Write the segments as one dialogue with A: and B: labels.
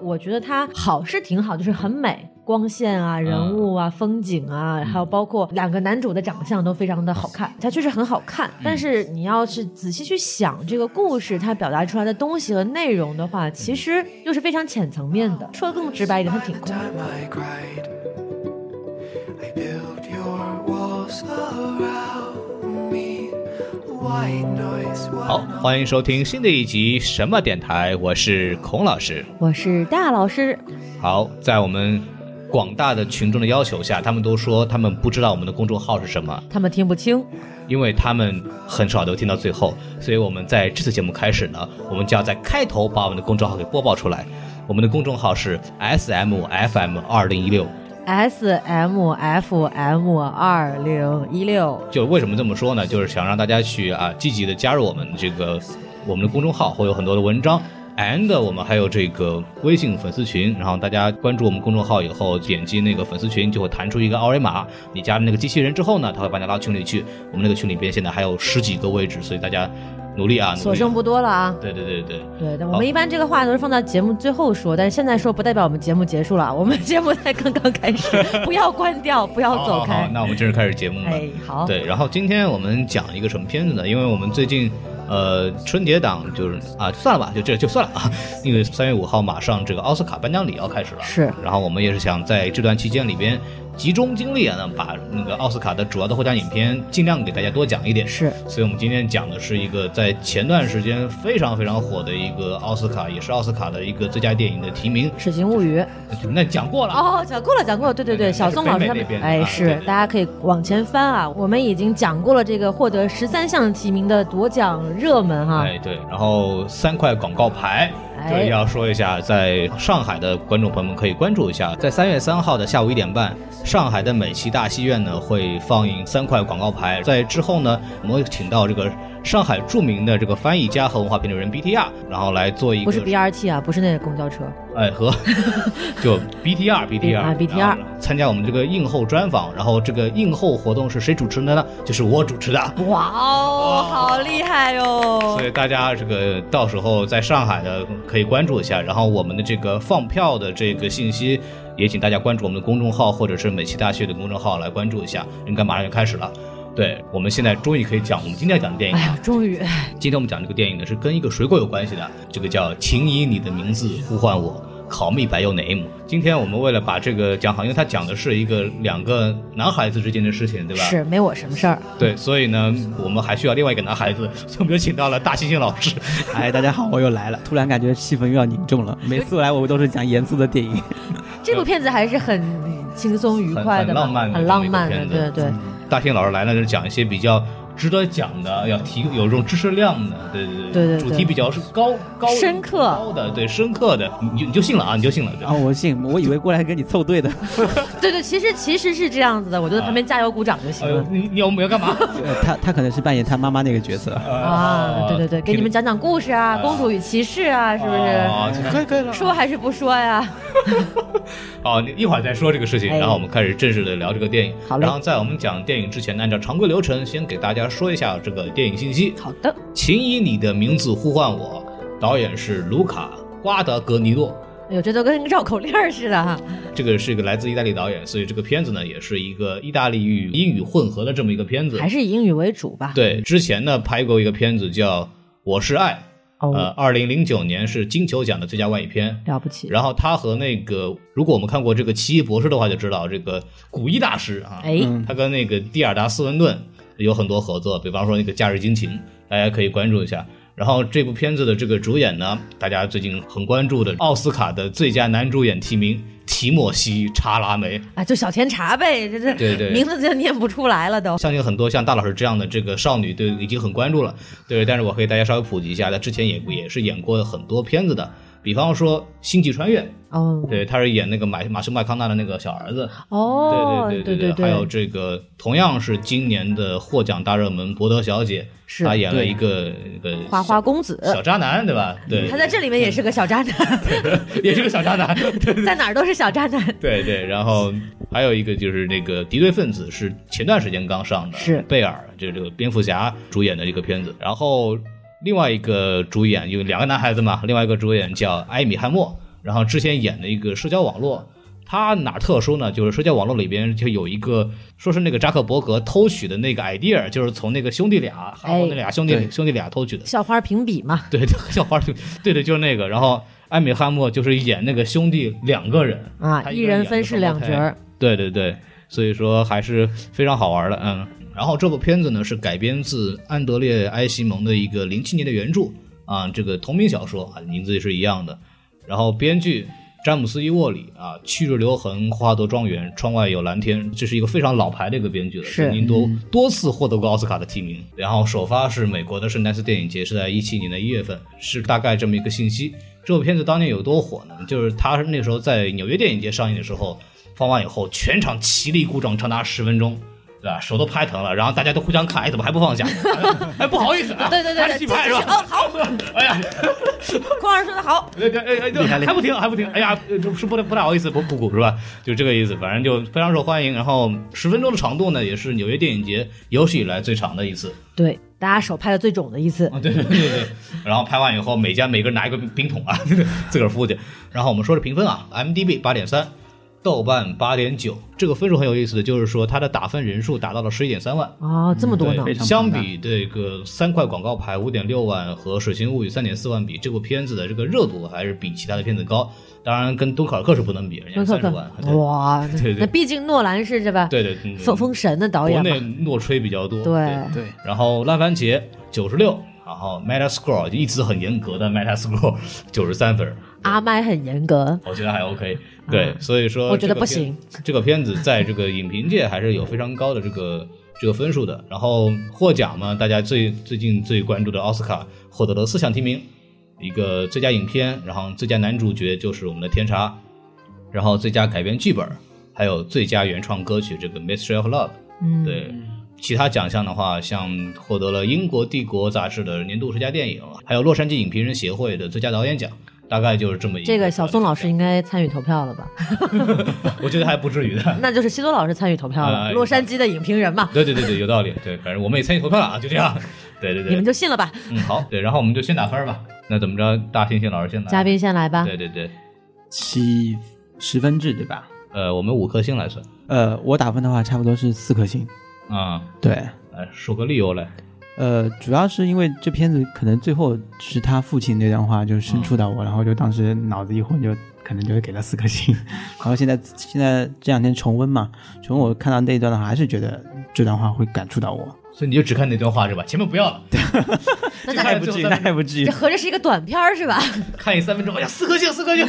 A: 我觉得它好是挺好，就是很美。光线啊，人物啊，风景啊，还有包括两个男主的长相都非常的好看，它确实很好看。但是你要是仔细去想这个故事，它表达出来的东西和内容的话，其实又是非常浅层面的。说的更直白一点，它挺空的。
B: time I cried. I built your walls around me. White noise,
C: 好
B: white，noise.
C: 欢迎收听新的一集什么电台，我是孔老师。
A: 我是大老师，
C: 好，在我们广大的群众的要求下，他们都说他们不知道我们的公众号是什么，
A: 他们听不清，
C: 因为他们很少都听到最后，所以我们在这次节目开始呢，我们就要在开头把我们的公众号给播报出来。我们的公众号是 S M F M 二零一六。
A: S M F M 二零一六，
C: 就为什么这么说呢？就是想让大家去啊积极的加入我们这个我们的公众号，会有很多的文章。and 我们还有这个微信粉丝群，然后大家关注我们公众号以后，点击那个粉丝群就会弹出一个二维码，你加入那个机器人之后呢，他会把你拉到群里去。我们那个群里边现在还有十几个位置，所以大家努力啊，努
A: 所
C: 力
A: 剩
C: 啊。
A: 不多了啊。
C: 对对对对，
A: 对，但我
C: 好
A: 们一般这个话都是放到节目最后说，但是现在说不代表我们节目结束了，我们节目才刚刚开始，不要关掉，不要
C: 好
A: 走
C: 好好
A: 开。
C: 那我们正式开始节目吧。
A: 哎，好，
C: 对，然后今天我们讲一个什么片子呢？因为我们最近，呃，春节档就是啊，算了吧，就这就算了啊， 因为三月五号马上这个奥斯卡颁奖礼要开始了，
A: 是。
C: 然后我们也是想在这段期间里边集中精力啊，那把那个奥斯卡的主要的获奖影片尽量给大家多讲一点。
A: 是
C: 所以我们今天讲的是一个在前段时间非常非常火的一个奥斯卡，也是奥斯卡的一个最佳电影的提名，
A: 《水形物语》
C: 那讲过了啊。
A: 哦，讲过了，讲过了，对对
C: 对
A: 对，小宋老师他
C: 那是北美那
A: 们，
C: 边的
A: 哎，
C: 啊对
A: 是
C: 对，对
A: 大家可以往前翻啊，我们已经讲过了这个获得十三项提名的夺奖热门哈，
C: 哎，对，然后三块广告牌。
A: 啊哎
C: 对，要说一下，在上海的观众朋友们可以关注一下，在三月三号的下午一点半，上海的美琪大戏院呢会放映三块广告牌。在之后呢，我们会请到这个上海著名的这个翻译家和文化评论人 BTR，然后来做一个
A: 不是 BRT 啊，不是那个公交车，
C: 哎和 就 BTR
A: 啊
C: BTR
A: BTR
C: 然后参加我们这个映后专访，然后这个映后活动是谁主持的呢？就是我主持的。
A: 哇哦，好厉害哟
C: 所！以大家这个到时候在上海的可以关注一下，然后我们的这个放票的这个信息，也请大家关注我们的公众号或者是美琪大学的公众号来关注一下，应该马上就开始了。对，我们现在终于可以讲我们今天要讲的电影
A: 哎。呀，终于，哎
C: 今天我们讲这个电影呢，是跟一个水果有关系的，这个叫《请以你的名字呼唤我》。考密白 your name。今天我们为了把这个讲好，因为它讲的是一个两个男孩子之间的事情，对吧？
A: 是没我什么事儿，
C: 对，所以呢，我们还需要另外一个男孩子，所以我们就请到了大猩猩老师。
D: 哎，大家好，我又来了。突然感觉气氛又要凝重了。每次来我都是讲严肃的电影，
A: 这部片子还是很轻松愉快的嘛，
C: 很浪漫的
A: 很浪漫
C: 这
A: 的，
C: 么一个片
A: 对
C: 子
A: 对。
C: 嗯大兴老师来了，就是讲一些比较值得讲的，要提有这种知识量的，对对对
A: 对对对
C: 主题比较是高高
A: 深刻哦
C: 高的，对深刻的，你就你就信了啊，你就信了，对
D: 然后我信，我以为过来跟你凑对的，
A: 对对，其实其实是这样子的，我就
C: 啊
A: 在旁边加油鼓掌就行
C: 哎呦
A: 了，。
C: 你你要我们要 干嘛？
D: 呃他他可能是扮演他妈妈那个角色。
C: 哎
A: 啊，对对对，给你们讲讲故事啊，《公主与骑士》啊，是不
C: 啊
A: 是？，
C: 可以可以了。
A: 说还是不说呀？
C: 好，哦你一会儿再说这个事情，
A: 哎
C: 然后我们开始正式的聊这个电影。
A: 好嘞
C: 然后在我们讲电影之前呢，按照常规流程，先给大家说一下这个电影信息。
A: 好的，
C: 请以你的名字呼唤我，导演是卢卡·瓜德格尼诺。
A: 哎呦，这都跟绕口令儿似的哈。
C: 这个是一个来自意大利导演，所以这个片子呢也是一个意大利语英语混合的这么一个片子
A: 还。是以英语为主吧。
C: 对，之前呢拍过一个片子叫《我是爱》，呃
A: 哦，，
C: 二零零九年是金球奖的最佳外语片。
A: 了不起。
C: 然后他和那个，如果我们看过这个《奇异博士》的话，就知道这个古一大师啊，
A: 哎，
C: 他跟那个蒂尔达·斯文顿有很多合作，比方说那个《假日惊情》，大家可以关注一下。然后这部片子的这个主演呢，大家最近很关注的奥斯卡的最佳男主演提名提莫西·查拉梅。
A: 啊，就小甜茶呗，这这
C: 对对
A: 名字就念不出来了都。
C: 相信很多像大老师这样的这个少女对已经很关注了，对。但是我可以大家稍微普及一下，她之前也也是演过很多片子的，比方说《星际穿越》，
A: 哦
C: 对，她是演那个马马修麦康纳的那个小儿子，
A: 哦，
C: 对
A: 对
C: 对还有
A: 对，
C: 这个同样是今年的获奖大热门《博德小姐》，
A: 是
C: 她演了
D: 对
C: 一个一个
A: 花花公子，
C: 小渣男，对吧？对
A: 他，在这里面也是个小渣男，
C: 也是个小渣男，对
A: 在哪儿都是小渣男。
C: 对对。然后还有一个就是那个《敌对分子》，是前段时间刚上的，
A: 是
C: 贝尔，就是这个蝙蝠侠主演的一个片子。然后另外一个主演有两个男孩子嘛，另外一个主演叫埃米汉默。然后之前演的一个社交网络。它哪儿特殊呢？就是社交网络里边就有一个，说是那个扎克伯格偷取的那个 idea，就是从那个兄弟俩，韩国那俩兄弟、
D: 对
C: 兄弟俩偷取的。
A: 校花评比嘛，
C: 对，叫花儿对 对对，就是那个。然后艾米汉默就是演那个兄弟两个人
A: 啊，
C: 他
A: 一
C: 一个人
A: 人分饰两角
C: 演
A: 儿
C: 的，对对对，所以说还是非常好玩的，嗯。然后这部片子呢是改编自安德烈·埃西蒙的一个零七年的原著啊，这个同名小说啊，名字也是一样的。然后编剧詹姆斯·伊沃里啊，《去日留痕》《花朵庄园》《窗外有蓝天》，这是一个非常老牌的一个编剧了，
A: 是
C: 曾经多多次获得过奥斯卡的提名。然后首发是美国的圣丹斯电影节，是在一七年的一月份，是大概这么一个信息。这部片子当年有多火呢？就是它那时候在纽约电影节上映的时候，放完以后，全场齐力鼓掌，长达十分钟。对吧？手都拍疼了，然后大家都互相看，哎，怎么还不 放下？哎，不好意思啊，
A: 对对对
C: 还
A: 对，
C: 是去
A: 这
C: 拍
A: 就是是
C: 吧？
A: 哦，好，
C: 哎呀，
A: 孔老师说的好，
C: 对对，哎哎，对，还不停，还不停，哎呀，呃是不太不太好意思，不不鼓是吧？就这个意思，反正就非常受欢迎。然后十分钟的长度呢，也是纽约电影节有史以来最长的一次。
A: 对，大家手拍的最肿的一次，
C: 啊，对对对对。然后拍完以后，每家每个人拿一个冰桶啊， 自个儿敷去。然后我们说是评分啊，MDB 八点三，豆瓣八点九，这个分数很有意思的就是说它的打分人数达到了十一点三万。
A: 哦，这么多呢
C: 嗯对，
D: 非常
C: 相
D: 庞大
C: 比这个三块广告牌五点六万和《水星物语》三点四万比，这部片子的这个热度还是比其他的片子高。当然，跟敦刻尔克是不能比，人家
A: 敦刻
C: 三
A: 尔
C: 十
A: 克
C: 万。，
A: 哇，
C: 对
A: 那
C: 对
A: 那毕竟诺兰是这吧？
C: 对对对，嗯
A: 封封神的导
C: 国
A: 演
C: 内
A: 嘛，
C: 诺吹比较多。
A: 对，
D: 对，
C: 然后烂番茄九十六，然后 Metascore 一直很严格的 Metascore 九十三分，
A: 阿麦很严格，
C: 我觉得还 OK。对，所以
A: 嗯
C: 说
A: 我觉得
C: 呃这个
A: 不
C: 片
A: 行。
C: 这个片子在这个影评界还是有非常高的这个这个分数的。然后获奖嘛，大家最最近最关注的奥斯卡获得了四项提名，一个最佳影片，然后最佳男主角就是我们的天茶，然后最佳改编剧本，还有最佳原创歌曲这个《Mystery of Love》。
A: 嗯，
C: 对，其他奖项的话，像获得了英国《帝国》杂志的年度最佳电影，还有洛杉矶影评人协会的最佳导演奖，大概就是这么一
A: 这个小宋老
C: 师，
A: 师应该参与投票了吧？
C: 我觉得还不至 于的。
A: 那就是西多老师参与投票
C: 哎
A: 了，洛杉矶的影评人嘛，
C: 对对对对，有道理。对，反正我们也参与投票了啊，就 这样。对对
A: 你们
C: 对，
A: 就信了吧？
C: 嗯，好，对，然后我们就先打分吧。那怎么着，大猩猩老师先来。
A: 嘉宾啊先来吧，
C: 对对对，
D: 七十分制对吧？
C: 呃，我们五颗星来算
D: 呃，我打分的话差不多是四颗星。
C: 啊，
D: 对，
C: 来说个理由来。
D: 呃，主要是因为这片子可能最后是他父亲那段话就深触到我，然后就当时脑子一混就。可能就会给了四颗星，然后现在现在这两天重温嘛，重温我看到那一段的话，还是觉得这段话会感触到我。
C: 所以你就只看那段话是吧？前面不 要了，
A: 那咱
C: 就看最后三分钟
D: 那也不至于，那也不至于
A: 这。合着是一个短片儿是吧？
C: 看一三分钟，哎呀，四颗星，四颗 星，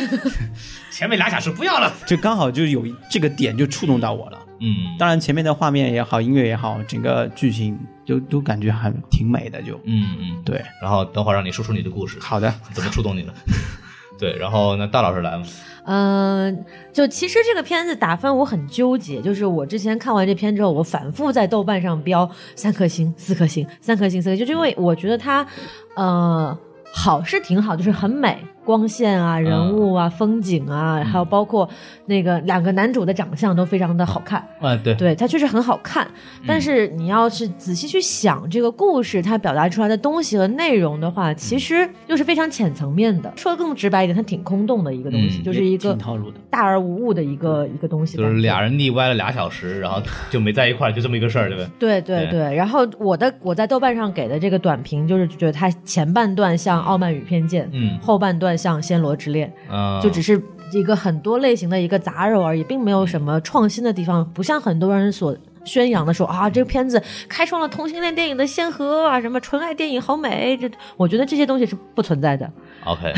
C: 前面俩小时不要了。
D: 就刚好就有一这个点就触动到我了。
C: 嗯，
D: 当然前面的画面也好，音乐也好，整个剧情都都感觉还挺美的就，
C: 嗯嗯，
D: 对，
C: 然后等会儿让你说出你的故事。
D: 好的，
C: 怎么触动你了？ 对，然后那大老师来嘛，
A: 嗯、就其实这个片子打分我很纠结，就是我之前看完这片之后，我反复在豆瓣上标三颗星、四颗星、三颗星、四颗星，就是因为我觉得它，呃，好是挺好，就是很美，光线啊、
D: 嗯
A: 人物啊、风景啊，还有包括那个两个男主的长相都非常的好看。
C: 啊，对，
A: 对，它确实很好看，
D: 嗯
A: 但是你要是仔细去想这个故事，它表达出来的东西和内容的话，
D: 嗯
A: 其实又是非常浅层面的。说的更直白一点，它挺空洞的一个东西，
C: 嗯
A: 就是一
D: 也
A: 个
D: 挺套路的。
A: 大而无物的一个一个东西吧。
C: 就是俩人腻歪了俩小时，然后就没在一块儿，就这么一个事儿，对吧？
A: 对对
C: 对
A: 对，然后我的我在豆瓣上给的这个短评就是觉得它前半段像《傲慢与偏见》，
C: 嗯
A: 后半段像《暹罗之恋》
C: 啊，
A: 就只是一个很多类型的一个杂糅而已，并
C: 嗯
A: 没有什么创新的地方，不像很多人所。宣扬的说啊，这个片子开创了同性恋电影的先河啊，什么纯爱电影好美，这我觉得这些东西是不存在的。
C: OK，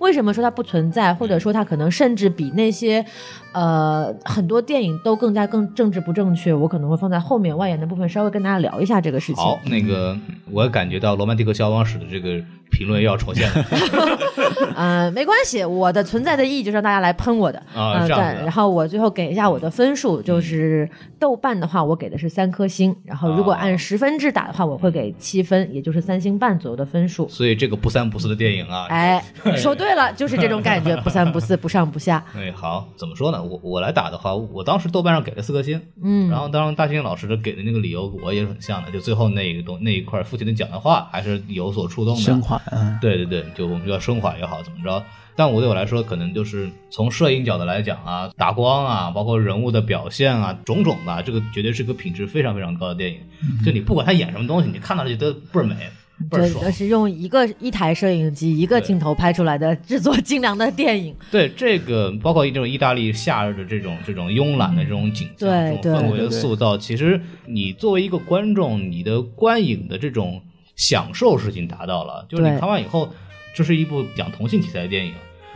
A: 为什么说它不存在，或
C: 嗯
A: 者说它可能甚至比那些，呃，很多电影都更加更政治不正确？我可能会放在后面外延的部分稍微跟大家聊一下这个事情。
C: 好，那个我感觉到《罗曼蒂克消亡史》的这个评论又要重现 了
A: 呃，没关系，我的存在的意义就是让大家来喷我的
C: 啊
A: 呃
C: 这样子嗯
A: 对，然后我最后给一下我的分数，就是豆瓣的话，我给的是三颗星，然后如果
C: 啊
A: 按十分制打的话，我会给七分，也就是三星半左右的分 数。
C: 所以这个不三不四的电影啊，
A: 哎，说对了，就是这种感觉，不三不四，不上不下。
C: 哎，好，怎么说呢？我我来打的话，我当时豆瓣上给了四颗星，
A: 嗯
C: 然后当然大猩猩老师的给的那个理由我也是很像的，就最后那个东那一块儿父亲的讲的话还是有所触动的，
D: 升华嗯，
C: 对对对，就我们叫升华也好，怎么着？但我对我来说，可能就是从摄影角度来讲啊，打光啊，包括人物的表现啊，种种吧，这个绝对是个品质非常非常高的电影。就你不管他演什么东西，你看到就觉得倍儿美，
A: 嗯
C: 倍儿
A: 对，
C: 爽
A: 这。是用一个一台摄影机一个
C: 对
A: 镜头拍出来的制作 精良的电影，
C: 对这个，包括这种意大利夏日的这种这种慵懒的这种景象，
A: 对
C: 这种氛围
D: 对
C: 的塑造，其实你作为一个观众，你的观影的这种享受是已经达到了。就是你
A: 对
C: 看完以后，这是一部讲同性题材的电影，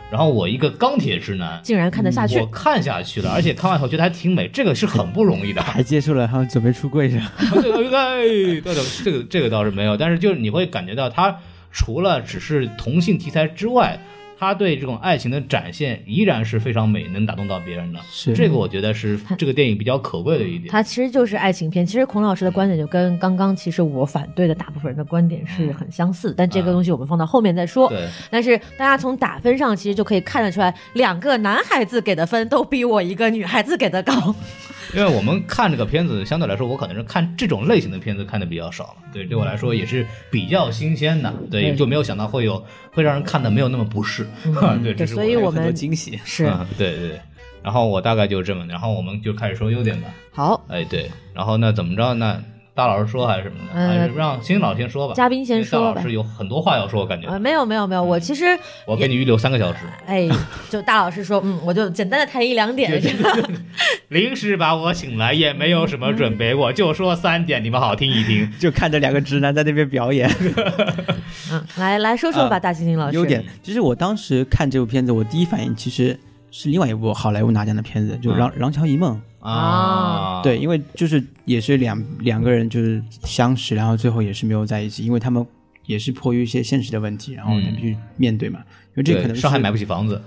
C: 然后我一个钢铁直男，
A: 竟然看得下去
C: 嗯我。看下去了，而且看完以后觉得还挺美，这个是很不容易 的。
D: 还接受了，还要准备出柜是吧？
C: 这个哎，对的，这个这个倒是没有，但是就是你会感觉到他除了只是同性题材之外，他对这种爱情的展现依然是非常美，能打动到别人的。
D: 是
C: 这个，我觉得是这个电影比较可贵的一点。
A: 它其实就是爱情片。其实孔老师的观点就跟刚刚其实我反对的大部分人的观点是很相似，但这个东西我们放到后面再说。
C: 嗯对，
A: 但是大家从打分上其实就可以看得出来，两个男孩子给的分都比我一个女孩子给的
C: 嗯
A: 高。
C: 因为我们看这个片子，相对来说，我可能是看这种类型的片子看的比较少了。对，对我来说也是比较新鲜的。对，
A: 对
C: 就没有想到会有会让人看的没有那么不适。 对，这
A: 嗯对，
C: 是
A: 所以
C: 的
A: 我
D: 很多
A: 们
D: 惊喜。
A: 是、
C: 嗯，对对。然后我大概就是这么，然后我们就开始说优点吧。
A: 好。
C: 哎，对，然后那怎么着？那大老师说还是什么呢？
A: 呃
C: 还是让新老师先说吧。
A: 嘉宾先说吧
C: 因为大老师有很多话要说，我感觉
A: 呃，没有没有没有，
C: 嗯
A: 我其实
C: 我给你预留三个小时，
A: 哎，就大老师说，嗯，我就简单的谈一两点，
C: 临时把我请来也没有什么准备，我就说三点，你们好听一听。
D: 就看着两个直男在那边表演，
A: 嗯，来来说说吧，
D: 啊
A: 大猩猩 老师，
D: 优点。其实我当时看这部片子，我第一反应其实是另外一部好莱坞拿奖的片子，就《廊廊桥遗梦》。
A: 啊
D: 对，因为就是也是两两个人就是相识，然后最后也是没有在一起，因为他们也是迫于一些现实的问题，然后他们去面对嘛。因为
C: 嗯
D: 这
C: 对
D: 可能是
C: 上海买不起房 子，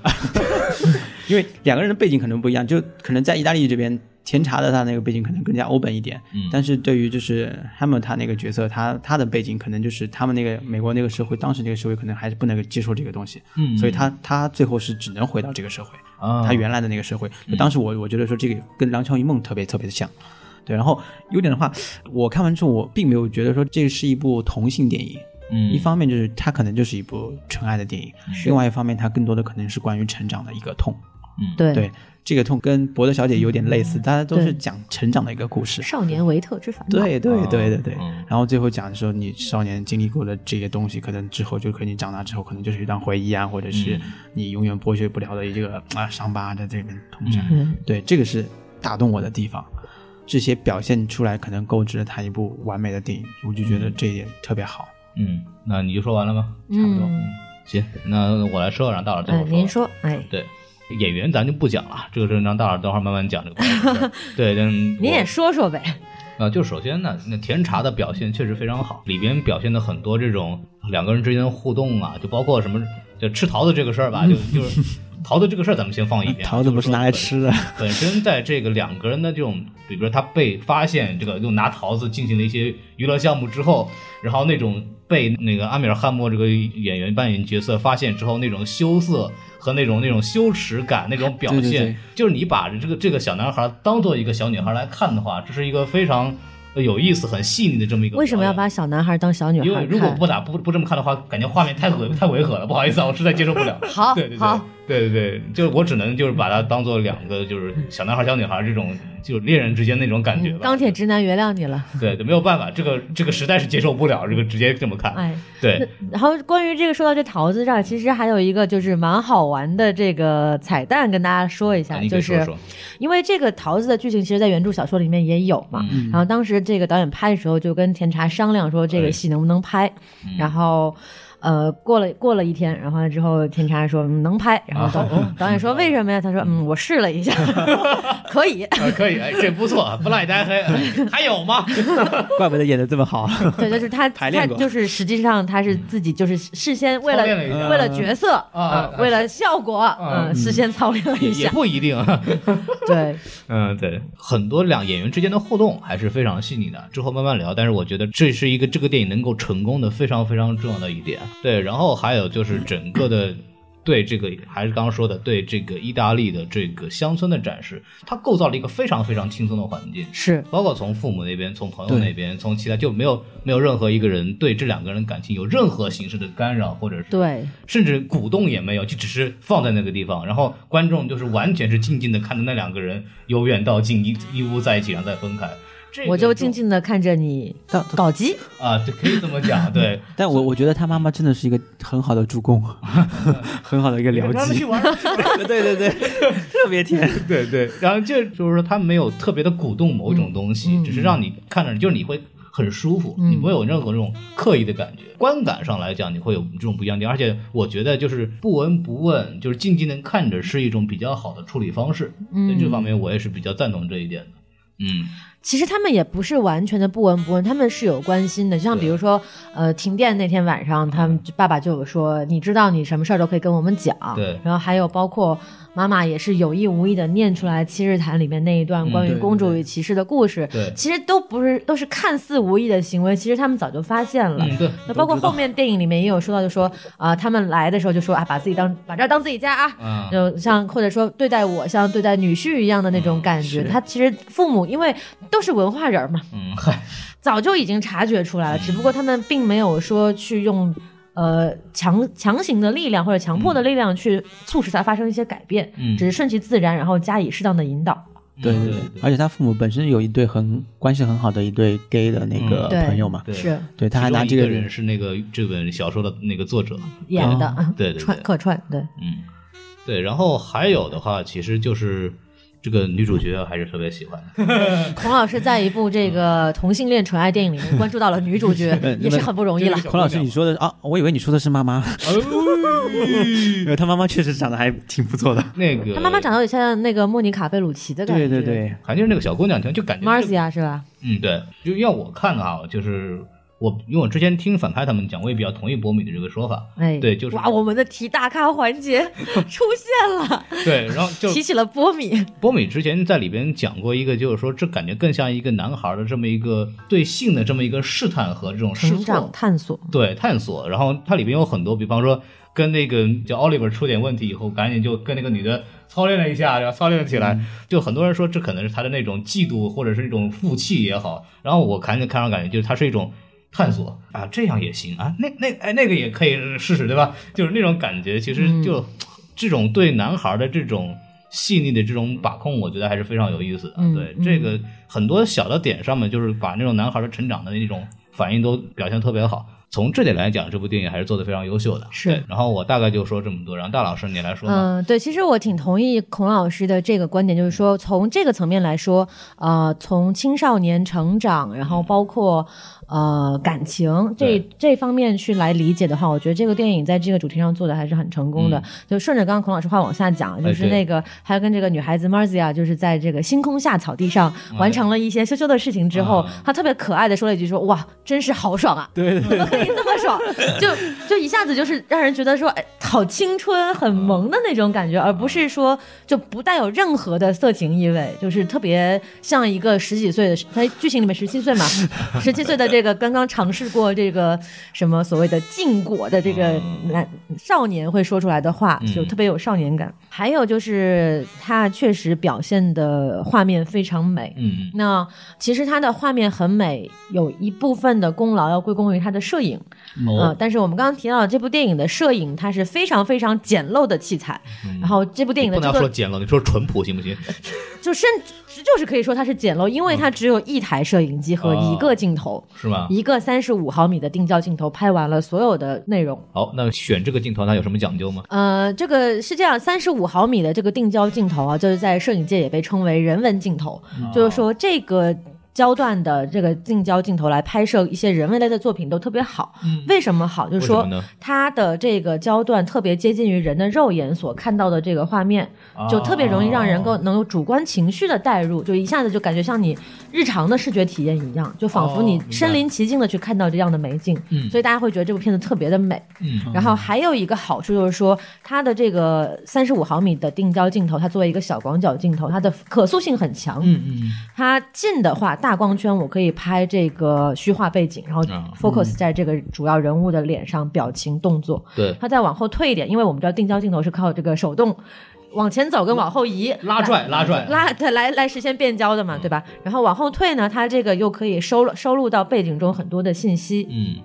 D: 因为两个人的背景可能不一样，就可能在意大利这边甜茶的他那个背景可能更加欧本一点，
C: 嗯
D: 但是对于就是 Hammer 他那个角色，他他的背景可能就是他们那个美国那个社会，当时那个社会可能还是不能接受这个东西，
C: 嗯
D: 所以他他最后是只能回到这个社会，
C: 啊
A: 嗯
D: 他原来的那个社会。就当时我我觉得说这个跟《廊桥遗梦》特别特别的像。对，然后优点的话，我看完之后我并没有觉得说这是一部同性电影，
C: 嗯
D: 一方面就是它可能就是一部纯爱的电影，另外一方面它更多的可能是关于成长的一个痛。
C: 嗯
A: 对嗯
D: 对，这个痛跟博德小姐有点类似，大家都
A: 对哦
D: 是讲成长的一个故事。
A: 少年维特之烦恼，
D: 对对对对对
C: 嗯，
D: 然后最后讲的时候，你少年经历过的这些东西，可能之后就可能你长大之后，可能就是一段回忆啊，或者是
A: 嗯
D: 你永远剥削不了的一个啊伤疤的这个痛感。
A: 嗯
D: 对，这个是打动我的地方。这些表现出来，可能构成了他一部完美的电影，我就觉得这一点特别好。
C: 嗯，那你就说完了吗？
A: 嗯，
C: 行，那我来说，让大老师最
A: 哎
C: 后，
A: 您说，哎，
C: 对。演员咱就不讲了，这个是让大老师等会儿慢慢讲这个故 事。对，但
A: 您
C: 我
A: 也说说呗，
C: 啊，就首先呢，那甜茶的表现确实非常好，里边表现的很多这种两个人之间的互动啊，就包括什么就吃桃子这个事儿吧，就就是 桃子这个事儿咱们先放一边啊。
D: 桃子
C: 就是
D: 不是
C: 说
D: 拿来
C: 本
D: 吃的，
C: 本身在这个两个人的这种，比如说他被发现这个又拿桃子进行了一些娱乐项目之后，然后那种被那个阿米尔汗莫这个演员扮演角色发现之后那种羞涩和那种那种羞耻感那种表现，
D: 对对对
C: 就是你把这个这个小男孩当做一个小女孩来看的话，这是一个非常有意思、很细腻的这么一个表演。
A: 为什么要把小男孩当小女
C: 嗯因为
A: 孩
C: 如果
A: 看？
C: 不打不不这么看的话，感觉画面太违太违和了，不好意思啊，我实在接受不了。
A: 好
C: 对对对
A: 好，
C: 对对对，就我只能就是把它当做两个就是小男孩小女孩这种就是恋人之间那种感觉吧。
A: 嗯钢铁直男原谅你了，
C: 对对，没有办法，这个这个实在是接受不了，这个直接这么看。
A: 哎，
C: 对，
A: 然后关于这个说到这桃子这儿，其实还有一个就是蛮好玩的这个彩蛋，跟大家说一下，
C: 那你可
A: 就
C: 以
A: 是
C: 说说，
A: 因为这个桃子的剧情，其实，在原著小说里面也有嘛。
C: 嗯
A: 然后当时这个导演拍的时候，就跟甜茶商量说这个戏能不能拍。
C: 嗯
A: 然后，呃，过了过了一天，然后之后甜茶说、嗯能拍。然后 导、导演说为什么呀？他说嗯，我试了一下， 可 以。
C: 啊可以，哎，这不错，不赖 呆黑，哎还有吗？
D: 怪不得演的这么 好。
A: 对，就是他
D: 排
A: 他
D: 练过
A: 就是实际上他是自己就是事先为
C: 操练了一
A: 了
C: 下
A: 为了角色
C: 啊
A: 呃为了效果
C: 啊
A: 嗯，事先操练了
C: 也
A: 一
C: 也
A: 下。
C: 不一定。啊
A: 对，
C: 嗯，对，很多两演员之间的互动还是非常细腻的，之后慢慢聊。但是我觉得这是一个这个电影能够成功的非常非常重要的一点。对，然后还有就是整个的对这个还是刚刚说的，对这个意大利的这个乡村的展示，它构造了一个非常非常轻松的环境。
A: 是
C: 包括从父母那边、从朋友
D: 对
C: 那边、从其他就没有没有任何一个人对这两个人的感情有任何形式的干扰，或者是
A: 对，
C: 甚至鼓动也没有，就只是放在那个地方，然后观众就是完全是静静的看着那两个人由远到近一一屋在一起，然后再分开。这个
A: 我就静静的看着你
D: 但
A: 搞基，
C: 啊，对，可以这么讲，对，
D: 但我我觉得他妈妈真的是一个很好的助攻， 很好的一个僚
C: 让他们 去
D: 机，
C: 玩儿，
D: 对对对，特别甜。
C: 对对，然后就就是说他没有特别的鼓动某
A: 嗯
C: 种东西，只是让你看着就是你会很舒服，你
A: 嗯
C: 不会有任何这种刻意的感觉。观感上来讲，你会有这种不一样的地方，而且我觉得就是不闻不问，就是静静的看着，是一种比较好的处理方式。
A: 嗯
C: 在这方面，我也是比较赞同这一点的。嗯，
A: 其实他们也不是完全的不闻不问，他们是有关心的。就像比如说，呃，停电那天晚上，他们就爸爸就有说，你知道你什么事儿都可以跟我们讲。
C: 嗯对
A: 然后还有包括妈妈也是有意无意的念出来《七日谈》里面那一段关于
D: 对
A: 公主
D: 对
A: 与骑士的故事。
C: 嗯对
A: 其实都不是，都是看似无意的行为，其实他们早就发现了。
C: 嗯，对，
A: 那包括后面电影里面也有说到，就说啊、他们来的时候就说啊，把自己当把这儿当自己家啊，
C: 嗯，
A: 就像或者说对待我像对待女婿一样的那种感觉。
D: 是
A: 他其实父母因为都是文化人儿嘛，
C: 嗯，嗨，
A: 早就已经察觉出来了，只不过他们并没有说去用呃强强行的力量或者强迫的力量去促使它发生一些改变，
C: 嗯
A: 只是顺其自然，然后加以适当的引导。
D: 对
C: 嗯
D: 对对，而且他父母本身有一对很关系很好的一对 gay 的那个
C: 嗯
A: 对
D: 朋友嘛，
C: 对
A: 是
D: 对，他还拿
C: 其
D: 这
C: 中一
D: 人
C: 人是那个这本小说的那个作者，
A: 演的，
C: 嗯对对对
A: 串客串，对，
C: 嗯，对，然后还有的话，其实就是这个女主角还是特别喜欢的，
A: 孔老师在一部这个同性恋纯爱电影里面关注到了女主角
D: 对，
A: 也是很不容易了。
D: 孔老师，你说的啊，我以为你说的是妈妈，
C: 哎
D: 因为他妈妈确实长得还挺不错的。
C: 那个
A: 她妈妈长得有点像那个莫妮卡贝鲁奇的感觉，
D: 对对对，
C: 反正就是那个小姑娘，就就感觉这个
A: ，Marcia 是吧？
C: 嗯，对，就要我看的话，就是我因为我之前听反派他们讲，我也比较同意博米的这个 说法，
A: 哎，
C: 对就是
A: 哇，我们的提大咖环节 出现了，
C: 对，然后 就
A: 提起了波米，
C: 波米之前在里边讲过一个，就是说这感觉更像一个男孩的这么一个对性的这么一个试探和这种试
A: 成
C: 错
A: 长，探索，
C: 对探索，然后它里边有很多，比方说跟那个叫 Oliver 出点问题以后，赶紧就跟那个女的操练了一下，然后操练了起来。就很多人说这可能是他的那种嫉妒或者是一种负气也好，然后我看着看上感觉就是它是一种。探索啊，这样也行啊，那那哎那个也可以试试，对吧？就是那种感觉，其实就、这种对男孩的这种细腻的这种把控，我觉得还是非常有意思的。
A: 嗯
C: 对、
A: 嗯
C: 这个很多小的点上面，就是把那种男孩的成长的那种反应都表现得特别好。从这点来讲，这部电影还是做的非常优秀的。
A: 是
C: 对然后我大概就说这么多，然后大老师你来说吧。
A: 嗯，对，其实我挺同意孔老师的这个观点，就是
C: 嗯
A: 说从这个层面来说，呃，从青少年成长，然后包括呃感情这
C: 嗯对
A: 这方面去来理解的话，我觉得这个电影在这个主题上做的还是很成功的。
C: 嗯
A: 就顺着刚刚孔老师话往下讲，就
C: 哎
A: 是
C: 对
A: 那个他跟这个女孩子 Marzia，就是在这个星空下草地上
C: 哎
A: 完成了一些羞羞的事情之后，
C: 啊
A: 他特别可爱的说了一句说：“哇，真是豪爽啊！”
D: 对对
A: 怎么可以这么爽？就 就一下子就是让人觉得说，哎，好青春、很萌的那种感觉，而不是说就不带有任何的色情意味，就是特别像一个十几岁的，在剧情里面十七岁嘛，十七岁的这个刚刚尝试过这个什么所谓的禁果的这个男少年会说出来的话，就特别有少年感。还有就是他确实表现的画面非常美，
C: 嗯嗯，
A: 那其实它的画面很美，有一部分的功劳要归功于它的摄影。呃
C: 哦，
A: 但是我们刚刚提到这部电影的摄影，它是非常非常简陋的器材。然后嗯这部电
C: 你
A: 影的
C: 嗯不
A: 制
C: 能
A: 作
C: 说简陋，你说淳朴行不行？
A: 就甚至就是可以说它是简陋，因为它
C: 嗯
A: 只有一台摄影机和
C: 哦
A: 一个镜头，
C: 是吗？
A: 一个三十五毫米的定焦镜头拍完了所有的内容。
C: 好，那选这个镜头它有什么讲究吗？
A: 呃，这个是这样，三十五毫米的这个定焦镜头啊，就是在摄影界也被称为人文镜头，
C: 嗯哦
A: 就是说这个。焦段的这个定焦镜头来拍摄一些人文类的作品都特别好，嗯为什么好？就是
C: 嗯为
A: 说
C: 什么呢
A: 它的这个焦段特别接近于人的肉眼所看到的这个画面，就特别容易让人
C: 哦啊
A: 够能有主观情绪的代入，就一下子就感觉像你日常的视觉体验一样，就仿佛
C: 哦
A: 你
C: 明白
A: 身临其境的去看到这样的美景，
C: 嗯
A: 所以大家会觉得这部片子特别的美。
C: 嗯
A: 然后还有一个好处就是说，它的这个三十五毫米的定焦镜头，它作为一个小广角镜头，它的可塑性很强。
C: 嗯嗯，
A: 它近的话，大光圈，我可以拍这个虚化背景，然后
C: 嗯
A: focus 在这个主要人物的脸上、表情、动作。
C: 对，
A: 它再往后退一点，因为我们知道定焦镜头是靠这个手动往前走跟往后移
C: 拉拽拉拽，
A: 拉对来来实现变焦的嘛，对吧？然后往后退呢，它这个又可以收了收录到背景中很多的信息，
C: 嗯，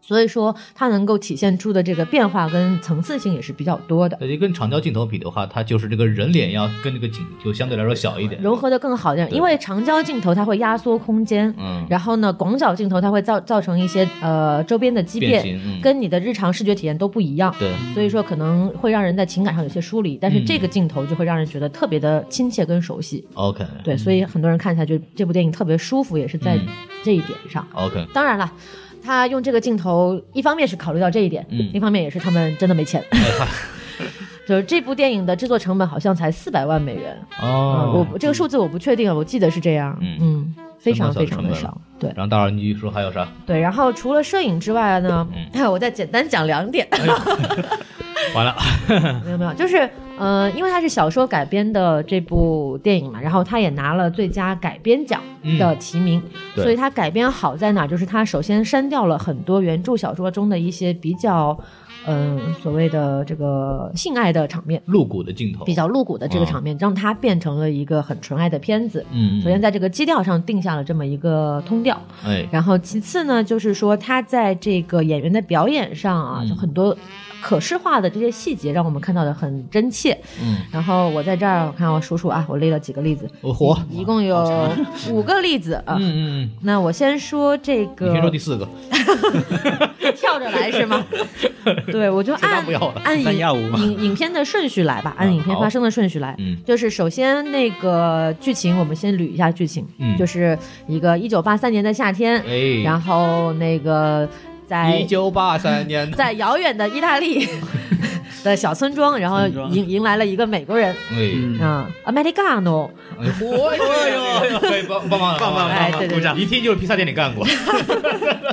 A: 所以说它能够体现出的这个变化跟层次性也是比较多的。
C: 那就跟长焦镜头比的话，它就是这个人脸要跟这个景就相对来说小一点，
A: 融合的更好一点，
C: 对
A: 因为长焦镜头它会压缩空间，
C: 嗯，
A: 然后呢，广角镜头它会造造成一些呃周边的畸变，
C: 变形，嗯，
A: 跟你的日常视觉体验都不一样。
C: 对，
A: 所以说可能会让人在情感上有些疏离，但是
C: 嗯
A: 这个镜头就会让人觉得特别的亲切跟熟悉。
C: OK，
A: 对，所以很多人看起来就这部电影特别舒服，也是在
C: 嗯
A: 这一点上。
C: ，OK，
A: 当然了。他用这个镜头，一方面是考虑到这一点，
C: 嗯
A: 另一方面也是他们真的没 钱。就是这部电影的制作成本好像才四百万美元，嗯我
C: 哦，
A: 不这个数字我不确定，我记得是这样，
C: 嗯
A: 嗯，非常
C: 成本
A: 非
C: 小
A: 常的
C: 成本
A: 少
C: 了，
A: 对
C: 然后大老师你继续说还有啥？
A: 对。然后除了摄影之外呢，
C: 嗯
A: 哎我再简单讲两点，
C: 完了，
A: 没有没有，就是呃，因为它是小说改编的这部电影嘛，然后它也拿了最佳改编奖的提名，
C: 嗯对
A: 所以它改编好在哪儿？就是它首先删掉了很多原著小说中的一些比较，嗯、所谓的这个性爱的场面。
C: 露骨的镜头，
A: 比较露骨的这个
C: 嗯
A: 场面，让它变成了一个很纯爱的片子。
C: 嗯，嗯，
A: 首先在这个基调上定下了这么一个通调，
C: 哎，
A: 然后其次呢，就是说他在这个演员的表演上啊，
C: 嗯
A: 就很多可视化的这些细节，让我们看到的很真切。
C: 嗯，
A: 然后我在这儿，我看我数数啊，我列了几个例子，
C: 我火，
A: 一共 有五个例子啊。
C: 嗯嗯
A: 那我先说这
C: 嗯，你先说
A: 个
C: 第，四个，
A: 跳着来是 吗？对，我就
C: 答
A: 按
C: 不要了
A: 按
D: 三
A: 影
D: 压五嘛
A: 影影片的顺序来吧，按影片
C: 好
A: 发生的顺序来。
C: 嗯
A: 就是首先那个剧情，我们先捋一下剧情，
C: 嗯
A: 就是一个一九八三年的夏天，
C: 哎，
A: 然后那个在
C: 一九八三年，
A: 在遥远的意大利的小村庄，然后
D: 村庄
A: 迎迎来了一个美国人
C: 哎，
D: 嗯
A: 啊，Americano，
C: 哎火哟，可以棒棒棒棒棒
A: 哎对对对
C: 一听就是披萨店里干过，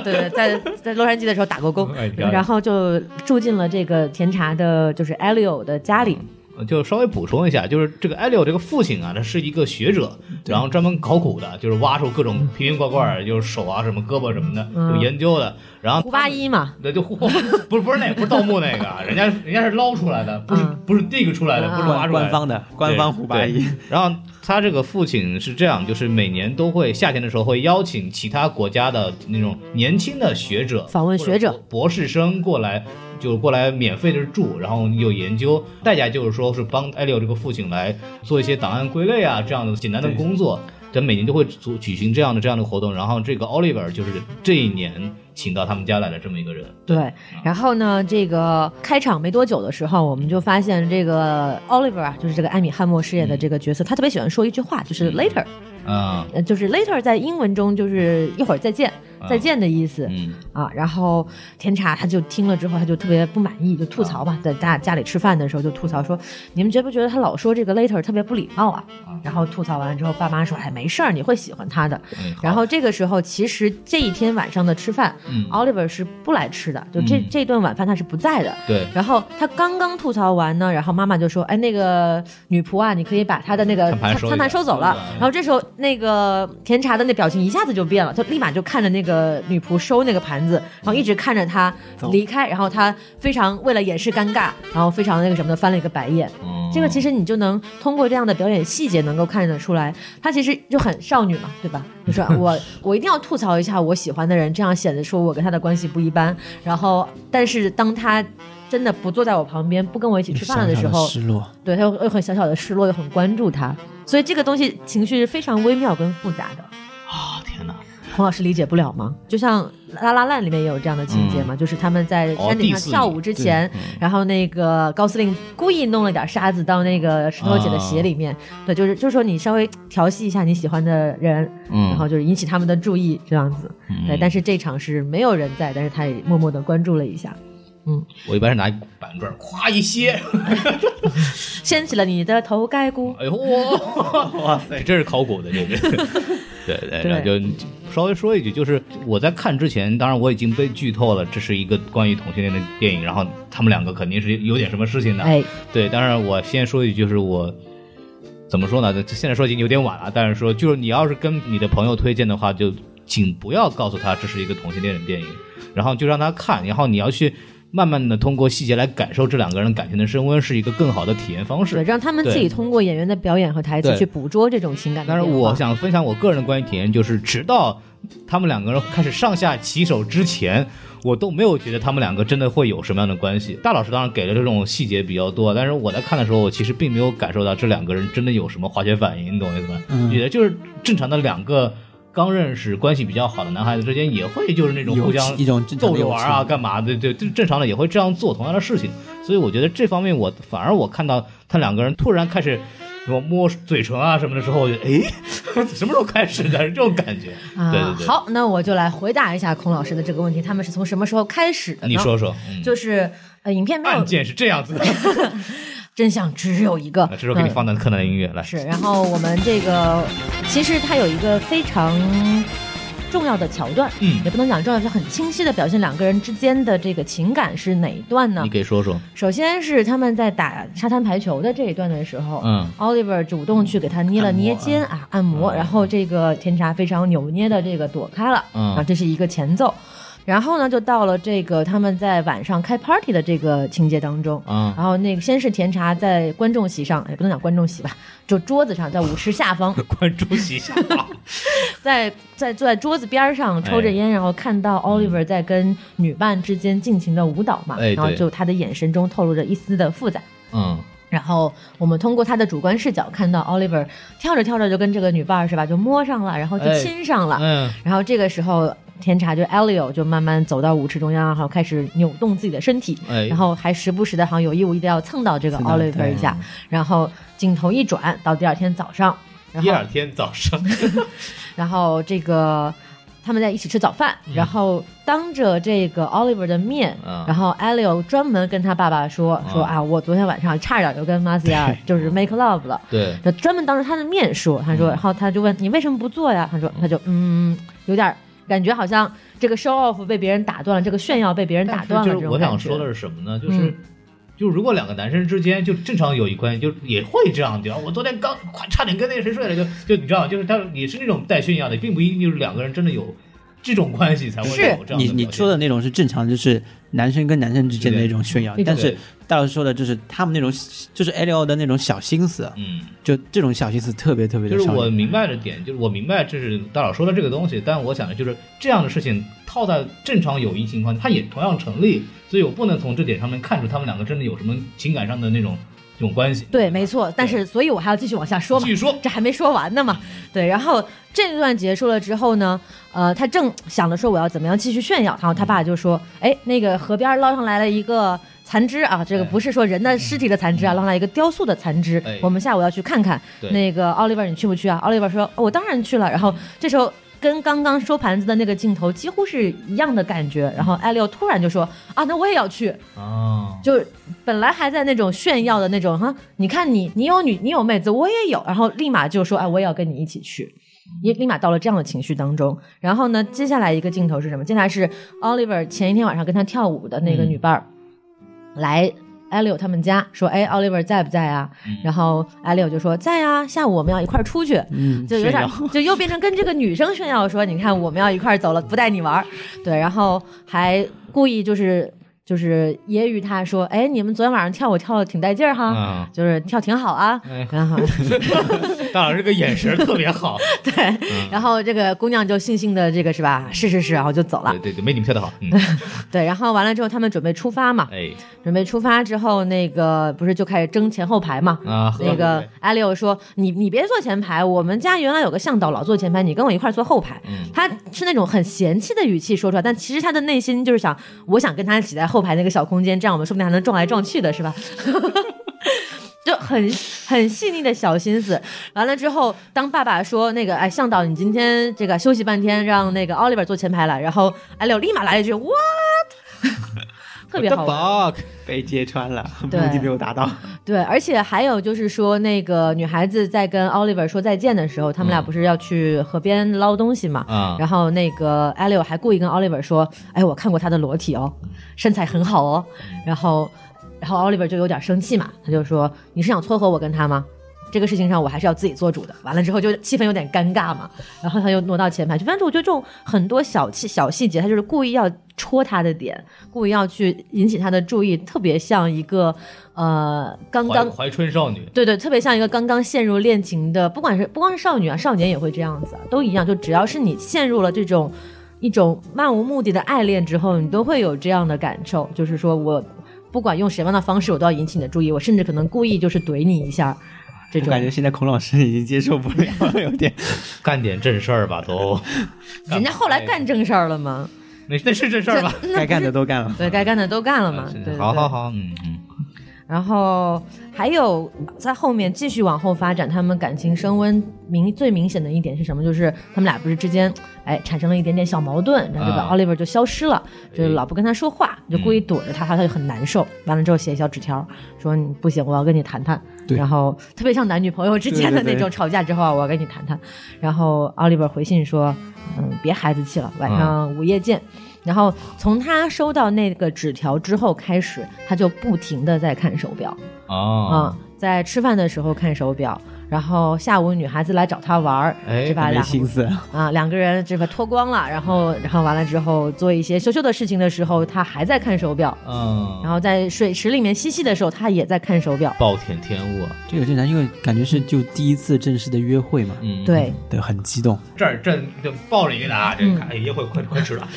A: 对对，在在洛杉矶的时候打过工
C: 哎，了解
A: 然后就住进了这个甜茶的，就是 Elio 的家里。
C: 就稍微补充一下，就是这个艾利奥这个父亲啊，他是一个学者，然后专门考古的，就是挖出各种瓶瓶罐罐儿，就是手啊什么胳膊什么的，
A: 嗯
C: 有研究的。然后
A: 胡八一嘛，
C: 那就不是不是那不是盗墓那个啊，人家人家是捞出来的，不是
A: 嗯
C: 不是 dig 出来的，
A: 嗯
C: 不是挖
D: 官
C: 出来
D: 官
C: 的。
D: 方的官方胡八一
C: 对，然后他这个父亲是这样，就是每年都会夏天的时候会邀请其他国家的那种年轻的学者、
A: 访问学者
C: 或博、博士生过来，就是过来免费的住，然后有研究，代价就是说是帮艾利奥这个父亲来做一些档案归类啊这样的简单的工作。他每年都会组举行这样的这样的活动，然后这个 Oliver 就是这一年请到他们家来的这么一个人，
A: 对，然后呢，这个开场没多久的时候，我们就发现这个 Oliver 啊，就是这个艾米汉默饰演的这个角色，他特别喜欢说一句话，就是
C: 嗯
A: later，
C: 啊，
A: 呃，就是 later 在英文中就是一会儿再见，再见的意思。
C: 嗯，
A: 啊，然后甜茶他就听了之后，他就特别不满意，就
C: 啊
A: 吐槽吧，在大家里吃饭的时候就吐槽说，你们觉不觉得他老说这个 later 特别不礼貌啊？然后吐槽完之后，爸妈说，哎，没事儿，你会喜欢他的。
C: 嗯好
A: 然后这个时候，其实这一天晚上的吃饭、
C: 嗯
A: o l i v e r 是不来吃的，就这、
C: 嗯
A: 这顿晚饭他是不在的。
C: 对，
A: 然后他刚刚吐槽完呢，然后妈妈就说：“哎，那个女仆啊，你可以把她的那个
C: 餐盘收一下嗯
A: 餐盘收走了
C: 收走。”
A: 然后这时候那个甜茶的那表情一下子就变了，就立马就看着那个女仆收那个盘子，然后一直看着她离开，然后她非常为了掩饰尴尬，然后非常那个什么的翻了一个白眼。
C: 嗯
A: 这个其实你就能通过这样的表演细节能够看得出来，她其实就很少女嘛，对吧？就 说我我一定要吐槽一下我喜欢的人，这样显得说我跟他的关系不一般。然后，但是当他真的不坐在我旁边，不跟我一起吃饭了的时
D: 小小
A: 候，
D: 失落，
A: 对他又又很小小的失落，又很关注他，所以这个东西情绪是非常微妙跟复杂的。
C: 啊天哪，
A: 洪老师理解不了吗？就像《拉拉烂》里面也有这样的情节嘛，
C: 嗯
A: 就是他们在山顶上跳舞之前，
C: 哦
A: 然后那个高司令故意弄了点沙子到那个石头姐的鞋里面，
C: 啊
A: 对，就是就是说你稍微调戏一下你喜欢的人，
C: 嗯
A: 然后就是引起他们的注意这样子。对，但
C: 是
A: 是这场是没有人在，但是他也默默的关注了一下，
C: 我一般是拿板砖咵一 歇，
A: 掀起了你的头盖骨。
C: 哎呦，哇哇塞，这是考古的这 个。对对，然后就稍微说一句，就是我在看之前，当然我已经被剧透了，这是一个关于同性恋的电影，然后嗯他们两个肯定是有点什么事情的。啊
A: 哎，
C: 对，当然我先说一句，就是我怎么说呢？这现在说已经有点晚了，但是说就是你要是跟你的朋友推荐的话，就请不要告诉他这是一个同性恋的电影，然后就让他看，然后你要去慢慢的通过细节来感受这两个人感情的升温，是一个更好的体验方式
A: 对，。让他们自己
C: 对
A: 通过演员的表演和台词
C: 对
A: 去捕捉这种情感的
C: 但是
A: 变化。
C: 我想分享我个人的观影体验，就是直到他们两个人开始上下其手之前，我都没有觉得他们两个真的会有什么样的关系。大老师当然给了这种细节比较多，但是我在看的时候，我其实并没有感受到这两个人真的有什么化学反应，你懂我意思吗？
D: 嗯
C: 也就是正常的两个。刚认识、关系比较好的男孩子之间也会就是那种
D: 友
C: 互相
D: 情一种正
C: 逗
D: 常的
C: 着
D: 友
C: 玩啊，
D: 情
C: 干嘛的？对，就正常的也会这样做同样的事情。所以我觉得这方面我反而我看到他两个人突然开始什么摸嘴唇啊什么的时候，我就诶， 什么时候开始的？ 是这种感觉。
A: 啊，
C: 对对对，
A: 好，那我就来回答一下孔老师的这个问题，他们是从什么时候开始的呢？
C: 你说说，嗯、
A: 就是嗯呃，影片没有
C: 案件是这样子的。 啊
A: 真相只有一个
C: 那，这时候给你
A: 嗯
C: 放段柯南的音乐来。
A: 是，然后我们这个其实它有一个非常重要的桥段，
C: 嗯
A: 也不能讲重要，就很清晰的表现两个人之间的这个情感是哪一段呢
C: 你？给说说，
A: 首先是他们在打沙滩排球的这一段的时候，
C: 嗯
A: ，Oliver 主动去给他捏了
C: 按摩嗯
A: 捏肩啊，按摩，然后这个甜茶非常扭捏的这个躲开了，
C: 嗯
A: 啊，这是一个前奏。然后呢，就到了这个他们在晚上开 party 的这个情节当中，
C: 嗯
A: 然后那个先是甜茶在观众席上，也不能讲观众席吧，就桌子上，在舞池下 方，
C: 关注一下。
A: 在在坐在桌子边儿上抽着
C: 哎
A: 烟，然后看到 Oliver 在跟女伴之间尽情的舞蹈嘛，
C: 嗯哎对
A: 然后就他的眼神中透露着一丝的复杂。
C: 嗯，
A: 然后我们通过他的主观视角看到 Oliver 跳着跳着就跟这个女伴儿是吧，就摸上了，然后就
C: 哎
A: 亲上了，
C: 嗯，
A: 然后这个时候甜茶就 Elio 就慢慢走到舞池中央，然后开始扭动自己的身体，
C: 哎
A: 然后还时不时的好像有意无意的要蹭到这个
D: 蹭到
A: Oliver
D: 对
A: 一下，
C: 嗯
A: 然后镜头一转到第二天早上，然
C: 第
A: 后
C: 二天早上，
A: 然后这个他们在一起吃早饭，然后当着这个 Oliver 的面，
C: 嗯
A: 然后 Elio 专门跟他爸爸说、
C: 嗯
A: 说啊，我昨天晚上差点就跟马西亚就是 make love 了，
C: 对
A: 就专门当着他的面说，他
C: 嗯
A: 说，然后他就问你为什么不做呀？他说，他就嗯，有点儿感觉好像这个 show off 被别人打断了，这个炫耀被别人打断了。
C: 就是
A: 这
C: 我
A: 种感
C: 想
A: 觉
C: 说的是什么呢？就是、
A: 嗯
C: 就如果两个男生之间就正常有一关系，就也会这样讲。我昨天刚快差点跟那个谁睡了，就就你知道，就是他也是那种带炫耀的，并不一定就是两个人真的有这种关系才会有
A: 是
C: 这样的
D: 你
C: 表
D: 你
C: 现
D: 说的那种是正常，就是男生跟男生之间的那种炫耀
A: 对，
D: 但是
C: 对
D: 大老师说的就是他们那种就是 L O 的那种小心思，
C: 嗯。
D: 就这种小心思特别特别
C: 就
D: 的
C: 是
D: 少
C: 我
D: 女。
C: 明白的点，就是我明白这是大佬说的这个东西，但我想的就是这样的事情套在正常友谊情况下，它也同样成立，所以我不能从这点上面看出他们两个真的有什么情感上的那种这种关系。
A: 对，没错。但是，所以我还要继续往下说嘛
C: 继。续说，
A: 这还没说完呢嘛。对，然后这段结束了之后呢，呃，他正想着说我要怎么样继续炫耀，然后他爸就说：“哎，那个河边捞上来了一个残肢啊，这个
C: 哎
A: 不是说人的尸体的残肢啊，捞上来一个雕塑的残肢
C: 哎，
A: 我们下午要去看看。
C: 对
A: 那个奥利 r 你去不去啊？奥利 r 说：哦我当然去了。然后这时候。”跟刚刚收盘子的那个镜头几乎是一样的感觉，然后艾利奥突然就说：“啊，那我也要去。”
C: 啊，
A: 就是本来还在那种炫耀的那种哈，你看你你有女你有妹子我也有，然后立马就说哎我也要跟你一起去，也立马到了这样的情绪当中。然后呢，接下来一个镜头是什么？接下来是 Oliver 前一天晚上跟他跳舞的那个
C: 嗯
A: 女伴儿、来 Elio 他们家说哎 Oliver 在不在啊？然后 Elio 就说在啊，下午我们要一块儿出去。
D: 嗯，
A: 就有
D: 炫
A: 点
D: 耀
A: 就又变成跟这个女生炫耀说，你看我们要一块儿走了，不带你玩儿，对，然后还故意就是就是揶揄他说，哎，你们昨天晚上跳舞跳的挺带劲儿
D: 嗯
A: 哈，
C: 啊
A: 就是跳挺好啊，
C: 哎
A: 然后
C: 大佬这个眼神特 别好，
A: 对，
D: 嗯
A: 然后这个姑娘就悻悻的这个是吧，是是是，然后就走了
C: 对，对对，没你们跳的好， 嗯，
A: 对，然后完了之后他们准备出发嘛，
C: 哎
A: 准备出发之后那个不是就开始争前后排嘛，
C: 啊，
A: 那个艾利欧说：“你你别坐前排，我们家原来有个向导老坐前排，你跟我一块儿坐后排。
C: 嗯
A: 他是那种很嫌弃的语气说出来，但其实他的内心就是想，我想跟他挤在后排那个小空间，这样我们说不定还能撞来撞去的，是吧？ 就很很细腻的小心思。完了之后，当爸爸说那个哎向导，你今天这个休息半天，让那个奥利 r 坐前排了，然后艾利欧立马来一句 what，特 别好玩。
C: 玩，
D: 被揭穿了，目
A: 对
D: 的没有达到。
A: 对，而且还有就是说，那个女孩子在跟 Oliver 说再见的时候，他们俩
C: 嗯
A: 不是要去河边捞东西嘛？
C: 啊
A: 然后那个 Elio 还故意跟 Oliver 说：“哎，我看过她的裸体哦，身材很好
C: 嗯
A: 哦。”然后，然后 Oliver 就有点生气嘛，他就说：“你是想撮合我跟他吗？”这个事情上我还是要自己做主的。完了之后就气氛有点尴尬嘛，然后他又挪到前排去。反正我觉得这种很多小细小细节，他就是故意要戳他的点，故意要去引起他的注意，特别像一个呃刚
C: 怀
A: 刚
C: 怀春少女，
A: 对对，特别像一个刚刚陷入恋情的，不管是不光是少女啊，少年也会这样子啊，都一样。就只要是你陷入了这种一种漫无目的的爱恋之后，你都会有这样的感受，就是说我不管用什么样的方式，我都要引起你的注意，我甚至可能故意就是怼你一下，这
D: 我
A: 种
D: 感觉现在孔老师已经接受不了 了，有点。
C: 干点正事儿吧都。
A: 人家后来干正事儿了吗？
C: 那那是正事儿吧？
A: 那
D: 该干的都啊干了。
A: 对该干的都干了嘛，对
C: 是
A: 对
C: 好好
A: 对
C: 好，嗯嗯，
A: 然后还有在后面继续往后发展，他们感情升温明最明显的一点是什么？就是他们俩不是之间哎产生了一点点小矛盾，然后这个
C: 啊
A: Oliver 就消失了，
D: 哎
A: 就是老不跟他说话，就故意
C: 嗯
A: 躲着他，他就很难受。完了之后写小纸条说你不行，我要跟你谈谈。
D: 对
A: 然后特别像男女朋友之间的
D: 对对
A: 那
D: 对
A: 种吵架之后啊，我要跟你谈谈。然后 Oliver 回信说，嗯，别孩子气了，晚上午夜见。然后从他收到那个纸条之后开始，他就不停的在看手表，
C: 啊
A: 啊，，在吃饭的时候看手表，然后下午女孩子来找他玩儿，
C: 哎
A: 是吧？
D: 没
A: 两
D: 心思，
A: 啊，两个人这个脱光了，然后然后完了之后做一些羞羞的事情的时候，他还在看手表，
C: 嗯，
A: 然后在水池里面嬉戏的时候，他也在看手表。
C: 暴殄天物啊，
D: 这个正常，因为感觉是就第一次正式的约会嘛，
C: 嗯，
A: 对，嗯
D: 对，很激动。
C: 这儿正就抱着一个啊，这个哎一会儿快快吃了，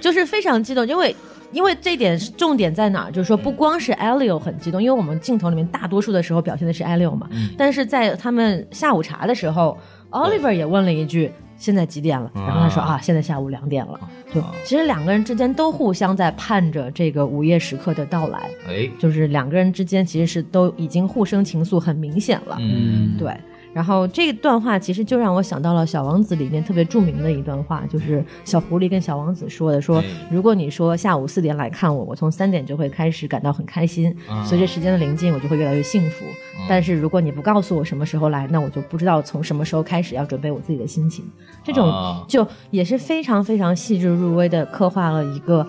A: 就是非常激动，因为因为这点是重点在哪儿，就是说不光是 Elio 很激动，因为我们镜头里面大多数的时候表现的是 Elio 嘛，
C: 嗯
A: 但是在他们下午茶的时候，Oliver 也问了一句。现在几点了？然后他说
C: 啊
A: 啊，现在下午两点了。就
C: 啊
A: 其实两个人之间都互相在盼着这个午夜时刻的到来，
C: 哎，
A: 就是两个人之间其实是都已经互生情愫，很明显了。
C: 嗯，
A: 对。然后这段话其实就让我想到了《小王子》里面特别著名的一段话，就是小狐狸跟小王子说的：“说
C: 哎
A: 如果你说下午四点来看我，我从三点就会开始感到很开心，
C: 啊
A: 随着时间的临近，我就会越来越幸福。但是如果你不告诉我什么时候来，那我就不知道从什么时候开始要准备我自己的心情。”这种
C: 啊
A: 就也是非常非常细致入微的刻画了一个。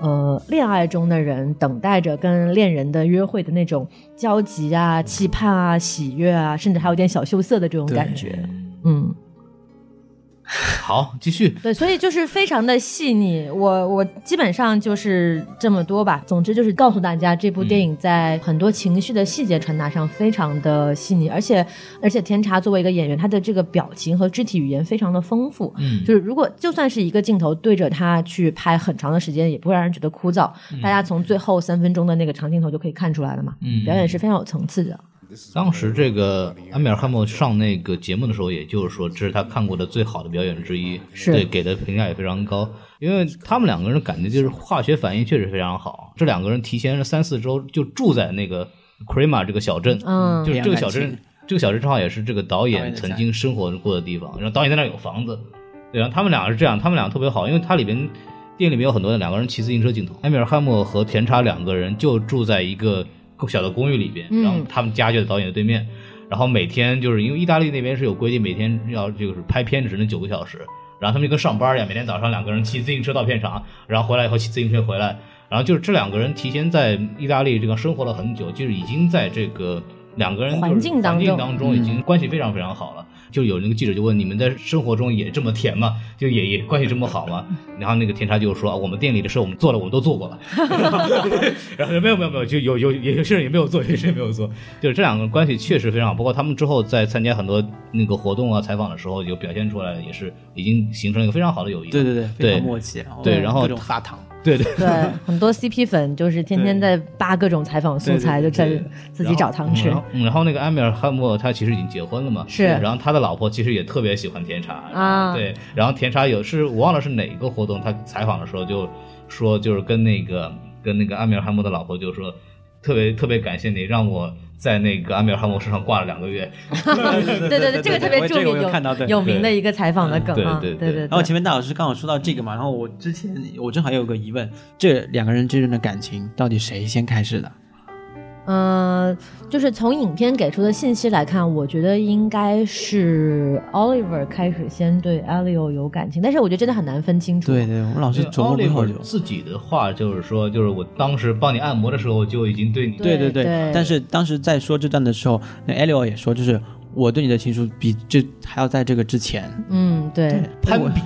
A: 呃，恋爱中的人等待着跟恋人的约会的那种焦急啊、期盼啊、喜悦啊，甚至还有点小羞涩的这种感觉。嗯，
C: 好，继续，
A: 对，所以就是非常的细腻。我我基本上就是这么多吧。总之就是告诉大家，这部电影在很多情绪的细节传达上非常的细腻，而且而且田查作为一个演员，他的这个表情和肢体语言非常的丰富。
C: 嗯
A: 就是如果就算是一个镜头对着他去拍很长的时间，也不会让人觉得枯燥。大家从最后三分钟的那个长镜头就可以看出来了嘛，
C: 嗯
A: 表演是非常有层次的。
C: 当时这个安米尔汗默上那个节目的时候，也就是说，这是他看过的最好的表演之一，
A: 是
C: 对给的评价也非常高。因为他们两个人感觉就是化学反应确实非常好，这两个人提前三四周就住在那个 Crema 这个小镇，
A: 嗯
C: 就是这个小
D: 培养感
C: 镇，这个小镇正好也是这个导
D: 导
C: 演
D: 演的家
C: 曾经生活过的地方，然后导演在那儿有房子，对，然后他们俩是这样，他们俩特别好，因为它里边电影里面有很多的两个人骑自行车镜头，埃米尔汉默和田查两个人就住在一个小的公寓里边，
A: 嗯
C: 然后他们家就在导演的对面，然后每天就是因为意大利那边是有规定，每天要就是拍片只能九个小时，然后他们就跟上班一样，每天早上两个人骑自行车到片场，然后回来以后骑自行车回来，然后就是这两个人提前在意大利这个生活了很久，就是已经在这个两个人就是
A: 环境当
C: 环境
A: 中
C: 当中已经关系非常非常好了。就有那个记者就问你们在生活中也这么甜吗？就也也关系这么好吗？然后那个甜茶就说啊我们店里的事我们做了，我们都做过 了。然后没有没有没有，就有有有些人也没有做，有些人没有做，就是这两个人关系确实非常好。包括他们之后在参加很多那个活动啊、采访的时候，有表现出来，也是已经形成了一个非常好的友谊。
D: 对
A: 嗯
D: 对对，非
C: 对
D: 常默契。然后
C: 对然后
D: 各种发糖，
C: 对对
A: 对，很多 CP 粉就是天天在扒各种采访素材，就
D: 对
A: 在
D: 对对
A: 自己找糖吃
C: 然。后嗯然后那个埃米尔汉默他其实已经结婚了嘛，
A: 是
C: 然后他的老婆其实也特别喜欢甜茶
A: 啊
C: 对，然后甜茶有是我忘了是哪个活动，他采访的时候就说就是跟那个跟那个埃米尔汉默的老婆就说。特别特别感谢你，让我在那个埃米尔汉默身上挂了两个月。
A: 对对对，这个特别
D: 我
A: 著
D: 这个我
A: 名
D: 有看到对
A: 有有名的一个采访的梗啊，
C: 对对对
A: 对对。
D: 然后前面大老师刚好说到这个嘛，然后我之前我正好也有个疑问，这两个人之间的感情到底谁先开始的？
A: 呃，就是从影片给出的信息来看，我觉得应该是 Oliver 开始先对 Elio 有感情，但是我觉得真的很难分清楚。
D: 对对，我老是琢磨不好久。
C: 自己的话就是说，就是我当时帮你按摩的时候就已经对你
A: 对
D: 对
A: 对
D: 但是当时在说这段的时候，那 Elio 也说，就是我对你的情书比这还要在这个之前。
A: 嗯，对。
C: 攀比，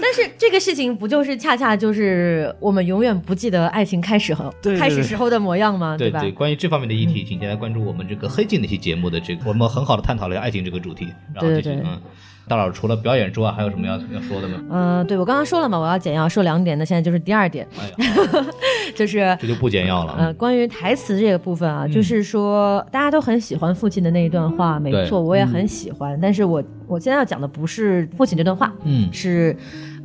A: 但 是这个事情不就是恰恰就是我们永远不记得爱情开始后
D: 对对对
A: 开始时候的模样吗？
C: 对
A: 吧？嗯
C: 对，关于这方面的议题，请大家关注我们这个黑镜那期节目的这个，我们很好的探讨了爱情这个主题。然后
A: 对
C: 继
A: 对
C: 续，
A: 对
C: 嗯，大佬除了表演之外，还有什么要要说的吗？
A: 呃，对我刚刚说了嘛，我要简要说两点，那现在就是第二点，
C: 哎呀，
A: 就是
C: 这就不简要了。
A: 呃，关于台词这个部分啊，就是说大家都很喜欢父亲的那一段话，没
C: 对
A: 错，我也很喜欢。但是我我现在要讲的不是父亲这段话，
C: 嗯
A: 是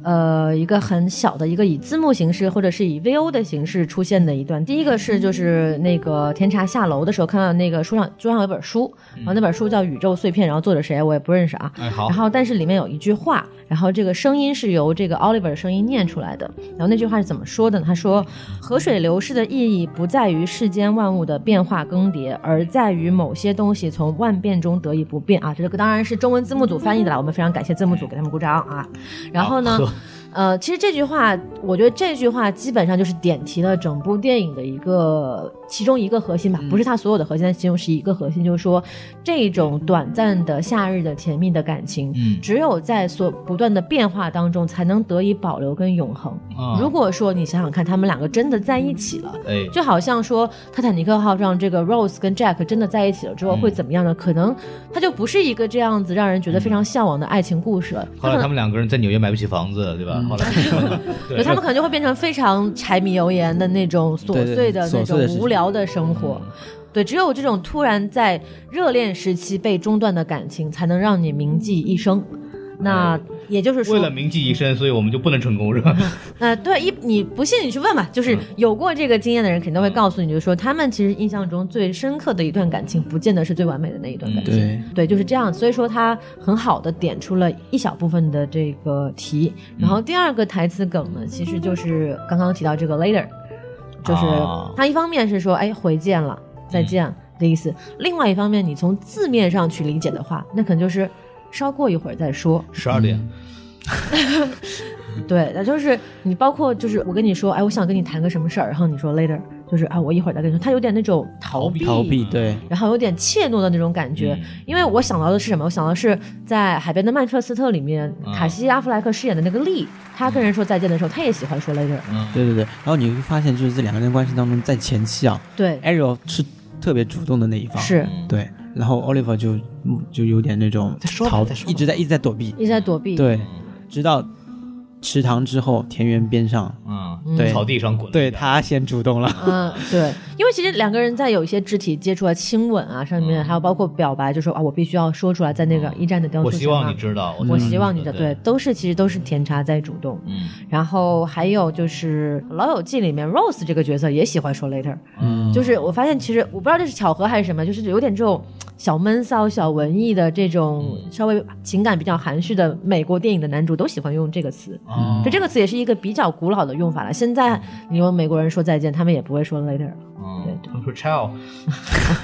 A: 呃一个很小的一个以字幕形式或者是以 VO 的形式出现的一段。第一个是就是那个天茶下楼的时候，看到那个书上桌上有本书，然后那本书叫《宇宙碎片》，然后作者谁我也不认识啊，
C: 哎，好
A: 然，后但是里面有一句话，然后这个声音是由这个 Oliver 的声音念出来的。然后那句话是怎么说的呢？他说：“河水流逝的意义不在于世间万物的变化更迭，而在于某些东西从万变中得以不变啊。”这个当然是中文字幕组翻译的啦，我们非常感谢字幕组，给他们鼓掌啊。然后呢
C: 好？呵
A: 呃，其实这句话，我觉得这句话基本上就是点题了整部电影的一个其中一个核心吧，不是它所有的核心，但其中是一个核心，就是说这种短暂的夏日的甜蜜的感情，
C: 嗯
A: 只有在所不断的变化当中，才能得以保留跟永恒。
C: 啊
A: 如果说你想想看，他们两个真的在一起了。
C: 哎，
A: 就好像说《泰坦尼克号》上这个 Rose 跟 Jack 真的在一起了之后
C: 嗯
A: 会怎么样呢？可能它就不是一个这样子让人觉得非常向往的爱情故事了。
D: 嗯
C: 后来他们两个人在纽约买不起房子，对
A: 嗯
C: 吧？后来
A: 对，他们可能就会变成非常柴米油盐的那种琐碎的
D: 对对嗯
A: 那
D: 琐碎的
A: 种
D: 事情
A: 无聊的生活。对，只有这种突然在热恋时期被中断的感情，才能让你铭记一生。那也就是说，
C: 为了铭记一生，所以我们就不能成功，是 吧？
A: 呃，对，一你不信你去问嘛，就是有过这个经验的人肯定会告诉你，就是说他们其实印象中最深刻的一段感情，不见得是最完美的那一段感情。
D: 对，
A: 对，就是这样。所以说他很好的点出了一小部分的这个题。然后第二个台词梗呢，其实就是刚刚提到这个 later，就是
C: 啊
A: 他一方面是说哎回见了，再见的意思；另外一方面，你从字面上去理解的话，那可能就是稍过一会儿再说。
C: 十二点，
A: 对，那就是你包括就是我跟你说，哎，我想跟你谈个什么事儿，然后你说 later，就是啊，我一会儿再跟你说。他有点那种逃避，
D: 逃避对，
A: 然后有点怯懦的那种感觉。
C: 嗯
A: 因为我想到的是什么？我想到的是在《海边的曼彻斯特》里面，
C: 嗯
A: 卡西·阿弗莱克饰演的那个丽，他跟人说再见的时候，他也喜欢说 later。
C: 嗯，
D: 对对对。然后你会发现，就是这两个人关系当中，在前期啊
A: 对，
D: ，Ariel 是特别主动的
C: 嗯
D: 那一方，
A: 是
D: 对。然后 Oliver 就嗯就有点那种逃，一直在一直在躲避，
A: 一直在躲避。
D: 对，直到池塘之后，田园边上，
C: 嗯，
D: 对
C: 草地上滚，
D: 对， 他先主动了，
A: 嗯，对，因为其实两个人在有一些肢体接触啊、亲吻啊上
C: 嗯
A: 面，还有包括表白，就说啊，我必须要说出来，在那个一战的雕塑
C: 我
A: 前
C: 希望
A: 嘛
C: 你嗯知道，
A: 我希望你
C: 知
A: 的
C: 道
A: 对，，都是其实都是甜茶在主动。
C: 嗯，
A: 然后还有就是《老友记》里面 Rose 这个角色也喜欢说 later，嗯，就是我发现其实我不知道这是巧合还是什么，就是有点这种小闷骚、小文艺的这种稍微情感比较含蓄的美国电影的男主都喜欢用这个词。
C: 哦
A: 就这个词也是一个比较古老的用法了。现在你用美国人说再见，他们也不会说 later，
C: 嗯，他们说 child，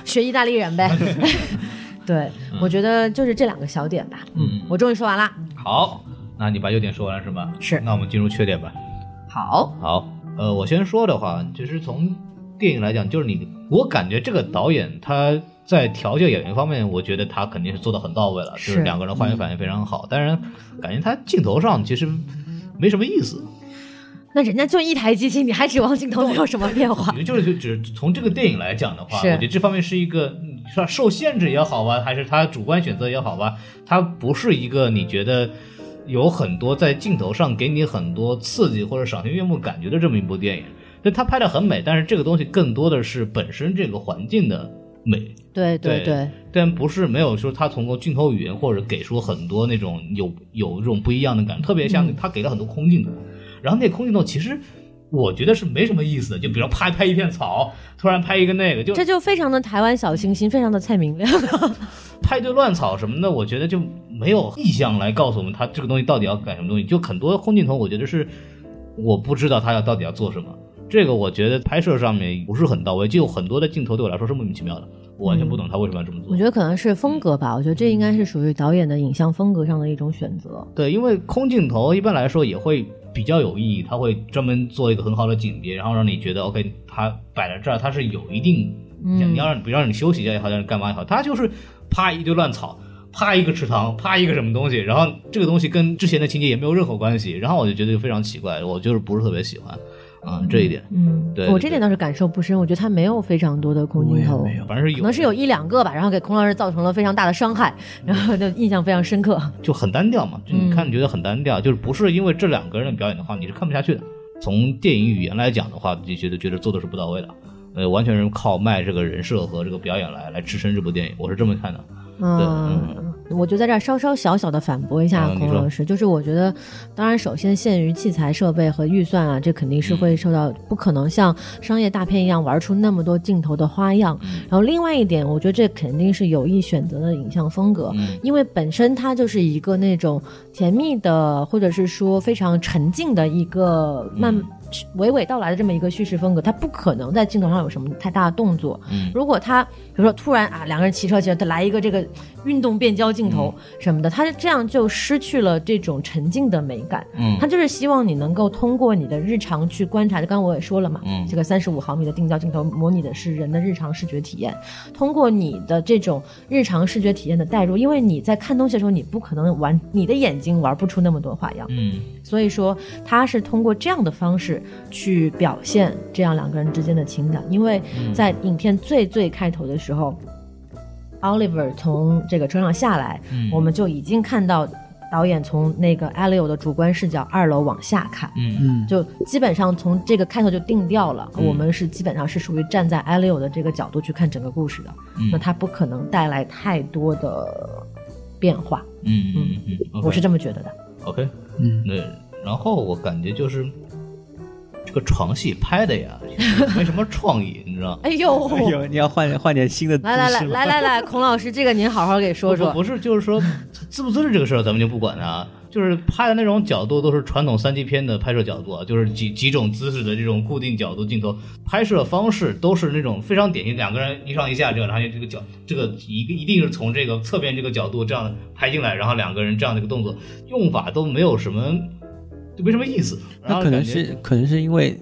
A: 学意大利人呗。 对，我觉得就是这两个小点吧。
C: 嗯
A: 我终于说完了。
C: 好，那你把优点说完了是吧？
A: 是
C: 那我们进入缺点吧。
A: 好，
C: 好，呃，我先说的话，其实从电影来讲，就是你，我感觉这个导演他在调教演员方面，我觉得他肯定是做的很到位了，就是是两个人化学反应非常好。当然，感觉他镜头上其实没什么意思，
A: 那人家就一台机器，你还指望镜头没有什么变化
C: 我？觉得就是只从这个电影来讲的话，
A: 是
C: 我觉得这方面是一个嗯算受限制也好吧，还是他主观选择也好吧，它不是一个你觉得有很多在镜头上给你很多刺激或者赏心悦目感觉的这么一部电影。就它拍的很美，但是这个东西更多的是本身这个环境的美，
A: 对对
C: 对
A: 对，
C: 但不是没有说他通过镜头语言或者给出很多那种有有这种不一样的感觉，特别像他给了很多空镜头，然后那空镜头其实我觉得是没什么意思的，就比如拍拍一片草，突然拍一个那个，就
A: 这就非常的台湾小清新，非常的蔡明亮。
C: 拍一堆乱草什么的，我觉得就没有意向来告诉我们他这个东西到底要干什么东西，就很多空镜头我觉得是我不知道他要到底要做什么。这个我觉得拍摄上面不是很到位，就有很多的镜头对我来说是莫名其妙的，我完全不懂他为什么要这么做。
A: 我觉得可能是风格吧，我觉得这应该是属于导演的影像风格上的一种选择。
C: 对，因为空镜头一般来说也会比较有意义，它会专门做一个很好的景别，然后让你觉得 OK，它摆在这儿，它是有一定，
A: 嗯
C: 你要让比如让你休息一下也好，让你干嘛也好，它就是啪一堆乱草，啪一个池塘，啪一个什么东西，然后这个东西跟之前的情节也没有任何关系，然后我就觉得非常奇怪，我就是不是特别喜欢，啊、这一点，
A: 嗯，
C: 对
A: 我
C: 对
A: 这点倒是感受不深，我觉得他没有非常多的空镜头，
D: 我也没有
C: 反正是有，
A: 可能是有一两个吧，然后给孔老师造成了非常大的伤害，然后就印象非常深刻。
C: 就很单调嘛，就你
A: 嗯
C: 看你觉得很单调，就是不是因为这两个人的表演的话，你是看不下去的。从电影语言来讲的话，就觉得觉得做的是不到位的，呃，完全是靠卖这个人设和这个表演来来支撑这部电影，我是这么看的。
A: 嗯，我就在这儿稍稍小小的反驳一下
C: 嗯
A: 孔
C: 你说
A: 老师，就是我觉得，当然首先限于器材设备和预算啊，这肯定是会受到，不可能像商业大片一样玩出那么多镜头的花样。
C: 嗯
A: 然后另外一点，我觉得这肯定是有意选择的影像风格，
C: 嗯
A: 因为本身它就是一个那种甜蜜的，或者是说非常沉静的一个慢。
C: 嗯
A: 娓娓道来的这么一个叙事风格，它不可能在镜头上有什么太大的动作。
C: 嗯
A: 如果他比如说突然啊，两个人骑车去，他来一个这个运动变焦镜头
C: 嗯
A: 什么的，他这样就失去了这种沉静的美感。
C: 嗯
A: 他就是希望你能够通过你的日常去观察，就刚刚我也说了嘛，
C: 嗯
A: 这个三十五毫米的定焦镜头模拟的是人的日常视觉体验，通过你的这种日常视觉体验的代入，因为你在看东西的时候，你不可能玩你的眼睛玩不出那么多花样，
C: 嗯
A: 所以说他是通过这样的方式去表现这样两个人之间的情感，因为在影片最最开头的时候、o l i v e r 从这个车上下来，
C: 嗯
A: 我们就已经看到导演从那个 Elio 的主观视角二楼往下看。
C: 嗯
D: 嗯，
A: 就基本上从这个开头就定掉了，我们是基本上是属于站在 Elio 的这个角度去看整个故事的，
C: 嗯
A: 那他不可能带来太多的变化，
C: 嗯嗯嗯，
A: 我是这么觉得的。
C: OK，
D: 嗯
C: 那然后我感觉就是这个床戏拍的呀，没什么创意，你知道。
A: 哎呦，
D: 有你要换换点新的
A: 来来来
D: 姿势吗
A: 来来 来，孔老师，这个您好好给说
C: 不
A: 说。
C: 不是，就是说自不自制这个事儿，咱们就不管它、啊。就是拍的那种角度都是传统三级片的拍摄角度啊，就是几几种姿势的这种固定角度镜头，拍摄方式都是那种非常典型，两个人一上一下这个，然后就这个角这个一个一定是从这个侧边这个角度这样拍进来，然后两个人这样的一个动作用法都没有什么，就没什么意思。然
D: 那
C: 后
D: 可能
C: 感觉
D: 是可能是因为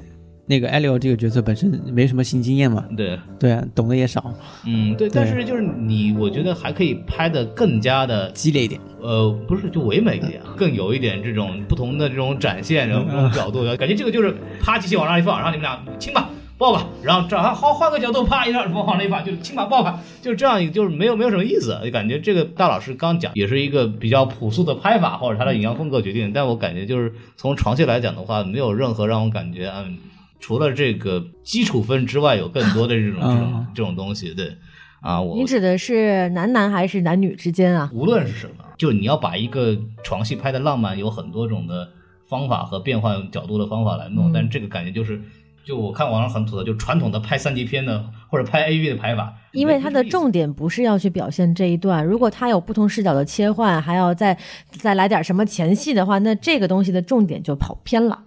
D: 那个艾利奥这个角色本身没什么性经验嘛，
C: 对，
D: 对啊，懂得也少，
C: 嗯对，但
D: 对
C: 是就是你，我觉得还可以拍的更加的
D: 积累一点。
C: 呃，不是，就唯美一点，更有一点这种不同的这种展现，然后这种角度，感觉这个就是啪机器往那一放，然后你们俩亲吧。抱吧，然后这还好换个角度，啪一下往那一放，就是亲吧抱吧，就是这样，就是没有没有什么意思，就感觉这个大老师刚讲也是一个比较朴素的拍法或者他的影像风格决定，但我感觉就是从床戏来讲的话，没有任何让我感觉嗯，除了这个基础分之外，有更多的这种这种
D: 嗯
C: 这种东西，对，啊，我
A: 您指的是男男还是男女之间啊？
C: 无论是什么，就你要把一个床戏拍的浪漫，有很多种的方法和变换角度的方法来弄，
A: 嗯
C: 但是这个感觉就是，就我看网上很吐槽，就传统的拍三级片的或者拍 AV 的拍法，
A: 因为它的重点不是要去表现这一段，如果它有不同视角的切换，还要再再来点什么前戏的话，那这个东西的重点就跑偏了。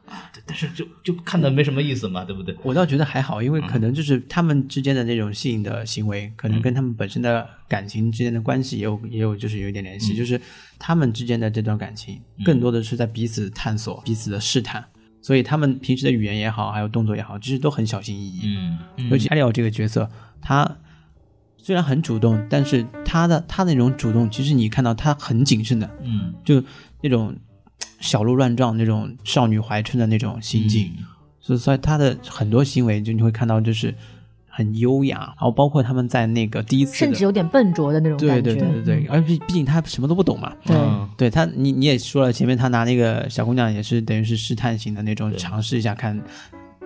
C: 但是就就看的没什么意思嘛，对不对？
D: 我倒觉得还好，因为可能就是他们之间的那种吸引的行为，可能跟他们本身的感情之间的关系也有也有就是有一点联系，就是他们之间的这段感情更多的是在彼此探索、彼此的试探，所以他们平时的语言也好，还有动作也好，其实都很小心翼翼。
C: 嗯，
D: 尤其艾利奥这个角色，他虽然很主动，但是他的他那种主动，其实你看到他很谨慎的，
C: 嗯，
D: 就那种小鹿乱撞那种少女怀春的那种心
C: 嗯
D: 境，所以所以他的很多行为就你会看到就是很优雅，然后包括他们在那个第一次的
A: 甚至有点笨拙的那种
D: 对
A: 感觉。嗯
D: 对对对啊对，而毕毕竟他什么都不懂嘛。
A: 对
C: 嗯
D: 对他，你你也说了，前面他拿那个小姑娘也是等于是试探型的那种，尝试一下看，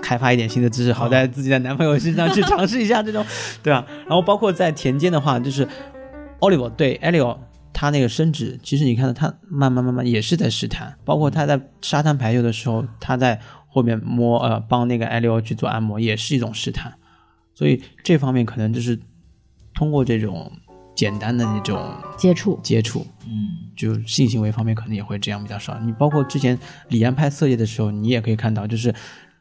D: 开发一点新的知识，好在自己的男朋友身上去尝试一下这种，对吧？然后包括在田间的话，就是奥利 i 对艾利 i 他那个伸直，其实你看到他慢慢慢慢也是在试探，包括他在沙滩排球的时候，他在后面摸呃帮那个艾利 i 去做按摩，也是一种试探，所以这方面可能就是通过这种简单的那种
A: 接触
D: 接触，
C: 嗯
D: 就性行为方面可能也会这样比较少。你包括之前李安拍《色戒》的时候，你也可以看到，就是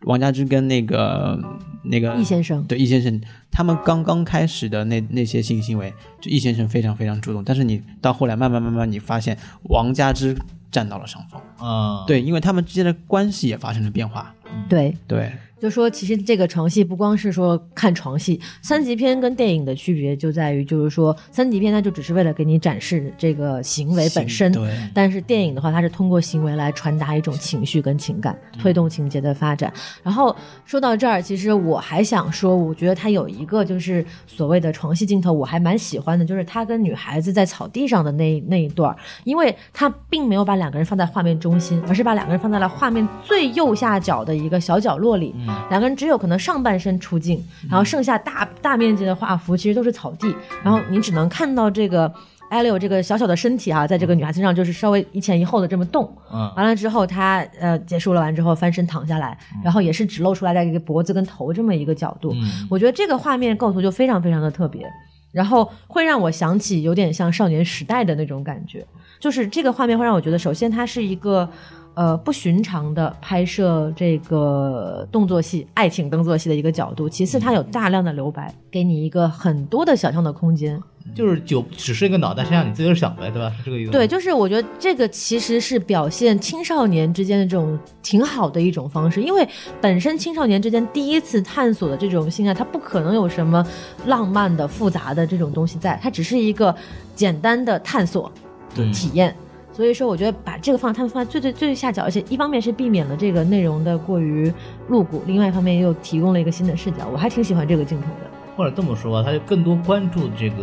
D: 王家之跟那个那个
A: 易先生
D: 对易先生，他们刚刚开始的那那些性行为，就易先生非常非常主动，但是你到后来慢慢慢慢，你发现王家之占到了上风，
C: 啊，
D: 对，因为他们之间的关系也发生了变化，
A: 对，
D: 对，
A: 就说其实这个床戏不光是说看床戏，三级片跟电影的区别就在于，就是说三级片它就只是为了给你展示这个行为本身，
D: 对，
A: 但是电影的话，它是通过行为来传达一种情绪跟情感，推动情节的发展。然后说到这儿，其实我还想说，我觉得它有一个就是所谓的床戏镜头，我还蛮喜欢的，就是他跟女孩子在草地上的那那一段儿，因为他并没有把两个人放在画面中心，而是把两个人放在了画面最右下角的一个小角落里，两个人只有可能上半身出镜，然后剩下大大面积的画幅其实都是草地，然后你只能看到这个。艾利欧这个小小的身体啊，在这个女孩身上就是稍微一前一后的这么动，
C: 嗯
A: 完了之后她呃结束了完之后翻身躺下来，然后也是只露出来的一个脖子跟头这么一个角度，
C: 嗯
A: 我觉得这个画面构图就非常非常的特别，然后会让我想起有点像少年时代的那种感觉，就是这个画面会让我觉得，首先它是一个。呃，不寻常的拍摄这个动作戏、爱情动作戏的一个角度。其次，它有大量的留白，给你一个很多的想象的空间。
C: 就是酒只是一个脑袋，剩下你自己想呗，对吧？是这个意思吗。
A: 对，就是我觉得这个其实是表现青少年之间的这种挺好的一种方式，因为本身青少年之间第一次探索的这种性爱，它不可能有什么浪漫的、复杂的这种东西在，它只是一个简单的探索
C: 对
A: 体验。所以说，我觉得把这个放它们放在最最最下角，而且一方面是避免了这个内容的过于露骨，另外一方面又提供了一个新的视角，我还挺喜欢这个镜头的。
C: 或者这么说吧，他就更多关注这个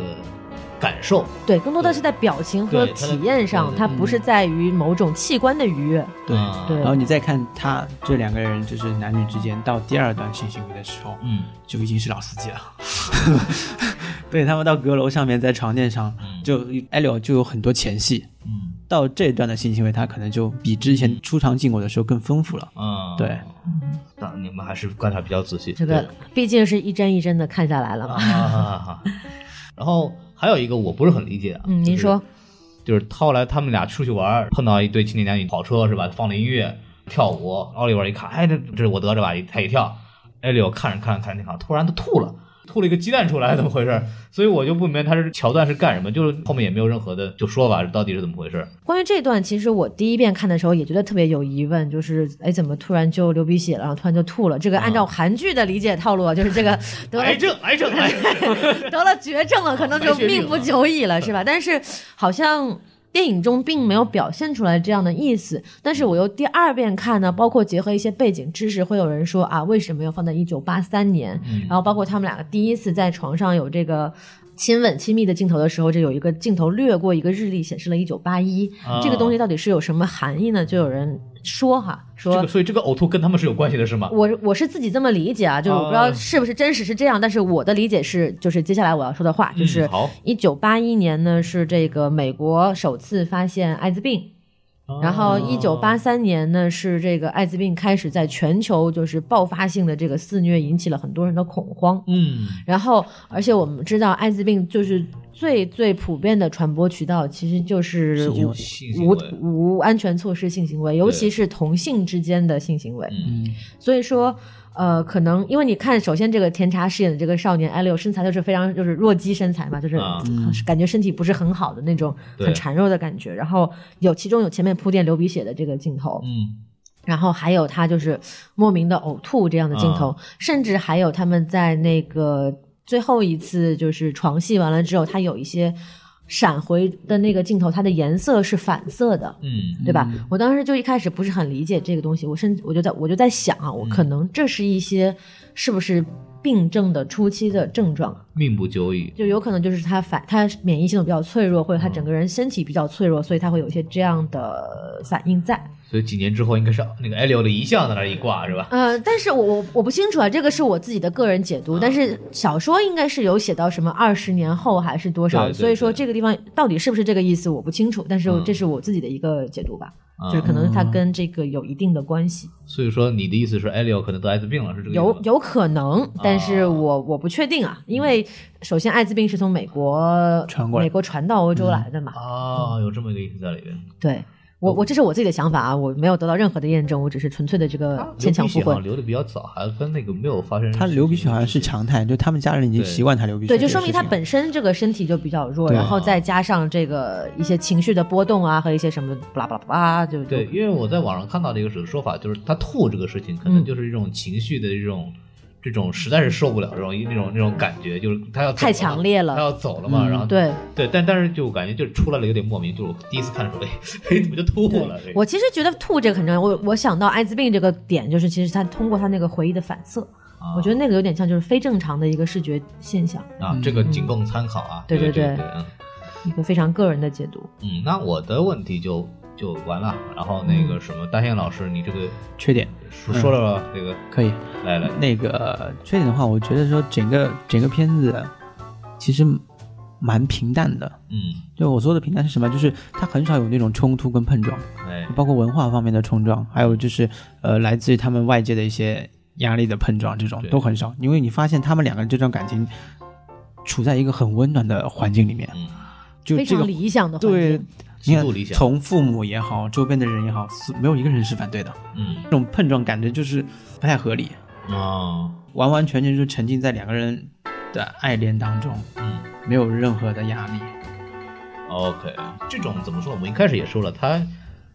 C: 感受。
A: 对，更多的是在表情和
C: 对它的
A: 体验上，
C: 对嗯
A: 它不是在于某种器官的愉悦。
D: 对
C: 啊
A: 对
D: 然后你再看他这两个人，就是男女之间到第二段性行为的时候，
C: 嗯，
D: 就已经是老司机了。 对他们到阁楼上面，在床垫上，就 e l 就有很多前戏。
C: 嗯，
D: 到这段的性行为，他可能就比之前出场进果的时候更丰富了。
C: 啊，
D: 对，
C: 当然你们还是观察比较仔细。
A: 这个毕竟是一帧一帧的看下来了
C: 对
A: 嘛。
C: 啊，然后还有一个我不是很理解啊，
A: 嗯，您说，
C: 就是，就是后来他们俩出去玩儿，碰到一对青年男女跑车是吧？放了音乐跳舞，奥利弗一看，哎，这这是我得着吧？他一跳，艾利奥看着看着看着，看着突然他吐了。吐了一个鸡蛋出来，怎么回事？所以我就不明白他是桥段是干什么，就是后面也没有任何的就说吧，到底是怎么回事？
A: 关于这段，其实我第一遍看的时候也觉得特别有疑问，就是哎，怎么突然就流鼻血了，然后突然就吐了？这个按
C: 啊
A: 照韩剧的理解套路，啊，就是这个得
C: 癌
A: 了
C: 症，癌症， 癌症！
A: 得了绝症了，可能就
C: 白血病
A: 命不久矣了，是吧？
C: 嗯
A: 但是好像。电影中并没有表现出来这样的意思，但是我又第二遍看
C: 嗯
A: 呢，包括结合一些背景知识，会有人说啊，为什么要放在一九八三年？
C: 嗯
A: 然后包括他们两个第一次在床上有这个亲吻亲密的镜头的时候，这有一个镜头掠过一个日历，显示了一九八一
C: 啊。嗯
A: 这个东西到底是有什么含义呢？就有人说哈，说
C: 这个，所以这个呕吐跟他们是有关系的，是吗？
A: 我我是自己这么理解啊，就是我不知道
C: 哦
A: 是不是真实是这样，但是我的理解是，就是接下来我要说的话，就是
C: 嗯好
A: 一九八一年呢是这个美国首次发现艾滋病，
C: 哦
A: 然后
C: 啊
A: 一九八三年呢是这个艾滋病开始在全球就是爆发性的这个肆虐，引起了很多人的恐慌。
C: 嗯，
A: 然后，而且我们知道，艾滋病就是最最普遍的传播渠道，其实就是无
C: 性行
A: 无
C: 为
A: 无安全措施性行为，尤
C: 对
A: 其是同性之间的性行为。
C: 嗯
A: 所以说，呃，可能因为你看，首先这个甜茶饰演的这个少年艾利欧身材就是非常就是弱鸡身材嘛，就是、
C: 啊
A: 感觉身体不是很好的那种
C: 对
A: 很孱弱的感觉。然后有其中有前面铺垫流鼻血的这个镜头，
C: 嗯
A: 然后还有他就是莫名的呕吐这样的镜头，
C: 啊
A: 甚至还有他们在那个最后一次就是床戏完了之后，他有一些闪回的那个镜头，它的颜色是反色的。
C: 嗯
A: 对吧？我当时就一开始不是很理解这个东西，我甚我就在我就在想啊，
C: 嗯
A: 我可能这是一些是不是病症的初期的症状，啊
C: 命不久矣。
A: 就有可能就是他反他免疫系统比较脆弱，或者他整个人身体比较脆弱，所以他会有一些这样的反应在。
C: 所以几年之后，应该是那个艾利欧的遗像在那儿一挂，是吧？
A: 呃，但是我我我不清楚啊，这个是我自己的个人解
C: 啊
A: 读，但是小说应该是有写到什么二十年后还是多少，
C: 对对
A: 所以说
C: 对
A: 这个地方到底是不是这个意思我不清楚，但是我
C: 嗯
A: 这是我自己的一个解读吧，
C: 嗯
A: 就是可能它跟这个有一定的关系，
C: 所以说，你的意思是艾利欧可能得艾滋病了，是这个意思
A: 有
C: 吗？
A: 有可能，但是我我不确定啊，因为首先艾滋病是从美国
D: 传过来
A: 美国传到欧洲来的嘛，
C: 啊，有这么一个意思在里边。
A: 对，我我这是我自己的想法啊，我没有得到任何的验证，我只是纯粹的这
C: 啊
A: 个牵强附
C: 流鼻血好
A: 会
C: 像。流的比较早，还跟那个没有发生。
D: 他流鼻血好像是常态，就他们家人已经
C: 对
D: 习惯他流鼻血
A: 对，
D: 这
A: 就
D: 个事
A: 说
D: 情。
A: 明他本身这个身体就比较弱，
D: 啊对
A: 然后再加上这个一些情绪的波动啊和一些什么巴拉巴拉巴拉，就
C: 对，因为我在网上看到的一个说法，就是他吐这个事情，可能就是一种情绪的这种，这种实在是受不了这种那种那种感觉，就是他要走
A: 太强烈了
C: 他要走了嘛，然后
A: 嗯对。
C: 对，但但是就感觉就出来了有点莫名，就是我第一次看的时候，哎哎 怎么就吐了？这个
A: 我其实觉得吐这个很重要，我我想到艾滋病这个点，就是其实他通过他那个回忆的反射，我觉得那个有点像就是非正常的一个视觉现象，
C: 啊，这个仅供参考啊。
A: 对
C: 对
A: 对
C: 对
A: 对
C: 嗯
A: 一个非常个人的解读。
C: 嗯，那我的问题就就完了。然后那个什么，大宪老师，你这个
D: 缺点
C: 说说了吧这个
D: 可以，
C: 来来，
D: 那个缺点的话，我觉得说整个整个片子其实蛮平淡的。
C: 嗯，
D: 就我说的平淡是什么？就是它很少有那种冲突跟碰撞，
C: 哎，
D: 包括文化方面的冲撞，还有就是呃来自于他们外界的一些压力的碰撞，这种
C: 对
D: 都很少。因为你发现他们两个人这段感情处在一个很温暖的环境里面，
C: 嗯，
D: 就
A: 非
D: 这
A: 常
D: 个
A: 理想的环
D: 对
A: 境，，
D: 你
C: 极
D: 看
C: 度理想，
D: 从父母也好，周边的人也好，是没有一个人是反对的。
C: 嗯
D: 这种碰撞感觉就是不太合理，
C: 啊，
D: 完完全全就沉浸在两个人的爱恋当中，
C: 嗯。
D: 没有任何的压力。
C: OK，这种怎么说？我们一开始也说了，他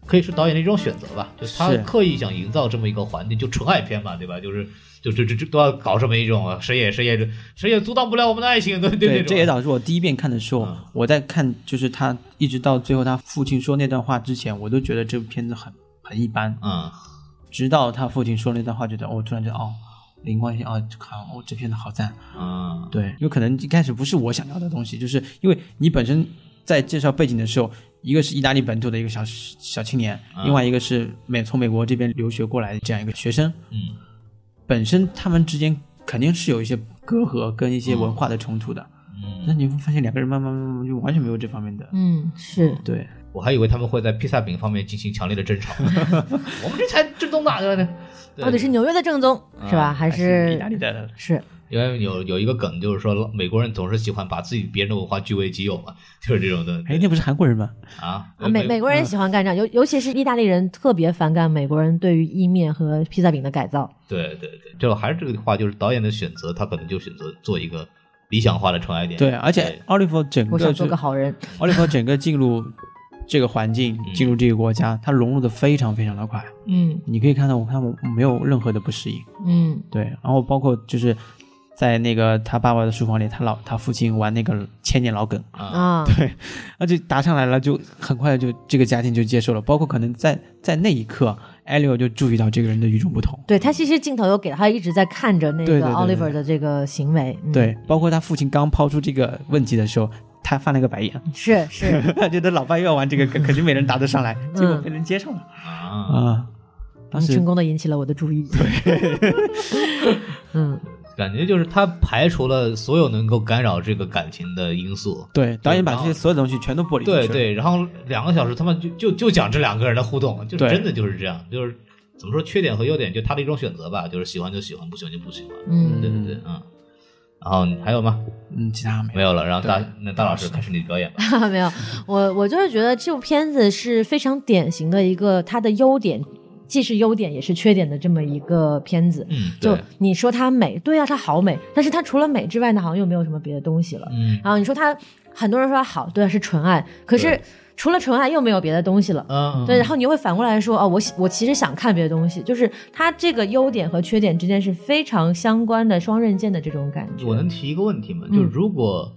C: 可以是导演的一种选择吧，就是他
D: 是
C: 刻意想营造这么一个环境，就纯爱片嘛，对吧？就是就这这这都要搞这么一种，谁也谁也谁也阻挡不了我们的爱情，对对那种
D: 这也导致我第一遍看的时候，
C: 嗯
D: 我在看就是他一直到最后他父亲说那段话之前，我都觉得这部片子很很一般。
C: 嗯
D: 直到他父亲说那段话，觉得哦，突然觉得哦，灵光一现，哦，好，哦，这片子好赞。
C: 嗯，
D: 对，有可能一开始不是我想要的东西，就是因为你本身在介绍背景的时候，一个是意大利本土的一个小小青年，
C: 嗯
D: 另外一个是美从美国这边留学过来的这样一个学生，
C: 嗯
D: 本身他们之间肯定是有一些隔阂跟一些文化的冲突的。那
C: 嗯，
D: 你会发现两个人慢慢慢慢就完全没有这方面的，
A: 嗯，是
D: 对，
C: 我还以为他们会在披萨饼方面进行强烈的争 吵，我们这才正宗吧，对吧？对
A: 到哦底是纽约的正宗是吧？还
D: 意
A: 是
D: 大利的
A: 是
C: 因为有有一个梗，就是说美国人总是喜欢把自己别人的文化据为己有嘛， 就是这种的
D: 哎，那不是韩国人吗？
C: 啊。
A: 啊美美国人喜欢干这样，尤尤其是意大利人特别反感美国人对于意面和披萨饼的改造。
C: 对对对，就还是这个话，就是导演的选择，他可能就选择做一个理想化的纯爱电影。
D: 对，啊而且奥利弗整
A: 我想
D: 个
A: 做个好人，
D: 奥利弗整个进入这个环境，进入这个国家，他融入的非常非常的快。
A: 嗯
D: 你可以看到，我看我没有任何的不适应。
A: 嗯
D: 对，然后包括就是在那个他爸爸的书房里，他老他父亲玩那个千年老梗，
C: 啊，
A: 啊，
D: 对，而且答上来了，就很快就这个家庭就接受了。包括可能在在那一刻，艾利奥就注意到这个人的与众不同。
A: 对他其实镜头有给他一直在看着那
D: 对对
A: 个
D: 对
A: Oliver
D: 对
A: 的这个行为，嗯
D: 对，包括他父亲刚抛出这个问题的时候，他翻了个白眼，
A: 是是，
D: 觉得老爸又要玩 这个梗，肯定没人答得上来，结果被人接受了
C: 啊，
D: 啊。当
A: 嗯成
D: 时
A: 功的引起了我的注意。嗯，
C: 感觉就是他排除了所有能够干扰这个感情的因素。
D: 对导演把这些所有东西全都剥离出去
C: 对
D: 了。
C: 对，然后两个小时他们就就就讲这两个人的互动，就
D: 对
C: 真的就是这样，就是怎么说缺点和优点，就他的一种选择吧，就是喜欢就喜欢，不喜欢就不喜欢。
A: 嗯
C: 对对对，嗯。然后还有吗？
D: 嗯，其他没
C: 没
D: 有。
C: 有了。然后大
D: 对
C: 那大老师开始你的表演吧。
A: 啊没有，我我就是觉得这部片子是非常典型的一个它的优点，既是优点也是缺点的这么一个片子。
C: 嗯，
A: 就
C: 对，
A: 你说它美，对啊，它好美，但是它除了美之外呢，好像又没有什么别的东西了。
C: 嗯
A: 然后你说它，很多人说它好，对啊，是纯爱，可是
C: 对
A: 除了纯爱又没有别的东西了。
C: 嗯，
A: 对，然后你会反过来说，哦，我喜我其实想看别的东西，就是它这个优点和缺点之间是非常相关的双刃剑的这种感觉。
C: 嗯我能提一个问题吗？
A: 嗯
C: 就如果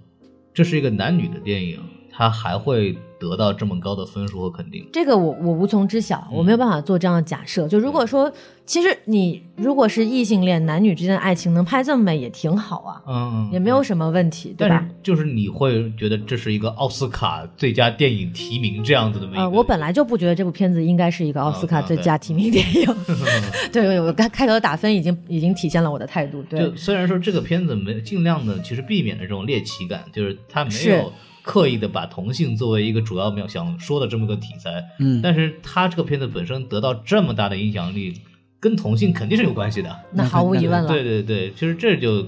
C: 这是一个男女的电影，它还会得到这么高的分数和肯定？
A: 这个我我无从知晓，我没
C: 嗯
A: 有办法做这样的假设。就如果说，其实你如果是异性恋男女之间的爱情能拍这么美也挺好啊，
C: 嗯
A: 也没有。什么问题，对
C: 但
A: 吧
C: 是？就是你会觉得这是一个奥斯卡最佳电影提名这样子的吗？
A: 呃，我本 来就不觉得这部片子应该是一个奥
C: 啊
A: 斯卡最佳提名电影。 对对，我刚开头的打分已经已经体现了我的态度。对
C: 就，虽然说这个片子没尽量的其实避免了这种猎奇感，就是它没
A: 是
C: 有刻意的把同性作为一个主要想想说的这么个题材，
D: 嗯，
C: 但是它这个片子本身得到这么大的影响力，跟同性肯定是有关系的。
A: 那毫无疑问了。
C: 对对对，其实这就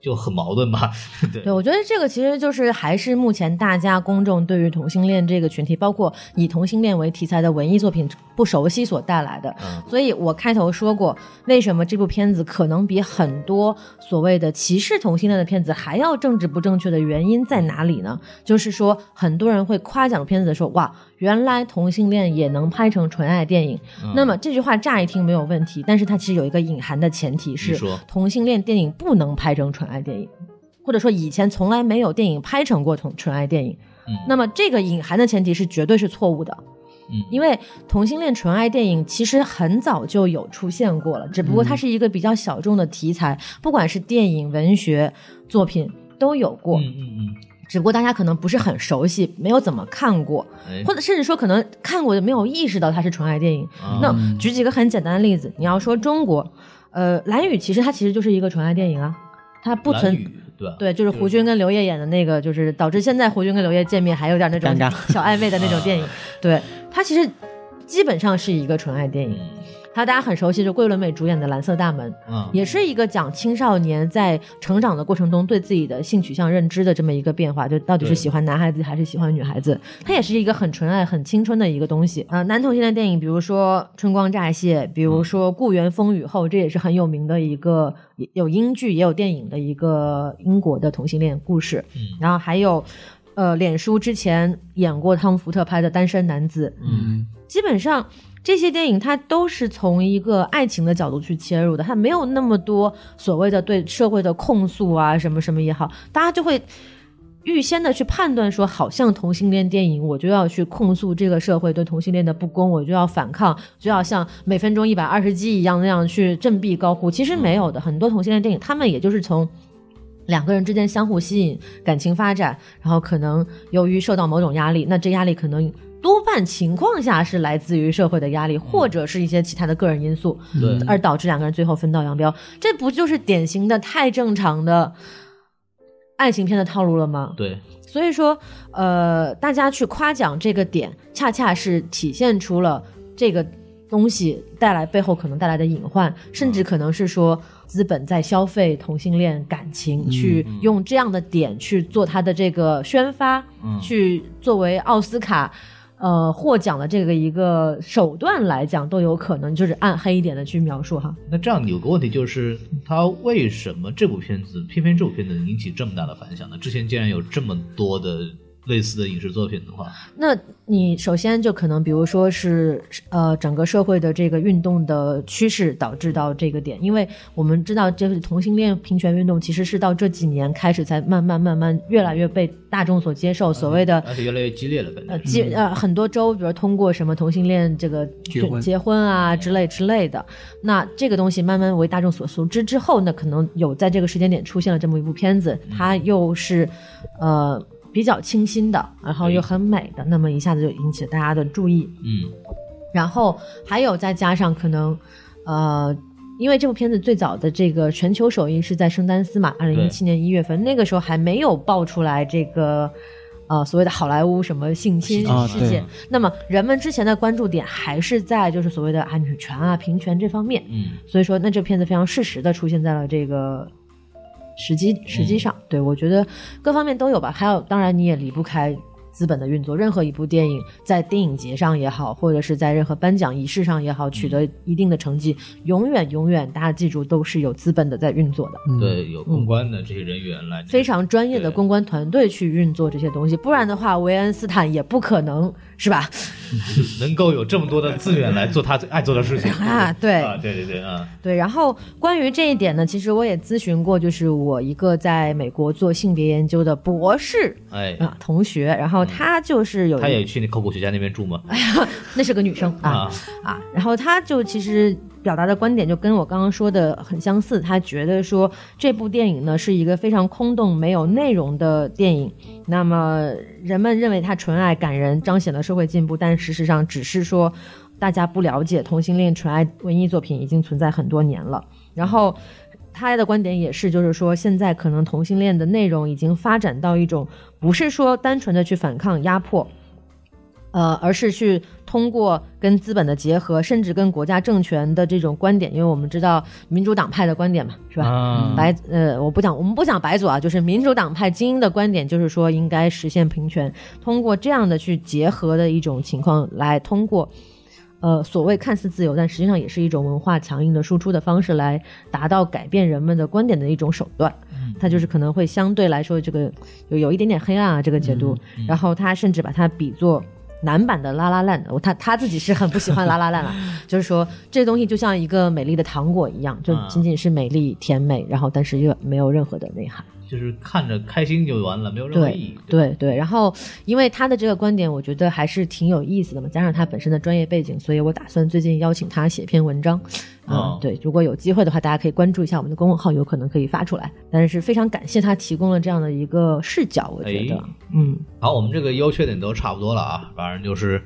C: 就很矛盾吧？对
A: 对，我觉得这个其实就是还是目前大家公众对于同性恋这个群体，包括以同性恋为题材的文艺作品不熟悉所带来的。
C: 嗯
A: 所以我开头说过，为什么这部片子可能比很多所谓的歧视同性恋的片子还要政治不正确的原因在哪里呢？就是说，很多人会夸奖片子的时候，哇，原来同性恋也能拍成纯爱电影。
C: 嗯
A: 那么这句话乍一听没有问题，但是它其实有一个隐含的前提
C: 你
A: 是
C: 说，
A: 同性恋电影不能拍成纯爱电影，或者说以前从来没有电影拍成过同纯爱电影。
C: 嗯
A: 那么这个隐含的前提是绝对是错误的，
C: 嗯
A: 因为同性恋纯爱电影其实很早就有出现过了，只不
C: 嗯
A: 过它是一个比较小众的题材，不管是电影、文学作品都有过，
C: 嗯嗯
A: 只不过大家可能不是很熟悉，没有怎么看过。
C: 嗯，哎
A: 或者甚至说可能看过的没有意识到它是纯爱电影。
C: 啊
A: 那举几个很简单的例子，你要说中国，呃，《蓝雨》其实它其实就是一个纯爱电影啊，它不
C: 蓝
A: 存。
C: 宇对吧？
A: 对，就是胡军跟刘烨演的那个，就是导致现在胡军跟刘烨见面还有点那种
D: 尴尬
A: 小暧昧的那种电影
C: 啊。
A: 对，它其实基本上是一个纯爱电影。
C: 嗯
A: 还有大家很熟悉，就桂纶镁主演的《蓝色大门》，
C: 嗯
A: 也是一个讲青少年在成长的过程中对自己的性取向认知的这么一个变化，就到底
C: 对
A: 是喜欢男孩子还是喜欢女孩子，它也是一个很纯爱、很青春的一个东
C: 嗯
A: 西。呃，男同性恋电影，比如说《春光乍泄》，比如说《故园风雨后》，这也是很有名的一个也有英剧也有电影的一个呃英国的同性恋故事。
C: 嗯
A: 然后还有，呃，脸书之前演过汤姆福特拍的《单身男子》，
C: 嗯
A: 基本上这些电影它都是从一个爱情的角度去切入的，它没有那么多所谓的对社会的控诉啊，什么什么也好，大家就会。预先的去判断说，好像同性恋电影，我就要去控诉这个社会对同性恋的不公，我就要反抗，就要像每分钟一百二十击一样那样去振臂高呼。其实没有的，很多同性恋电影，他们也就是从两个人之间相互吸引，感情发展，然后可能由于受到某种压力，那这压力可能多半情况下是来自于社会的压力，或者是一些其他的个人因素，
D: 嗯
C: 对哎
A: 而导致两个人最后分道扬镳。这不就是典型的太正常的爱情片的套路了吗？
C: 对，
A: 所以说，呃，大家去夸奖这个点，恰恰是体现出了这个东西带来背后可能带来的隐患，甚至可能是说资本在消费同性恋感情，去用这样的点去做它的这个宣发，
C: 嗯
A: 去作为奥斯卡。呃，获奖的这个一个手段来讲，都有可能就是暗黑一点的去描述哈。
C: 那这样有个问题就是，他为什么这部片子偏偏这部片子引起这么大的反响呢？之前竟然有这么多的类似的影视作品的话，
A: 那你首先就可能，比如说是呃，整个社会的这个运动的趋势导致到这个点，因为我们知道，这个同性恋平权运动其实是到这几年开始才慢慢慢慢越来越被大众所接受，所谓的。
C: 而且越来越激烈了，感
A: 呃，
D: 嗯
C: 觉。
A: 基呃很多州，比如通过什么同性恋这个
D: 结婚
A: 结婚啊之类之类的，那这个东西慢慢为大众所熟知之后呢，可能有在这个时间点出现了这么一部片子，它
D: 嗯
A: 又是呃比较清新的，然后又很美的，那么一下子就引起了大家的注意。
C: 嗯
A: 然后还有再加上可能，呃，因为这部片子最早的这个全球首映是在圣丹斯嘛，二零一七年一月份，那个时候还没有爆出来这个。呃，所谓的好莱坞什么性侵
D: 啊
A: 事件，
D: 对
A: 那么人们之前的关注点还是在就是所谓的啊女权啊平权这方面，
C: 嗯
A: 所以说那这片子非常适时的出现在了这个时机时机上。对我觉得各方面都有吧，还有当然你也离不开。资本的运作，任何一部电影在电影节上也好，或者是在任何颁奖仪式上也好，取得一定的成绩，永远永远，大家记住都是有资本的在运作的，
C: 对，有公关的这些人员来，
A: 非常专业的
C: 嗯对
A: 公关团队去运作这些东西，不然的话，维恩斯坦也不可能是吧？
C: 能够有这么多的资源来做 他最爱做的事情
A: 啊对
C: 啊，对对对啊，
A: 对，然后关于这一点呢，其实我也咨询过，就是我一个在美国做性别研究的博士
C: 哎，
A: 啊同学，然后她就是有一，
C: 嗯他也去那考古学家那边住吗？
A: 那是个女生啊
C: 啊，
A: 啊，然后她就其实表达的观点就跟我刚刚说的很相似，她觉得说这部电影呢是一个非常空洞、没有内容的电影。那么人们认为它纯爱感人，彰显了社会进步，但事实上只是说大家不了解同性恋纯爱文艺作品已经存在很多年了。然后他的观点也是，就是说现在可能同性恋的内容已经发展到一种不是说单纯的去反抗压迫，呃，而是去通过跟资本的结合，甚至跟国家政权的这种观点，因为我们知道民主党派的观点嘛，是吧？
C: 啊
A: 白呃，我不讲，我们不讲白左啊，就是民主党派精英的观点，就是说应该实现平权，通过这样的去结合的一种情况来通过。呃，所谓看似自由，但实际上也是一种文化强硬的输出的方式，来达到改变人们的观点的一种手段。它就是可能会相对来说这个有有一点点黑暗啊，这个解读。然后他甚至把它比作男版的拉拉烂，我他他自己是很不喜欢拉拉烂了，就是说这东西就像一个美丽的糖果一样，就
C: 啊
A: 仅仅是美丽甜美，然后但是又没有任何的内涵。
C: 就是看着开心就完了，没有任何意
A: 对
C: 义。
A: 对对，然后因为他的这个观点，我觉得还是挺有意思的嘛，加上他本身的专业背景，所以我打算最近邀请他写篇文章。啊、
C: 哦
A: 对，如果有机会的话，大家可以关注一下我们的公众号，有可能可以发出来。但是非常感谢他提供了这样的一个视角，我觉得，
C: 哎
A: 嗯，
C: 好，我们这个优缺点都差不多了啊，反正就是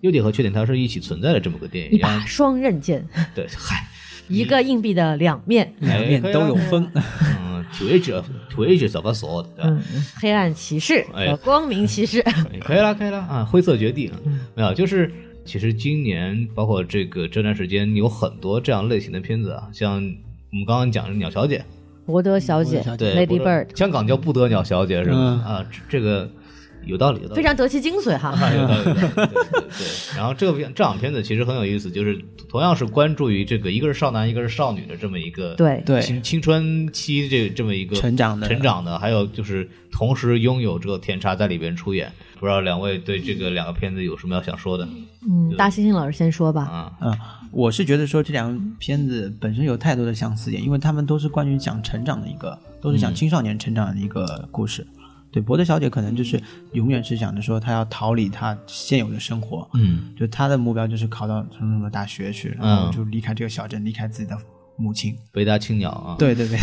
C: 优点和缺点它是一起存在的这么个电
A: 一
C: 影。
A: 把双刃剑，
C: 对，哎嗨，
A: 一个硬币的 两面，
D: 两面都有风。
C: 嗯，two edges two edges of a sword，对吧
A: 嗯，黑暗骑士
C: 哎
A: 和光明骑 士，
C: 可以了，可以了啊！灰色绝地啊，
A: 嗯
C: 没有，就是其实今年包括这个这段时间有很多这样类型的片子啊，像我们刚刚讲的《鸟小姐》，
A: 伯德小姐
D: 伯德小
C: 对
A: Lady
C: 不是
A: Bird
C: 香港叫不得鸟小姐是吧？
D: 嗯
C: 啊，这这个有道理，有道理
A: 非常得其精髓哈。
C: 啊有道理有道 理对对对。然后这个片这两片子其实很有意思，就是同样是关注于这个一个是少男，一个是少女的这么一个
A: 对
D: 对
C: 青青春期这这么一个
D: 成长的
C: 成长的，还有就是同时拥有这个甜茶在里边出演。不知道两位对这个两个片子有什么要想说的
A: 嗯，大猩猩老师先说吧。
C: 啊？
D: 嗯，我是觉得说这两个片子本身有太多的相似点，因为他们都是关于讲成长的一个，都是讲青少年成长的一个故事。对，伯德小姐可能就是永远是想着说她要逃离她现有的生活，
C: 嗯，
D: 就她的目标就是考到什么什么大学去，然后就离开这个小镇，离开自己的母亲。
C: 北大青鸟啊，，
D: 对 对对，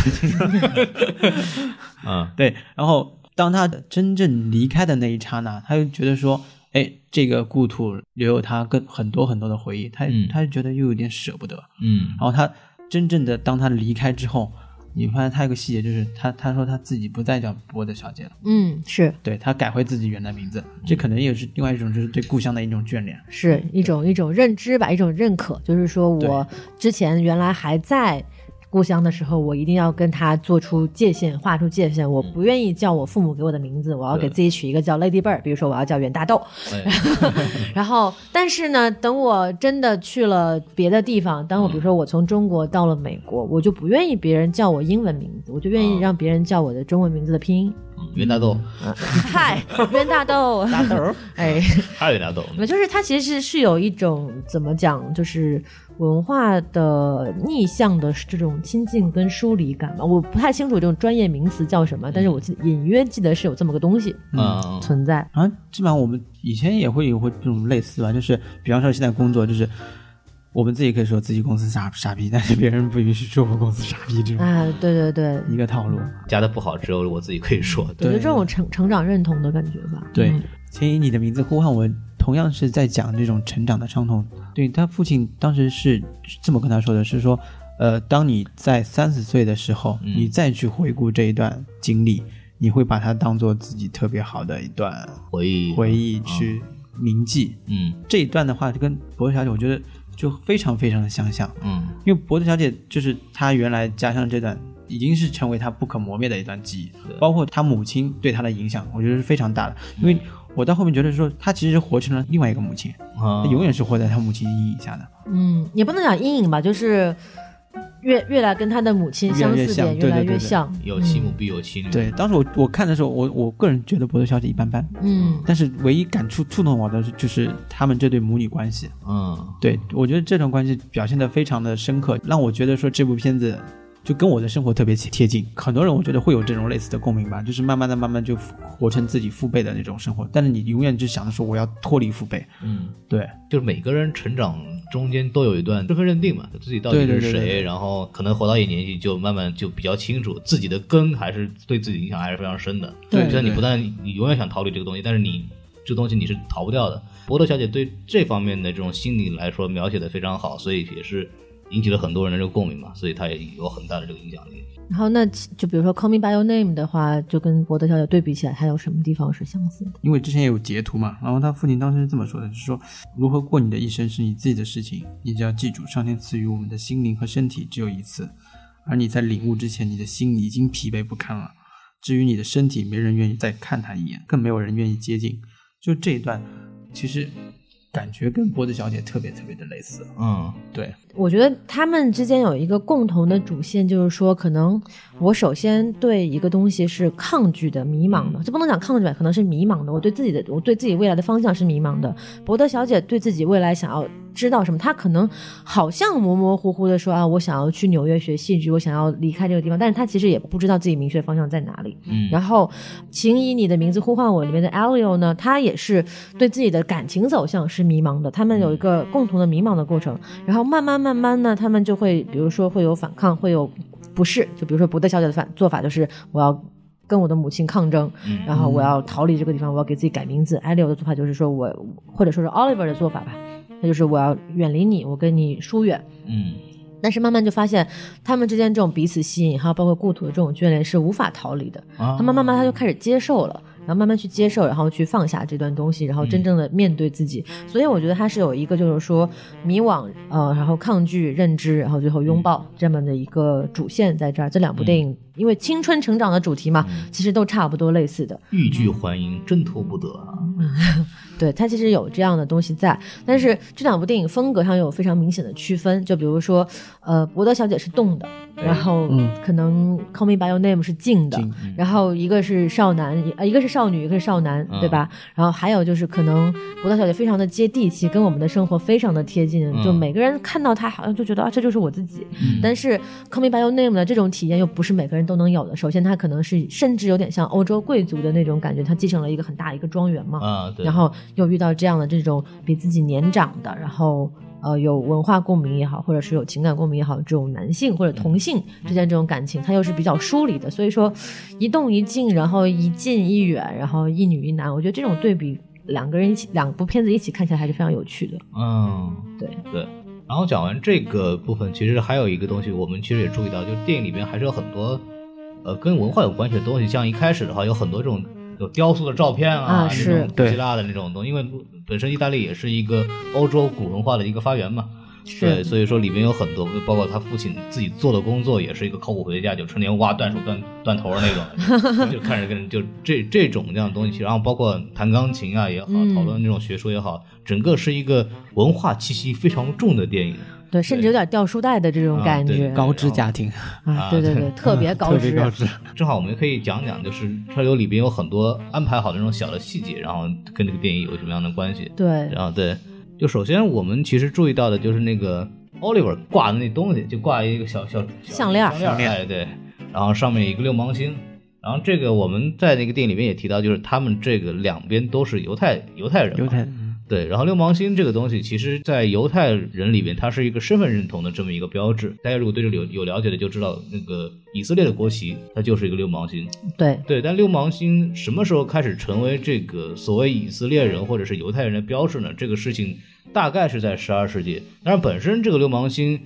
C: 嗯
D: 对，然后当他真正离开的那一刹那，他就觉得说，哎，这个故土留有他更很多很多的回忆，他、
C: 嗯
D: 他就觉得又有点舍不得。
C: 嗯
D: 然后他真正的当他离开之后，你发现他有个细节就是他他说他自己不再叫波德小姐了，
A: 嗯，是
D: 对他改回自己原来名字，这可能也是另外一种就是对故乡的一种眷恋。
A: 是一种一种认知吧，一种认可，就是说我之前原来还在故乡的时候，我一定要跟他做出界限，画出界限，我不愿意叫我父母给我的名字，我要
C: 对
A: 给自己取一个叫 Lady Bird，比如说我要叫袁大豆，
C: 哎
A: 然后，但是呢，等我真的去了别的地方，当我比如说我从中国到了美国，我就不愿意别人叫我英文名字，我就愿意
C: 啊
A: 让别人叫我的中文名字的拼音。
C: 嗯袁大豆，
A: 嗨，袁大豆，大豆， 哎，
C: 还有袁大豆，
A: 那就是它其实是有一种怎么讲，就是文化的逆向的这种亲近跟疏离感吧。我不太清楚这种专业名词叫什么，但是我记
D: 嗯
A: 隐约记得是有这么个东西
C: 嗯，
A: 存在。
D: 然后啊基本上我们以前也会有会这种类似吧，就是比方说现在工作就是。我们自己可以说自己公司傻傻逼，但是别人不允许说我公司傻逼这种
A: 啊，对对对，
D: 一个套路。
C: 加的不好，只有我自己可以说。
A: 有就这种成成长认同的感觉吧。
D: 对，请以你的名字呼唤我，同样是在讲这种成长的伤痛。对他父亲当时是这么跟他说的，是说，呃，当你在三十岁的时候，
C: 嗯
D: 你再去回顾这一段经历，你会把它当做自己特别好的一段
C: 回忆，
D: 回，忆去铭记。
C: 嗯
D: 这一段的话，就跟博德小姐，我觉得就非常非常的相像，
C: 嗯
D: 因为博德小姐就是她原来加上这段。已经是成为她不可磨灭的一段记忆，
C: 对
D: 包括她母亲对她的影响，我觉得是非常大的。因为我到后面觉得说，她其实活成了另外一个母亲，她
C: 啊，
D: 永远是活在她母亲阴影下的。
A: 嗯，也不能讲阴影吧，就是越越来跟他的母亲
D: 越来
A: 相
D: 越
A: 似点
D: 像
A: 越
D: 对
A: 来
D: 对对
A: 越
D: 对
A: 像。
C: 有其母必有其女。
D: 对，当时我我看的时候，我我个人觉得《博德小姐》一般般，
A: 嗯，
D: 但是唯一感触触动我的是就是他们这对母女关系。
C: 嗯，
D: 对我觉得这段关系表现的非常的深刻，让我觉得说这部片子。就跟我的生活特别贴近，很多人我觉得会有这种类似的共鸣吧，就是慢慢的、慢慢就活成自己父辈的那种生活，但是你永远就想着说我要脱离父辈，
C: 嗯，
D: 对，
C: 就是每个人成长中间都有一段身份认定嘛，自己到底是
D: 对对
C: 谁，
D: 对对对
C: 然后可能活到一年纪就慢慢就比较清楚自己的根还是对自己影响还是非常深的。
D: 对
C: 虽然你
D: 对
C: 不但你永远想逃离这个东西，但是你这东西你是逃不掉的。博德小姐对这方面的这种心理来说描写的非常好，所以也是引起了很多人的这个共鸣嘛，所以它也有很大的这个影响力。
A: 然后那其就比如说《Call Me by Your Name》的话，就跟《伯德小姐》对比起来，它有什么地方是相似的？
D: 因为之前也有截图嘛，然后他父亲当时是这么说的，就是说如何过你的一生是你自己的事情，你只要记住，上天赐予我们的心灵和身体只有一次，而你在领悟之前，你的心已经疲惫不堪了。至于你的身体，没人愿意再看他一眼，更没有人愿意接近。就这一段，其实感觉跟波德小姐特别特别的类似。
C: 嗯，
D: 对，
A: 我觉得他们之间有一个共同的主线，就是说，可能我首先对一个东西是抗拒的、迷茫的，这不能讲抗拒吧，可能是迷茫的。我对自己的，我对自己未来的方向是迷茫的。伯德小姐对自己未来想要知道什么，她可能好像模模糊糊的说啊，我想要去纽约学戏剧，我想要离开这个地方，但是她其实也不知道自己明确方向在哪里。
C: 嗯
A: 然后，请以你的名字呼唤我里面的 Elio 呢，他也是对自己的感情走向是迷茫的，他们有一个共同的迷茫的过程。然后慢慢慢慢呢，他们就会，比如说会有反抗，会有不适，就比如说伯德小姐的反做法就是我要。跟我的母亲抗争，
C: 嗯
A: 然后我要逃离这个地方，我要给自己改名字。艾利欧的做法就是说我，或者说是 Oliver 的做法吧，那就是我要远离你，我跟你疏远。
C: 嗯
A: 但是慢慢就发现，他们之间这种彼此吸引，还有包括故土的这种眷恋是无法逃离的。
C: 啊
A: 他慢慢慢他就开始接受了，然后慢慢去接受，然后去放下这段东西，然后真正的面对自己。所以我觉得他是有一个就是说迷惘，呃，然后抗拒认知，然后最后拥抱这么的一个主线在这儿。这两部电影因为青春成长的主题嘛，其实都差不多类似的。
C: 欲拒还迎，挣脱不得啊。
A: 对，它其实有这样的东西在，但是这两部电影风格上有非常明显的区分。就比如说，呃，《伯德小姐》是动的，然后可能《Call Me by Your Name》是静的，然后一个是少男，呃，一个是少女，一个是少男，对吧？然后还有就是可能《伯德小姐》非常的接地气，跟我们的生活非常的贴近，就
C: 嗯
A: 每个人看到她好像就觉得啊，这就是我自己。但是《Call Me by Your Name》的这种体验又不是每个人都能有的。首先，它可能是甚至有点像欧洲贵族的那种感觉，它继承了一个很大一个庄园嘛。
C: 啊，对，
A: 然后又遇到这样的这种比自己年长的，然后呃有文化共鸣也好，或者是有情感共鸣也好，这种男性或者同性之间这种感情，它又是比较疏离的。所以说，一动一静，然后一近一远，然后一女一男，我觉得这种对比，两个人一起两部片子一起看起来还是非常有趣的。
C: 嗯，
A: 对
C: 对。然后讲完这个部分，其实还有一个东西，我们其实也注意到，就是电影里面还是有很多，呃，跟文化有关系的东西。像一开始的话，有很多这种有雕塑的照片
A: 啊
C: 啊，这
A: 是
C: 种古希腊的那种东西，因为本身意大利也是一个欧洲古文化的一个发源嘛。对，所以说里面有很多，包括他父亲自己做的工作，也是一个考古学家，就成天挖断手断断头儿那种， 就看着跟人就这这种这样的东西，然后包括弹钢琴啊也好，
A: 嗯
C: 讨论那种学术也好，整个是一个文化气息非常重的电影。
A: 对，甚至有点掉书袋的这种
C: 啊
A: 感
C: 对
A: 觉，
D: 高知家 庭，
A: 啊，对对对，特别高
D: 特别
A: 知，
D: 高知，
C: 正好我们可以讲讲，就是川流里边有很多安排好的那种小的细节，然后跟这个电影有什么样的关系。
A: 对，
C: 然后对，就首先我们其实注意到的就是那个 Oliver 挂的那东西，就挂一个小小小
A: 项链儿
C: 项链儿，哎对，然后上面有一个六芒星。然后这个我们在那个电影里面也提到，就是他们这个两边都是犹太犹太人嘛，
D: 犹太
C: 对，然后六芒星这个东西，其实，在犹太人里边，它是一个身份认同的这么一个标志。大家如果对这个有有了解的，就知道那个以色列的国旗，它就是一个六芒星。
A: 对，
C: 对，但六芒星什么时候开始成为这个所谓以色列人或者是犹太人的标志呢？这个事情大概是在十二世纪。当然，本身这个六芒星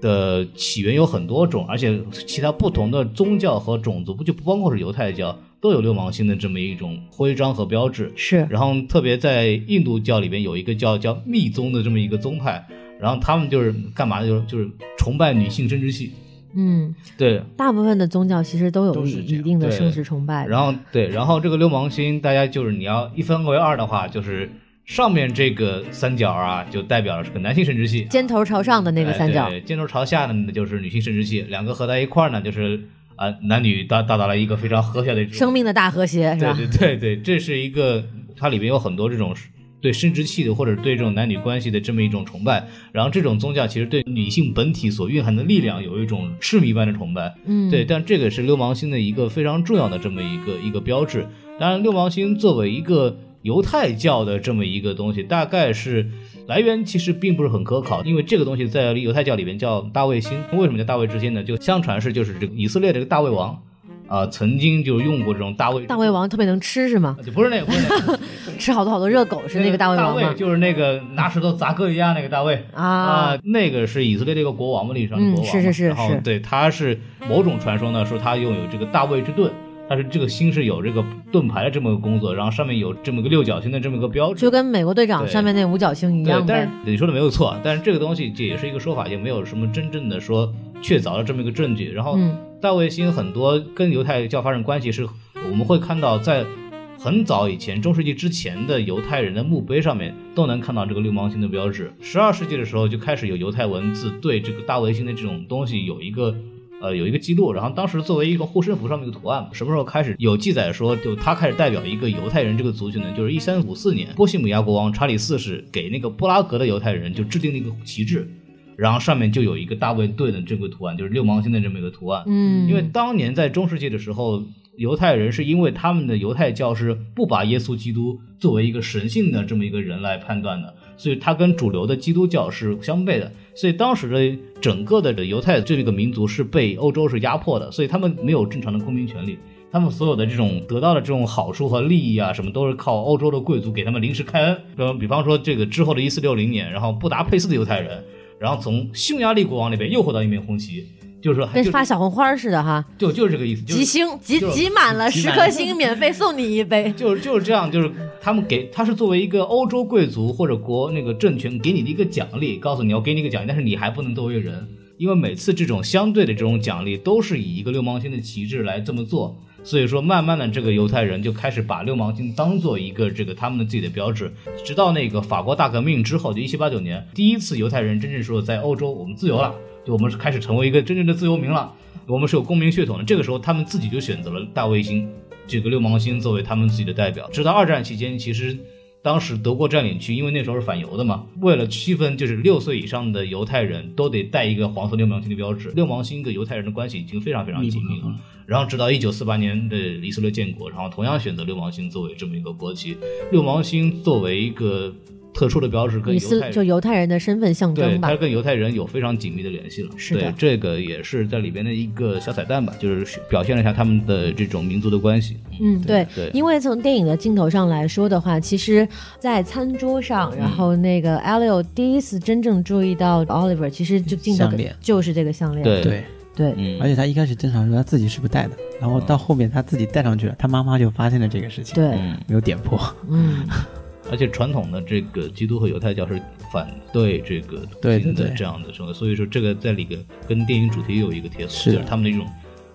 C: 的起源有很多种，而且其他不同的宗教和种族，不就不包括是犹太教，都有六芒星的这么一种徽章和标志。
A: 是，
C: 然后特别在印度教里边有一个叫叫密宗的这么一个宗派，然后他们就是干嘛呢？就是就是崇拜女性生殖器，
A: 嗯，
C: 对，
A: 大部分的宗教其实都有
D: 都是这
A: 一
D: 样
A: 定的
C: 对
A: 生殖崇拜的，
C: 然后对，然后这个六芒星，大家就是你要一分为二的话，就是上面这个三角啊，就代表了是个男性生殖器，
A: 尖头朝上的那个
C: 哎
A: 三角，
C: 对箭头朝下呢就是女性生殖器，两个合在一块儿呢，就是啊、男女达达到了一个非常和谐的这种
A: 生命的大和谐是吧？
C: 对对对对，这是一个它里面有很多这种对生殖器的或者对这种男女关系的这么一种崇拜，然后这种宗教其实对女性本体所蕴含的力量有一种痴迷般的崇拜，
A: 嗯，
C: 对，但这个是六芒星的一个非常重要的这么一个一个标志。当然，六芒星作为一个犹太教的这么一个东西，大概是来源其实并不是很可考，因为这个东西在犹太教里面叫大卫星。为什么叫大卫之星呢？就相传是就是这个以色列这个大卫王。啊、曾经就用过这种大卫啊
A: 大胃王特别能吃是吗？
C: 就不是那个，不是那个，
A: 吃好多好多热 狗，是那个大胃王吗？
C: 就是那个拿石头砸哥利亚那个大卫
A: 啊，
C: 那个是以色列这个国王嘛，历史上
A: 嗯
C: 的国王嘛、
A: 是是是
C: 然后
A: 是
C: 对，他是某种传说呢，说他拥有这个大卫之盾。他是这个星是有这个盾牌的这么个工作，然后上面有这么个六角星的这么个标志
A: 就，跟美国队长
C: 对
A: 上面那五角星一
C: 对
A: 样，
C: 但
A: 呗。
C: 是你说的没有错，但是这个东西这也是一个说法，也没有什么真正的说确凿的这么一个证据。然后
A: 嗯
C: 大卫星很多跟犹太教发生关系是，我们会看到在很早以前中世纪之前的犹太人的墓碑上面都能看到这个六芒星的标志。十二世纪的时候就开始有犹太文字对这个大卫星的这种东西有一个。呃，有一个记录，然后当时作为一个护身符上面一个图案，什么时候开始有记载说，就它开始代表一个犹太人这个族群呢？就是一三五四年，波西米亚国王查理四世给那个布拉格的犹太人就制定了一个旗帜，然后上面就有一个大卫盾的这个图案，就是六芒星的这么一个图案。
A: 嗯，
C: 因为当年在中世纪的时候，犹太人是因为他们的犹太教是不把耶稣基督作为一个神性的这么一个人来判断的，所以他跟主流的基督教是相悖的。所以当时的整个的犹太这个民族是被欧洲是压迫的，所以他们没有正常的公民权利。他们所有的这种得到的这种好处和利益啊，什么都是靠欧洲的贵族给他们临时开恩。呃，比方说这个之后的一四六零年，然后布达佩斯的犹太人，然后从匈牙利国王那边又回到一面红旗，就是说
A: 跟
C: 就是
A: 发小红花似的哈，
C: 就就是这个意思，就
A: 集
C: 是
A: 星集
C: 就是
A: 集满了
C: 集
A: 十
C: 满
A: 颗
C: 了
A: 星，免费送你一杯。
C: 就是就是这样，就是他们给他是作为一个欧洲贵族或者国那个政权给你的一个奖励，告诉你要给你一个奖励，但是你还不能作为人，因为每次这种相对的这种奖励都是以一个六芒星的旗帜来这么做。所以说，慢慢的，这个犹太人就开始把六芒星当做一个这个他们的自己的标志，直到那个法国大革命之后，就一七八九年，第一次犹太人真正说在欧洲我们自由了，就我们是开始成为一个真正的自由民了，我们是有公民血统的。这个时候，他们自己就选择了大卫星这个六芒星作为他们自己的代表。直到二战期间，其实当时德国占领区，因为那时候是反犹的嘛，为了区分就是六岁以上的犹太人都得带一个黄色六芒星的标志。六芒星跟犹太人的关系已经非常非常紧密了。然后直到一九四八年的以色列建国，然后同样选择六芒星作为这么一个国旗。六芒星作为一个特殊的标志，跟
A: 以
C: 犹
A: 色
C: 太人
A: 就犹太人的身份象
C: 对，
A: 征吧
C: 它，跟犹太人有非常紧密的联系了。
A: 是的
C: 对，这个也是在里边的一个小彩蛋吧，就是表现了一下他们的这种民族的关系。
A: 嗯，对，
C: 对
A: 因为从电影的镜头上来说的话，其实，在餐桌上，然后那个 Elio 第一次真正注意到 Oliver，其实就镜头
D: 项链
A: 就是这个项链，
C: 对，
D: 对，哎
A: 对
C: 嗯
D: 而且他一开始正常说他自己是不戴的，然后到后面他自己戴上去了，他妈妈就发现了这个事情，，
A: 对，
C: 嗯，
D: 没有点破，
A: 嗯，
C: 而且传统的这个基督和犹太教是反对这个同
D: 对
C: 性
D: 对
C: 的
D: 对
C: 这样的生活，所以说这个在里边跟电影主题有一个贴合，
D: 是的
C: 就是他们的一种。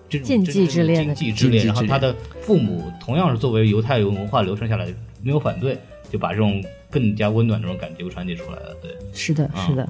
C: 这种
A: 禁忌之恋的
C: 禁忌之恋。
D: 禁忌之恋
C: 然后他的父母同样是作为犹太文化流传下来，没有反对，就把这种更加温暖的这种感觉传递出来了。对，
A: 是的，
C: 啊
A: 是的。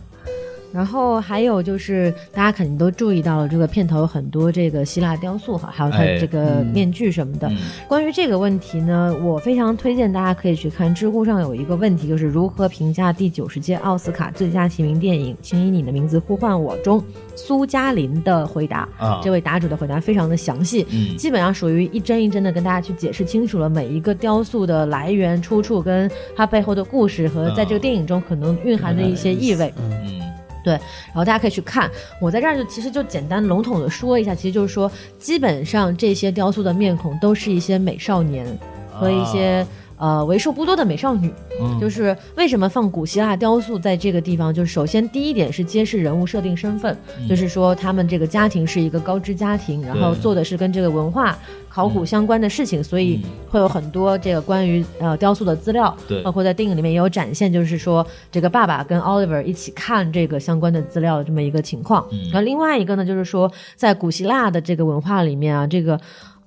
A: 然后还有就是，大家肯定都注意到了，这个片头有很多这个希腊雕塑哈，还有它
C: 哎
A: 这个面具什么的。
C: 嗯
A: 关于这个问题呢，我非常推荐大家可以去看知乎上有一个问题，就是如何评价第九十届奥斯卡最佳提名电影《请以你的名字呼唤我》中苏嘉林的回答。
C: 啊，
A: 这位答主的回答非常的详细，
C: 嗯
A: 基本上属于一帧一帧的跟大家去解释清楚了每一个雕塑的来源、出处，跟它背后的故事和在这个电影中可能蕴含的一些意味。
C: 嗯
A: 然后大家可以去看。我在这儿就其实就简单笼统的说一下，其实就是说，基本上这些雕塑的面孔都是一些美少年和一些、呃为数不多的美少女。
C: 嗯
A: 就是为什么放古希腊雕塑在这个地方？就是首先第一点是揭示人物设定身份，就是说他们这个家庭是一个高知家庭，然后
C: 嗯对嗯
A: 做的是跟这个文化考古相关的事情，所以会有很多这个关于呃雕塑的资料，
C: 对
A: 包括在电影里面也有展现，就是说这个爸爸跟 Oliver 一起看这个相关的资料的这么一个情况。
C: 嗯
A: 然后另外一个呢，就是说在古希腊的这个文化里面啊，这个。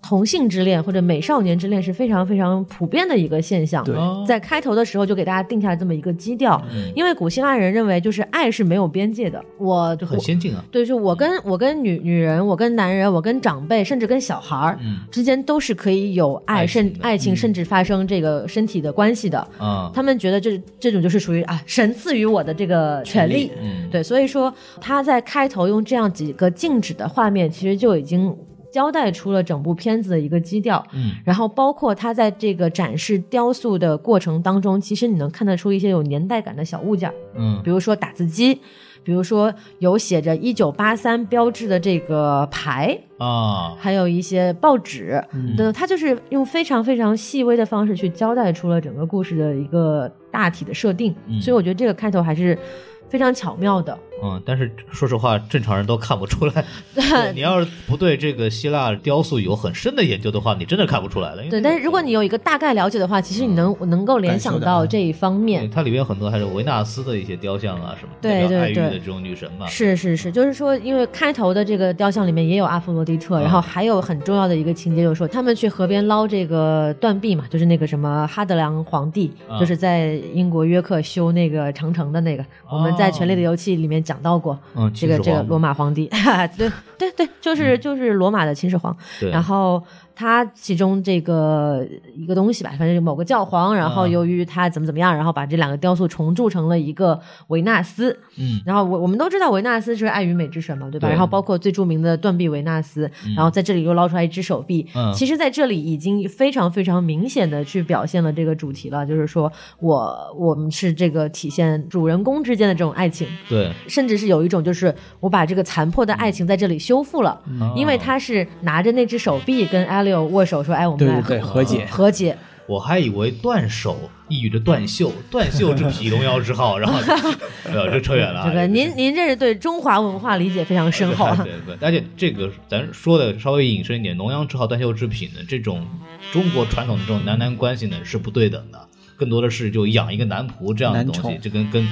A: 同性之恋或者美少年之恋是非常非常普遍的一个现象，
D: 对
C: 哦
A: 在开头的时候就给大家定下了这么一个基调，
C: 嗯
A: 因为古希腊人认为就是爱是没有边界的，我
C: 这很
A: 我
C: 先进啊。
A: 对，就我跟我跟女女人，我跟男人，我跟长辈，甚至跟小孩儿、
C: 嗯
A: 之间都是可以有爱，
C: 爱情嗯
A: 甚
C: 的
A: 爱情甚至发生这个身体的关系的。
C: 啊，
A: 他们觉得这这种就是属于啊神赐予我的这个权利，
C: 嗯，
A: 对，所以说他在开头用这样几个静止的画面，其实就已经交代出了整部片子的一个基调。
C: 嗯，
A: 然后包括他在这个展示雕塑的过程当中，其实你能看得出一些有年代感的小物件儿，
C: 嗯
A: 比如说打字机，比如说有写着一九八三标志的这个牌，
C: 啊，
A: 还有一些报纸
D: 嗯
A: 等等，他就是用非常非常细微的方式去交代出了整个故事的一个大体的设定，
C: 嗯
A: 所以我觉得这个开头还是非常巧妙的。
C: 嗯，但是说实话，正常人都看不 出来。对你要是不对这个希腊雕塑有很深的研究的话，你真的看不出来了。因为
A: 对，但是如果你有一个大概了解的话，其实你能能够联想到这一方
C: 对
A: 面。
C: 它里面有很多还是维纳斯的一些雕像啊什么，
A: 对
C: 代表爱
A: 对
C: 欲
A: 对
C: 的这种女神嘛。
A: 是是是，就是说，因为开头的这个雕像里面也有阿佛罗狄特，
C: 嗯
A: 然后还有很重要的一个情节，就是说他们去河边捞这个断臂嘛，就是那个什么哈德良皇帝，
C: 嗯
A: 就是在英国约克修那个长城的那个，我们在《权力的游戏》里面讲到过，
C: 嗯，
A: 这个
C: 哦秦始
A: 这个
C: 皇嗯
A: 罗马皇帝， 对对对，就是就是罗马的秦始皇。
C: 对，
A: 然后他其中这个一个东西吧，反正就某个教皇，然后
C: 嗯
A: 由于他怎么怎么样，然后把这两个雕塑重铸成了一个维纳斯。
C: 嗯
A: 然后我我们都知道维纳斯是爱与美之神嘛，对吧？
C: 对
A: 然后包括最著名的断臂维纳斯，然后在这里又捞出来一只手臂。
C: 嗯
A: 其实在这里已经非常非常明显的去表现了这个主题了，就是说我我们是这个体现主人公之间的这种爱情。
C: 对，
A: 甚至是有一种就是我把这个残破的爱情在这里修复了，嗯
C: 哦
A: 因为他是拿着那只手臂跟艾利欧握手说：“哎，我们
D: 对
A: 来
D: 对对，
A: 和
D: 和解。
A: 和解。
C: 我还以为断手意语着断袖，断袖之匹龙腰之好， 然后 呃，这扯远了啊。
A: 这个您您这是对中华文化理解非常深厚啊。
C: 对对，对而且这个咱说的稍微引申一点，农羊之好断袖之癖呢，这种中国传统的这种男男关系呢是不对等的，更多的是就养一个男仆这样的
D: 男
C: 东西，
D: 宠
C: 这跟跟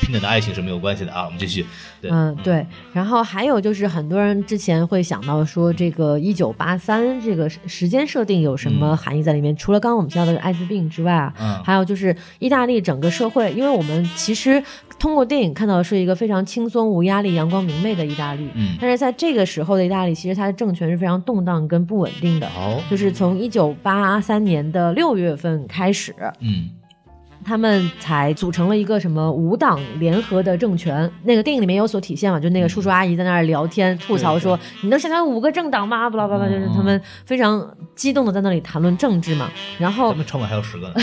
C: 平等的爱情是没有关系的啊。我们继续，对，
A: 嗯，对。然后还有就是，很多人之前会想到说，这个一九八三这个时时间设定有什么含义在里面？除了刚刚我们提到的艾滋病之外啊，
C: 嗯
A: 还有就是意大利整个社会，因为我们其实通过电影看到的是一个非常轻松、无压力、阳光明媚的意大利，
C: 嗯
A: 但是在这个时候的意大利，其实它的政权是非常动荡跟不稳定的。
C: 好，
A: 就是从一九八三年的六月份开始，
C: 嗯
A: 他们才组成了一个什么五党联合的政权。那个电影里面有所体现嘛，就那个叔叔阿姨在那儿聊天吐槽说：“你能想象五个政党吗？”巴拉巴拉，就是他们非常激动的在那里谈论政治嘛。然后
C: 咱们成本还 有十个呢，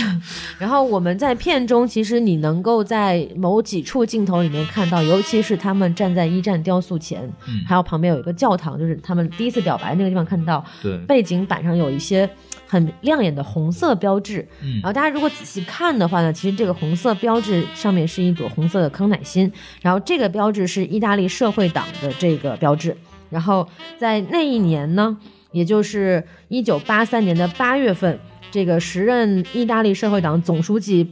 A: 然后我们在片中，其实你能够在某几处镜头里面看到，尤其是他们站在一战雕塑前，
C: 嗯
A: 还有旁边有一个教堂，就是他们第一次表白那个地方看到，
C: 对，
A: 背景板上有一些很亮眼的红色标志。
C: 嗯
A: 然后大家如果仔细看的话呢，其实这个红色标志上面是一朵红色的康乃馨，然后这个标志是意大利社会党的这个标志。然后在那一年呢，也就是一九八三年的八月份，这个时任意大利社会党总书记，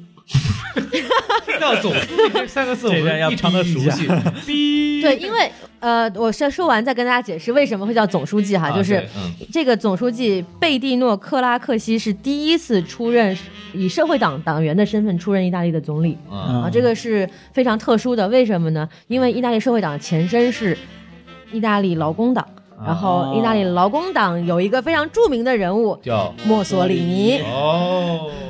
C: 要总这三个字我
D: 这段要
C: 们异常的熟悉，逼
A: 对，因为呃，我先说完再跟大家解释为什么会叫总书记哈，
C: 啊
A: 就是
C: 对嗯
A: 这个总书记贝蒂诺·克拉克西是第一次出任以社会党党员的身份出任意大利的总理。
C: 啊
A: 啊，这个是非常特殊的。为什么呢？因为意大利社会党的前身是意大利劳工党，然后意大利劳工党有一个非常著名的人物
C: 叫
A: 墨索里尼，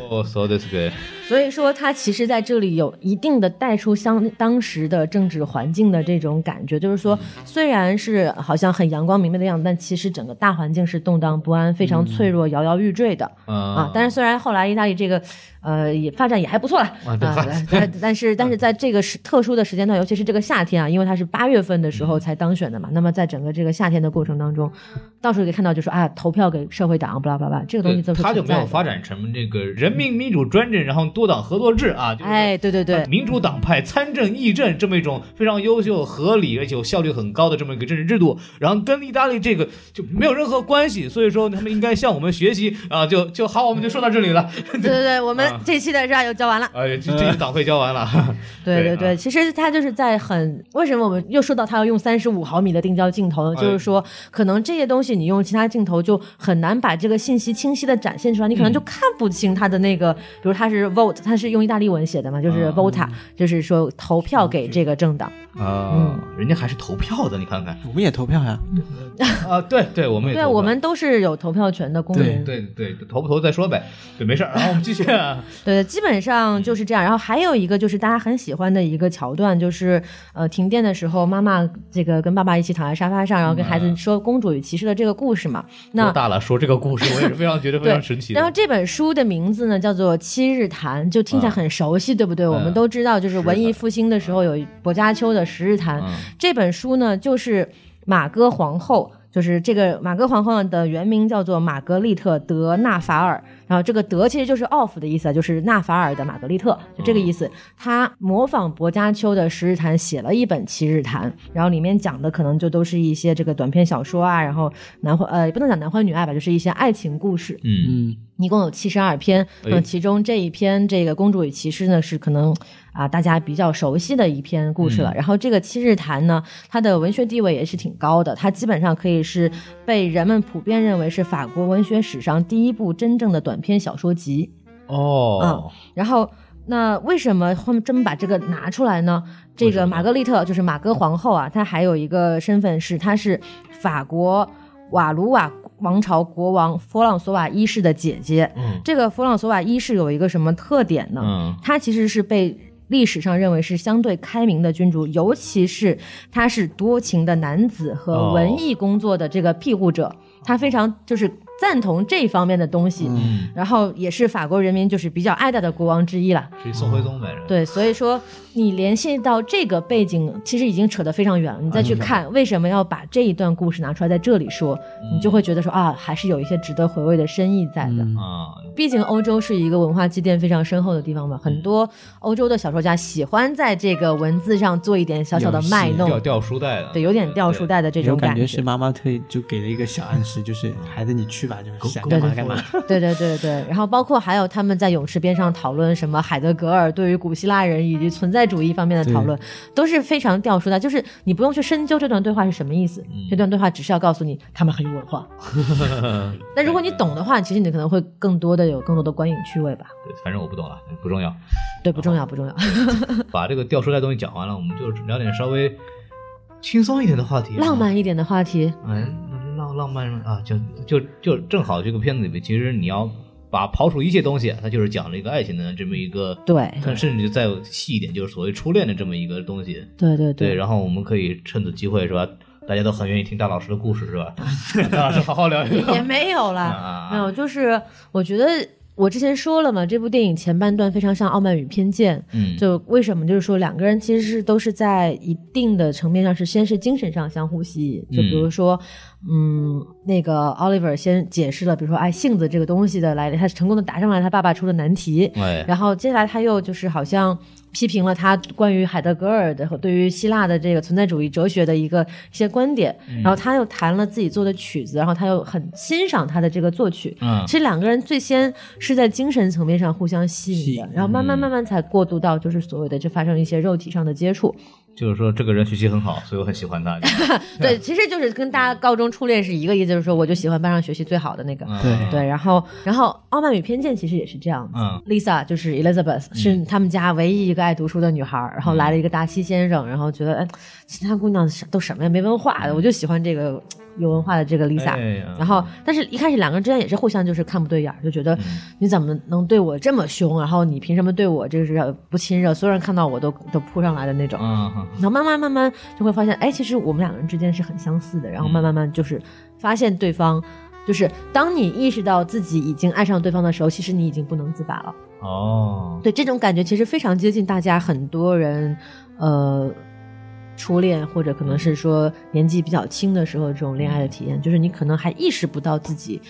C: 哦，so this guy，
A: 所以说他其实在这里有一定的带出相当时的政治环境的这种感觉，就是说
C: 嗯
A: 虽然是好像很阳光明媚的样子，但其实整个大环境是动荡不安、非常脆弱、摇摇欲坠的。啊
C: 嗯啊，
A: 但是虽然后来意大利这个，呃，也发展也还不错了
C: 啊
A: 啊
C: 对嗯
A: 但但是但是在这个时特殊的时间段，尤其是这个夏天啊，因为它是八月份的时
C: 嗯
A: 候才当选的嘛，那么在整个这个夏天的过程当中，到处可以看到就说啊，投票给社会党，巴拉巴拉，这个东西都是
C: 他就
A: 存
C: 没
A: 在
C: 有
A: 的。
C: 发展成这个人民民主专政，然后多党合作制啊，就是
A: 哎，对对对，
C: 民主党派参政议政这么一种非常优秀、合理而且有效率很高的这么一个政治制度，然后跟意大利这个就没有任何关系，所以说他们应该向我们学习啊！就就好，我们就说到这里 了。
A: 对对对，我们
C: 啊
A: 这期的热爱又教完了。
C: 哎，这这个党费交完了，
A: 对
C: 对
A: 对
C: 啊
A: 对，其实他就是在很为什么我们又说到他要用三十五毫米的定焦镜头呢？
C: 哎
A: 就是说，可能这些东西你用其他镜
C: 嗯
A: 头就很难把这个信息清晰的展现出来，你可能就看不清它的那个，比如它是 Vogue vote，它是用意大利文写的嘛，就是
C: 嗯
A: vota，、就是说投票给这个政党。
C: 啊，人家还是投票的，你看看
D: 我们也投票呀，
C: 啊，对对，我们也
A: 对，
C: 投票
A: 我们都是有投票权的公民。
C: 对对投不投再说呗，对，没事儿，然后我们继续啊，
A: 对，基本上
C: 嗯
A: 就是这样。然后还有一个就是大家很喜欢的一个桥段，就是呃停电的时候，妈妈这个跟爸爸一起躺在沙发上，然后跟孩子说《公主与骑士》的这个故事嘛。那
C: 多嗯哦大了说这个故事，我也是非常觉得非常神奇的。
A: 然后这本书的名字呢叫做《七日谈》，就听起来
C: 啊
A: 很熟悉，对不对？我
C: 嗯
A: 们都知道，就是文艺复兴的时候有薄伽丘的《十日谈》
C: 嗯
A: 这本书呢，就是马哥皇后。就是这个马哥皇后的原名叫做玛格丽特·德纳法尔，然后这个德其实就是 off 的意思啊，就是纳法尔的玛格丽特，就这个意思。她模仿薄伽丘的《十日谈》写了一本《七日谈》，然后里面讲的可能就都是一些这个短篇小说啊，然后男欢呃不能讲男欢女爱吧，就是一些爱情故事。
C: 嗯，
D: 嗯，
A: 一共有七十二篇，
C: 哎
A: 那么其中这一篇这个《公主与骑士》呢是可能啊、大家比较熟悉的一篇故事了。
C: 嗯
A: 然后这个《七日谈》呢，它的文学地位也是挺高的，它基本上可以是被人们普遍认为是法国文学史上第一部真正的短篇小说集。
C: 哦，
A: 然后，那为什么他们这么把这个拿出来呢？这
C: 为什
A: 个
C: 么呢
A: 玛格丽特就是马格皇后啊，她还有一个身份是她是法国瓦卢瓦王朝国王弗朗索瓦一世的姐姐。
C: 嗯
A: 这个弗朗索瓦一世有一个什么特点呢？
C: 嗯
A: 他其实是被历史上认为是相对开明的君主，尤其是他是多情的男子和
C: 哦
A: 文艺工作的这个庇护者，他非常就是赞同这方面的东西。
C: 嗯，
A: 然后也是法国人民就是比较爱戴的国王之一了，
C: 是宋徽宗本人，
A: 对，所以说你联系到这个背景，其实已经扯得非常远了。你再
C: 嗯
A: 去看为什么要把这一段故事拿出来在这里说，你就会觉得说啊，还是有一些值得回味的深意在的。
C: 啊，
A: 毕竟欧洲是一个文化积淀非常深厚的地方嘛，很多欧洲的小说家喜欢在这个文字上做一点小小的卖弄，
C: 掉掉书袋的，
A: 对，有点掉书袋的这
D: 这种
A: 种
D: 感
A: 觉
D: 觉是妈妈特意就给了一个小暗示，就是孩子你去吧，就是想
A: 对
D: 干
A: 对对
D: 嘛干嘛。
A: 对对对对，然后包括还有他们在泳池边上讨论什么海德格尔对于古希腊人以及存在主义方面的讨论，都是非常掉书袋。就是你不用去深究这段对话是什么意思，这段对话只是要告诉你他们很有文化。那如果你懂的话，其实你可能会更多的有更多的观影趣味吧。
C: 对，反正我不懂了，不重要。
A: 对，不重要，不重要。
C: 把这个掉书袋东西讲完了，我们就聊点稍微轻松一点的话题，啊
A: 浪漫一点的话题，
C: 嗯，浪浪漫啊，就就就正好这个片子里面，其实你要把刨除一切东西，它就是讲了一个爱情的这么一个，
A: 对
C: 看甚至再细一点，就是所谓初恋的这么一个东西。
A: 对对
C: 对，然后我们可以趁此机会是吧？大家都很愿意听大老师的故事 是吧？大老师好好聊一聊
A: 也没有啦
C: 啊，
A: 没有，就是我觉得我之前说了嘛，这部电影前半段非常像《傲慢与偏见》，
C: 嗯
A: 就为什么就是说两个人其实是都是在一定的层面上是先是精神上相互吸引，就比如说，嗯，那个 Oliver 先解释了，比如说哎性子这个东西的来历，他成功的答上了他爸爸出的难题，
C: 哎，
A: 然后接下来他又就是好像批评了他关于海德格尔的和对于希腊的这个存在主义哲学的一个一些观点，然后他又弹了自己做的曲子，然后他又很欣赏他的这个作曲。
C: 嗯
A: 其实两个人最先是在精神层面上互相吸引的，然后慢慢慢慢才过渡到就是所谓的这发生一些肉体上的接触。
C: 就是说这个人学习很好，所以我很 喜欢他。
A: 对，其实就是跟大家高中初恋是一个意思，就是说我就喜欢班上学习最好的那个。
C: 嗯
A: 对，然后，然后《傲慢与偏见》其实也是这样子。
C: 嗯
A: Lisa 就是 Elizabeth，、是他们家唯一一个爱读书的女孩儿。然
C: 嗯
A: 后来了一个达西先生，然后觉得，哎，其他姑娘是都什么呀，没文化的，我就喜欢这个有文化的这个 Lisa。
C: 哎呀
A: 然后，但是一开始两个人之间也是互相就是看不对眼儿，就觉得
C: 嗯
A: 你怎么能对我这么凶？然后你凭什么对我这是不亲热？所有人看到我都都扑上来的那种。
C: 嗯，
A: 然后慢慢慢慢就会发现，哎，其实我们两个人之间是很相似的。然后慢慢慢就是发现对方，就是当你意识到自己已经爱上对方的时候，其实你已经不能自拔了。
C: 哦，
A: 对，这种感觉其实非常接近大家很多人，呃，初恋或者可能是说年纪比较轻的时候这种恋爱的体验，就是你可能还意识不到自己，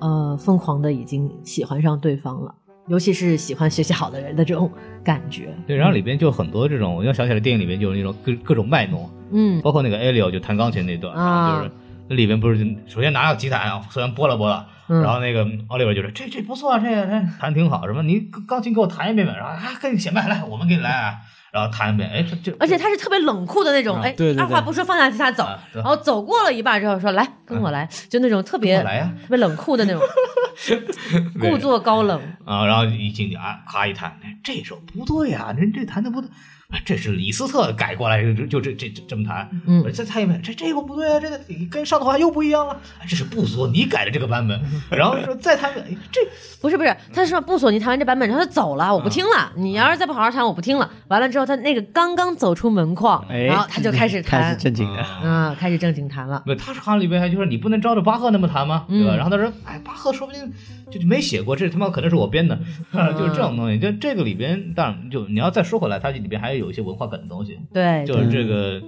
A: 呃，疯狂的已经喜欢上对方了，尤其是喜欢学习好的人的这种感觉。
C: 对，然后里边就很多这种，我又想起来电影里面就有那种各各种卖弄，
A: 嗯，
C: 包括那个 Elio 就弹钢琴那段，
A: 啊
C: 然后就是那里面不是首先拿到吉他啊，虽然拨了拨了，
A: 嗯
C: 然后那个奥利弗就说这这不错啊，这这弹挺好，什么你钢琴给我弹一遍呗，然后啊给你显摆来，我们给你来啊，然后弹一遍，哎这这
A: 而且他是特别冷酷的那种，哎，
D: 对对对
A: 二话不说放下吉他走
C: 啊，对
A: 然后走过了一半之后说来跟我来，就那种特别
C: 跟我来呀
A: 特别冷酷的那种。
C: 对
A: 故作高冷，
C: 啊，然后一进去啊，咔一弹，哎这首不对呀、这这弹的不对，哎这是李斯特改过来的，就就这这这这么弹。
A: 嗯
C: 我说再弹一遍，这这个不对啊，这个跟上头还又不一样了，哎这是布索尼改的这个版 本。然后说再弹一遍，哎这
A: 不是不是，他说不索尼弹完这版本，然后他走了，我不听了。你要是再不好好弹，我不听了。完了之后，他那个刚刚走出门框，
D: 哎
A: 然后他就开始
D: 开
A: 弹
D: 始，正经的，
C: 啊
A: 啊，开始正经弹 了。
C: 那他是看里边还就是你不能照着巴赫那么弹吗？对吧？
A: 嗯
C: 然后他说，哎，巴赫说不定就就没写过，这他妈可能是我编的，
A: 嗯
C: 就是这种东西。就这个里边，当然就你要再说回来，它里边还有一些文化梗的东西，
A: 对，
C: 就是这个。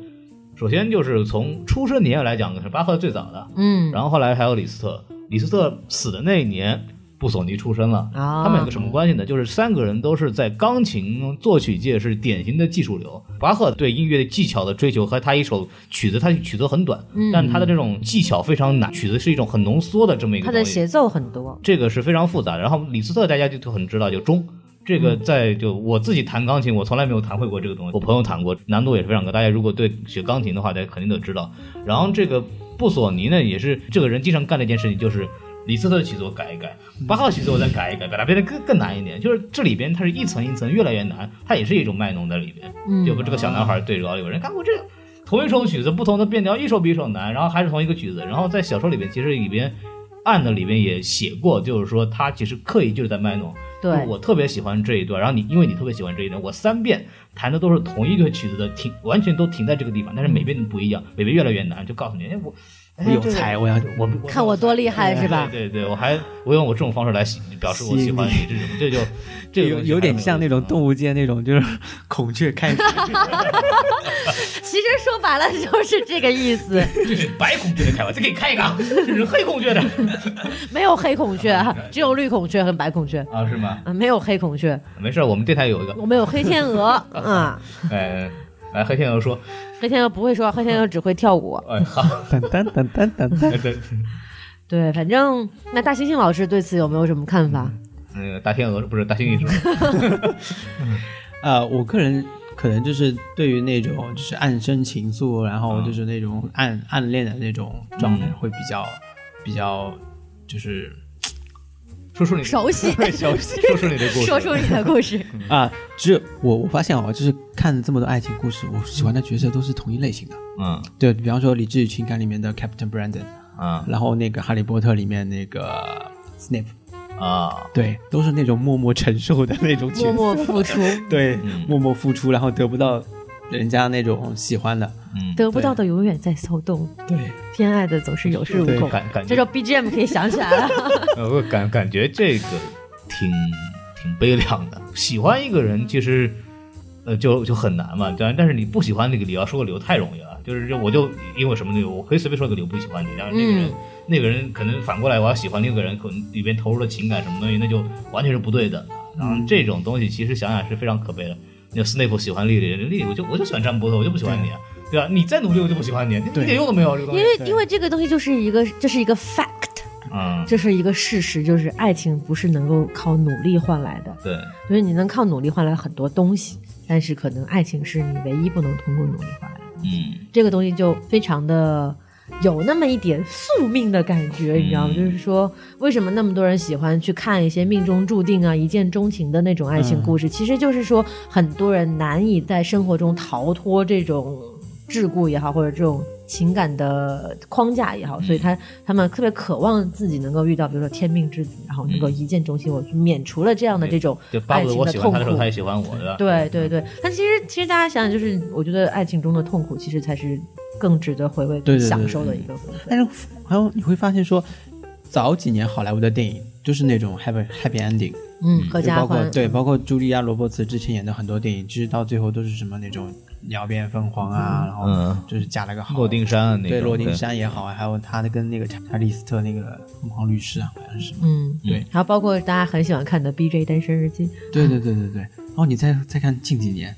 C: 首先就是从出生年月来讲，是巴赫最早的，
A: 嗯，
C: 然后后来还有李斯特。李斯特死的那一年，布索尼出生了。
A: 啊
C: 他们有个什么关系呢？就是三个人都是在钢琴作曲界是典型的技术流。巴赫对音乐的技巧的追求和他一首曲子，他曲子很短，
A: 嗯
C: 但他的这种技巧非常难，曲子是一种很浓缩的这么一
A: 他
C: 个
A: 的
C: 东西。
A: 协奏很多，
C: 这个是非常复杂的。然后李斯特大家就就很知道，就中。这个在就我自己弹钢琴，我从来没有弹会过这个东西，我朋友弹过，难度也是非常高。大家如果对学钢琴的话，大家肯定都知道。然后这个布索尼呢，也是这个人经常干的一件事情，就是李斯特的曲子我改一改，巴赫的曲子我再改一改，把它变得更更难一点。就是这里边它是一层一层越来越难，它也是一种卖弄在里边。
A: 嗯
C: 就不这个小男孩对着奥利弗，人看我这同一首曲子，不同的变调，一首比一首难，然后还是同一个曲子。然后在小说里边，其实里边暗的里边也写过，就是说他其实刻意就是在卖弄。
A: 对
C: 我特别喜欢这一段，然后你因为你特别喜欢这一段，我三遍弹的都是同一个曲子的，停完全都停在这个地方，但是每遍不一样，每遍越来越难，就告诉你，哎我。哎
D: 我有
C: 这个哎
D: 才，我要我们
A: 看我多厉害是 吧？
C: 对对对，我还我用我这种方式来喜表示我喜欢你这种，这就这个
D: 有有啊点像那种
C: 物。
D: 动物界那种，就是孔雀 开屏，
A: 其实说白了就是这个意思，
C: 就是白孔雀的开吧，再给你开一个啊，这是黑孔雀的
A: 没有黑孔雀，啊只有绿孔雀和白孔雀。
C: 啊，是吗？
A: 啊，没有黑孔雀，
C: 没事儿，我们电台有一个，
A: 我们有黑天 鹅啊，
C: 哎，来黑天鹅说，
A: 黑天鹅不会说，黑天鹅只会跳舞。
C: 哎，好，
D: 噔噔噔噔噔噔。
C: 对对，
A: 对，反正那大猩猩老师对此有没有什么看法？
C: 那个大天鹅不是大猩猩说，
D: 呃，我个人可能就是对于那种就是暗生情愫，然后就是那种暗暗恋的那种状态，会比较比较就是
C: 说出你的
A: 熟悉
C: 熟悉，说出你的故事，
A: 说出你的故 事。
D: 啊、只有我我发现哦，就是看这么多爱情故事，我喜欢的角色都是同一类型的。
C: 嗯
D: 对比方说《理智与情感》里面的 Captain Brandon，
C: 啊
D: 然后那个《哈利波特》里面那个 Snape，
C: 啊，
D: 对，都是那种默默承受的那种角色，
A: 默默付出，
D: 对，
C: 嗯
D: 默默付出，然后得不到人家那种喜欢的，
C: 嗯，
A: 得不到的永远在骚动，
D: 对，
A: 偏爱的总是有恃无恐。
C: 感感
A: 这
C: 觉
A: 首 BGM 可以想起来 了。
C: 呃，我感感觉这个挺挺悲凉的。喜欢一个人其实，呃，就就很难嘛。但但是你不喜欢那个理由，说个理由太容易了。就是这我就因为什么理由，我可以随便说个理由不喜欢你。但是那个人，
A: 嗯
C: 那个人可能反过来，我要喜欢另一个人，可能里边投入了情感什么东西，那就完全是不对等的。然
A: 嗯
C: 后这种东西其实想想是非常可悲的。那斯内普喜欢莉莉，莉莉我就我就喜欢詹姆斯，我就不喜欢你啊，对吧？你再努力我就不喜欢你，你一点用都没有这个东
A: 因
C: 西。
A: 为因为这个东西就是一个，这是一个 fact，
C: 嗯，
A: 这是一个事实，就是爱情不是能够靠努力换来的，
C: 对，
A: 就是你能靠努力换来很多东西，但是可能爱情是你唯一不能通过努力换来的。
C: 嗯
A: 这个东西就非常的有那么一点宿命的感觉，你知道吗？
C: 嗯
A: 就是说，为什么那么多人喜欢去看一些命中注定啊、一见钟情的那种爱
C: 嗯
A: 情故事？其实就是说，很多人难以在生活中逃脱这种桎梏也好，或者这种。情感的框架也好，所以
C: 嗯
A: 他他们特别渴望自己能够遇到，比如说天命之子，然后能够一见钟情，我免除了这样的这种
C: 嗯就巴
A: 爱
C: 不得
A: 情
C: 我
A: 的
C: 喜欢
A: 痛
C: 他的时
A: 苦
C: 候，他。也喜欢我，对吧？
A: 对
D: 嗯
A: 对对，但其实其实大家想想，就是我觉得爱情中的痛苦，其实才是更值得回味、
D: 对对对
A: 享受的一个部分。嗯
D: 但是还有你会发现说，早几年好莱坞的电影就是那种 happy happy ending，
A: 嗯，合
D: 就
A: 家
D: 包括
A: 欢，
D: 对，包括茱莉亚·罗伯茨之前演的很多电影，其实到最后都是什么那种鸟变凤凰啊，然
C: 嗯
D: 后就是嫁了个好
C: 诺丁山啊那种
D: 对洛丁山也好啊，还有他的跟那个查查理斯特那个凤凰律师啊，好像是什么。
A: 嗯，
C: 对。
A: 然后包括大家很喜欢看的《B.J. 单身日记》，
D: 对对对对对。然后你再再看近几年，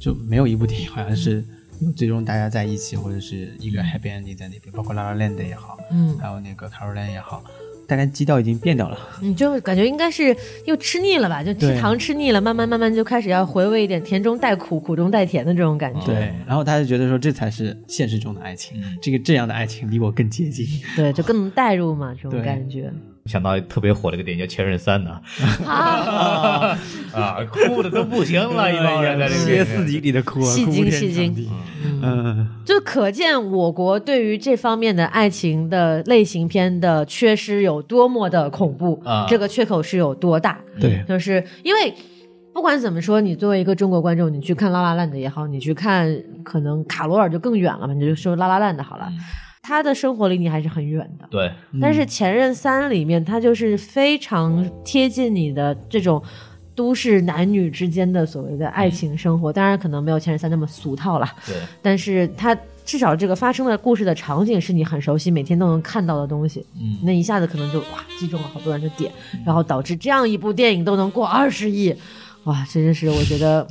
D: 就没有一部电影好像是有最终大家在一起，或者是一个 happy ending 在那边，包括《La La Land》也好，
A: 嗯
D: 还有那个《Caroline》也好，大家基调已经变掉了。
A: 你就感觉应该是又吃腻了吧，就吃
D: 对
A: 糖吃腻了，慢慢慢慢就开始要回味一点甜中带苦、苦中带甜的这种感觉。
D: 对，然后他就觉得说这才是现实中的爱情，
C: 嗯
D: 这个这样的爱情离我更接近。
A: 对，就更能代入嘛，这种
D: 对
A: 感觉。
C: 想到特别火的一个电影叫《前任三》 呢，
D: 啊，
C: 啊，哭的都不行了，一帮人在这
D: 哎
C: 边
D: 歇斯底里的哭啊，
A: 戏精
D: 哭天
A: 戏精
D: 抢地，嗯，
A: 就可见我国对于这方面的爱情的类型片的缺失有多么的恐怖，
C: 啊
A: 这个缺口是有多大。
D: 对，
A: 就是因为不管怎么说，你作为一个中国观众，你去看《拉拉烂》的也好，你去看可能卡罗尔就更远了嘛，你就说《拉拉烂》的好了，他的生活离你还是很远的。
C: 对，
A: 但是《前任三》里面，它就是非常贴近你的这种都市男女之间的所谓的爱情生活，当然可能没有《前任三》那么俗套了，
C: 对，
A: 但是它至少这个发生的故事的场景是你很熟悉，每天都能看到的东西，
C: 嗯
A: 那一下子可能就哇击中了好多人的点，然后导致这样一部电影都能过 二十亿，哇，真的是我觉得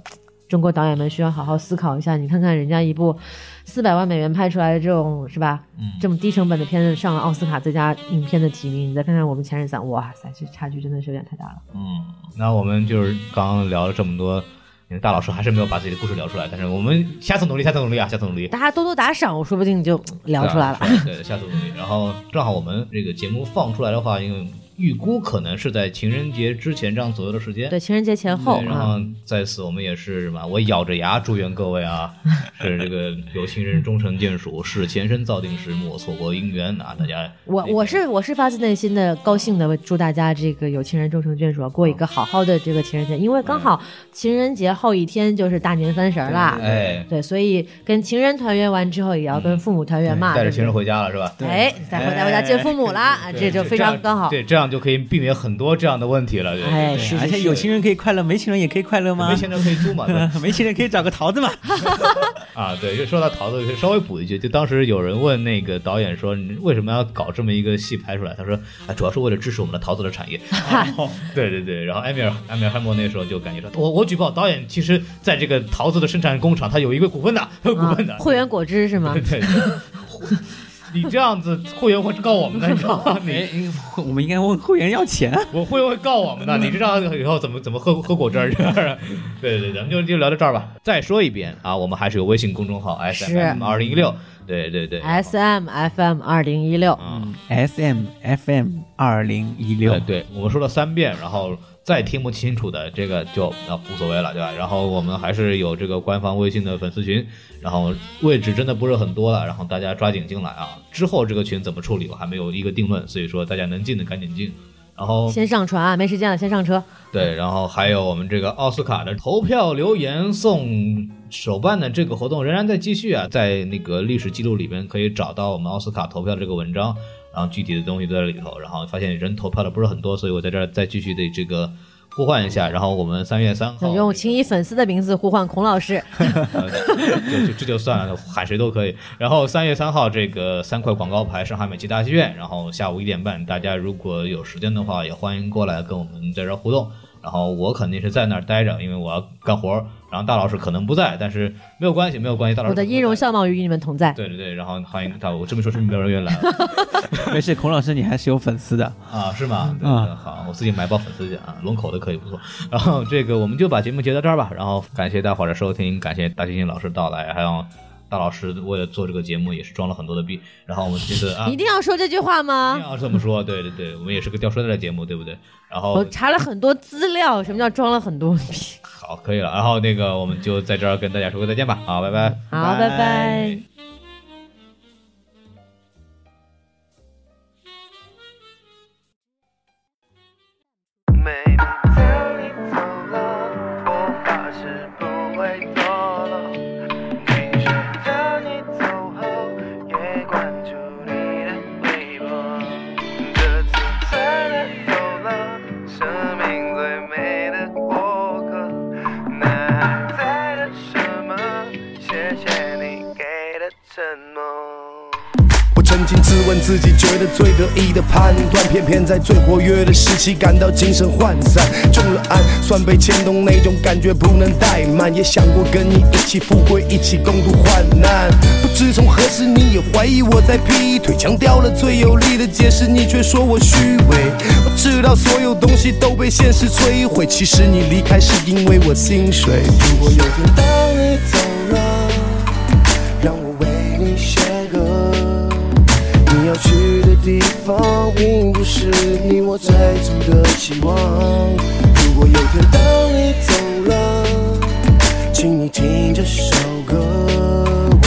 A: 中国导演们需要好好思考一下，你看看人家一部四百万美元拍出来的这种是吧，
C: 嗯
A: 这么低成本的片子上了奥斯卡最佳影片的提名，你再看看我们《前任三》，哇塞，这差距真的是有点太大了。
C: 嗯，那我们就是刚刚聊了这么多，大老师还是没有把自己的故事聊出来，但是我们下次努力，下次努力啊，下次努力。
A: 大家多多打赏，我说不定你就嗯聊出来了。
C: 对，对下次努力。然后正好我们这个节目放出来的话，因为预估可能是在情人节之前这样左右的时间。
A: 对，情人节前后
C: 对然
A: 啊，
C: 后在此我们也是什么？我咬着牙祝愿各位啊， 是这个有情人终成眷属，是前生造定时，莫错过姻缘啊！大家
A: 我我是我是发自内心的高兴的祝大家这个有情人终成眷属，过一个
C: 嗯
A: 好好的这个情人节，因为刚好情人节后一天就是大年三十儿啦。
C: 哎，
A: 对，所以跟情人团圆完之后，也要跟父母团圆嘛。
C: 嗯带
A: 对
C: 着
A: 不对
C: 情人回家了是吧？
A: 哎，再回带回家见父母啦，啊这就非常刚好。
C: 对，这样就可以避免很多这样的问题了。对，
A: 哎，
C: 对
A: 是
D: 而
A: 是
D: 且
A: 是
D: 有。情人可以快乐，没情人也可以快乐吗
C: 没？钱就可以租嘛。对
D: 没情人可以找个桃子嘛？
C: 啊，对，就说到桃子，可以稍微补一句，就当时有人问那个导演说，你为什么要搞这么一个戏拍出来？他说，啊，主要是为了支持我们的桃子的产业。哦对对对，然后埃米尔埃米尔汉默那时候就感觉到，我我举报导演，其实在这个桃子的生产工厂，他有一个股份的，有股
A: 啊
C: 份的。，
A: 汇源果汁是吗
C: 对？对 对，你这样子会员会告我们的，你知道吗？你
D: 哎，我们应该问会员要钱啊。
C: 我会会告我们 的，你知道以后怎么怎么喝喝果汁儿？ 对对对，咱们就就聊到这儿吧。再说一遍啊，我们还是有微信公众号 S
A: 是
C: M 二零一六，对对对
A: S M F M 二零一六，
C: 嗯，
D: S M F M 二零一六
C: 对，对，我们说了三遍，然后再听不清楚的这个就啊无所谓了，对吧？然后我们还是有这个官方微信的粉丝群，然后位置真的不是很多了，然后大家抓紧进来啊。之后这个群怎么处理，我还没有一个定论，所以说大家能进的赶紧进。然后
A: 先上船啊，没时间了，先上车。
C: 对，然后还有我们这个奥斯卡的投票留言送手办的这个活动仍然在继续啊，在那个历史记录里边可以找到我们奥斯卡投票这个文章，然后具体的东西都在里头。然后发现人投票的不是很多，所以我在这儿再继续的这个呼唤一下。然后我们三月三号
A: 想用啊青衣粉丝的名字呼唤孔老师，
C: 呃这这这就算了，喊谁都可以。然后三月三号这个三块广告牌，上海美琪大戏院，然后下午一点半，大家如果有时间的话，也欢迎过来跟我们在这儿互动。然后我肯定是在那儿待着，因为我要干活儿。然后大老师可能不在，但是没有关系，没有关系，大老师
A: 我的
C: 可能
A: 音容
C: 在。
A: 笑貌与你们同在。
C: 对对对，然后欢迎到我这么说，是不是没有人愿意来啊了
D: 没事，孔老师你还是有粉丝的。
C: 啊？是吗？对
D: 嗯
C: 好，我自己买包粉丝去啊，龙口的可以不错。 然后这个我们就把节目截到这儿吧，然后感谢大伙儿的收听，感谢大猩猩老师到来，还有大老师为了做这个节目也是装了很多的逼。然后我们这次啊，
A: 一定要说这句话
C: 一定
A: 吗？
C: 要这么说，对对对，我们也是个掉书袋的节目，对不对？然后
A: 我查了很多资料，什么叫装了很多逼？
C: 好，可以了，然后那个我们就在这儿跟大家说个再见吧，好，拜拜。
A: 好，拜拜。
B: 每次你走了，我发誓不会堕落。你选择你走后，也关注你的微博。这次真的走了，生命最美的过客。那还在等什么？谢谢你给的承诺。
E: 我曾经自问自己，觉得最得意的判断，偏偏在最活跃的时期感到精神涣散。中了案，算被牵动，那种感觉不能怠慢。也想过跟你一起富贵，一起共度患难。不知从何时，你也怀疑我在劈腿，强调了最有力的解释，你却说我虚伪。我知道所有东西都被现实摧毁，其实你离开是因为我心碎。如果有天当你走了。让我为你写歌。你也要去的地方，并不是你我最初的期望。如果有天当你走了，请你听这首歌。哦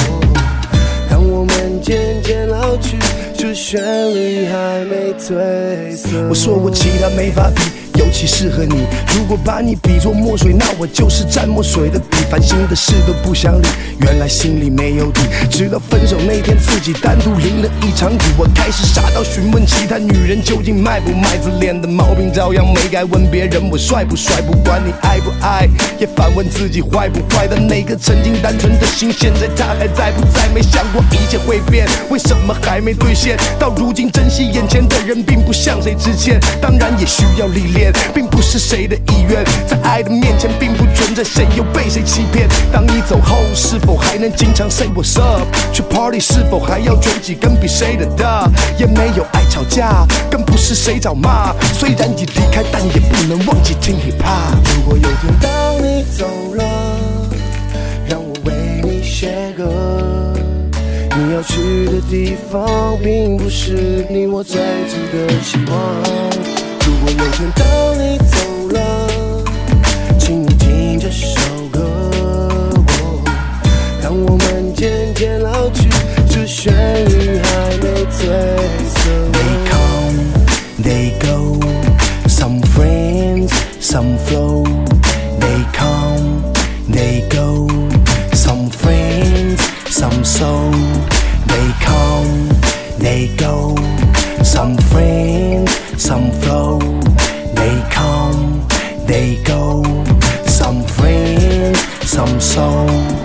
E: 当我们渐渐老去，这旋律还没褪色。我说过其他没法比。尤其适合你。如果把你比作墨水，那我就是蘸墨水的笔。烦心的事都不想理，原来心里没有底。直到分手那天，自己单独淋了一场雨，我开始傻到询问其他女人究竟卖不卖，自恋的毛病照样没改。问别人我帅不帅，不管你爱不爱，也反问自己坏不坏。但那个曾经单纯的心，现在它还在不在？没想过一切会变，为什么还没兑现？到如今珍惜眼前的人，并不像谁之前，当然也需要历练，并不是谁的意愿，在爱的面前并不存在谁又被谁欺骗。当你走后，是否还能经常 say what's up？去 party 是否还要卷几根比谁的大？也没有爱吵架，更不是谁找骂。虽然已离开，但也不能忘记听 hip hop。如果有天当你走了。让我为你写歌。你要去的地方，并不是你我最初的期望。如果有天当你走了，请你听这首歌。哦当我们渐渐老去，这旋律还没褪色。They come, they go, some friends, some flow. They come, they go, some friends, some soul. They come, they go, some friends, some flow. They come, they go, some friends, some soul.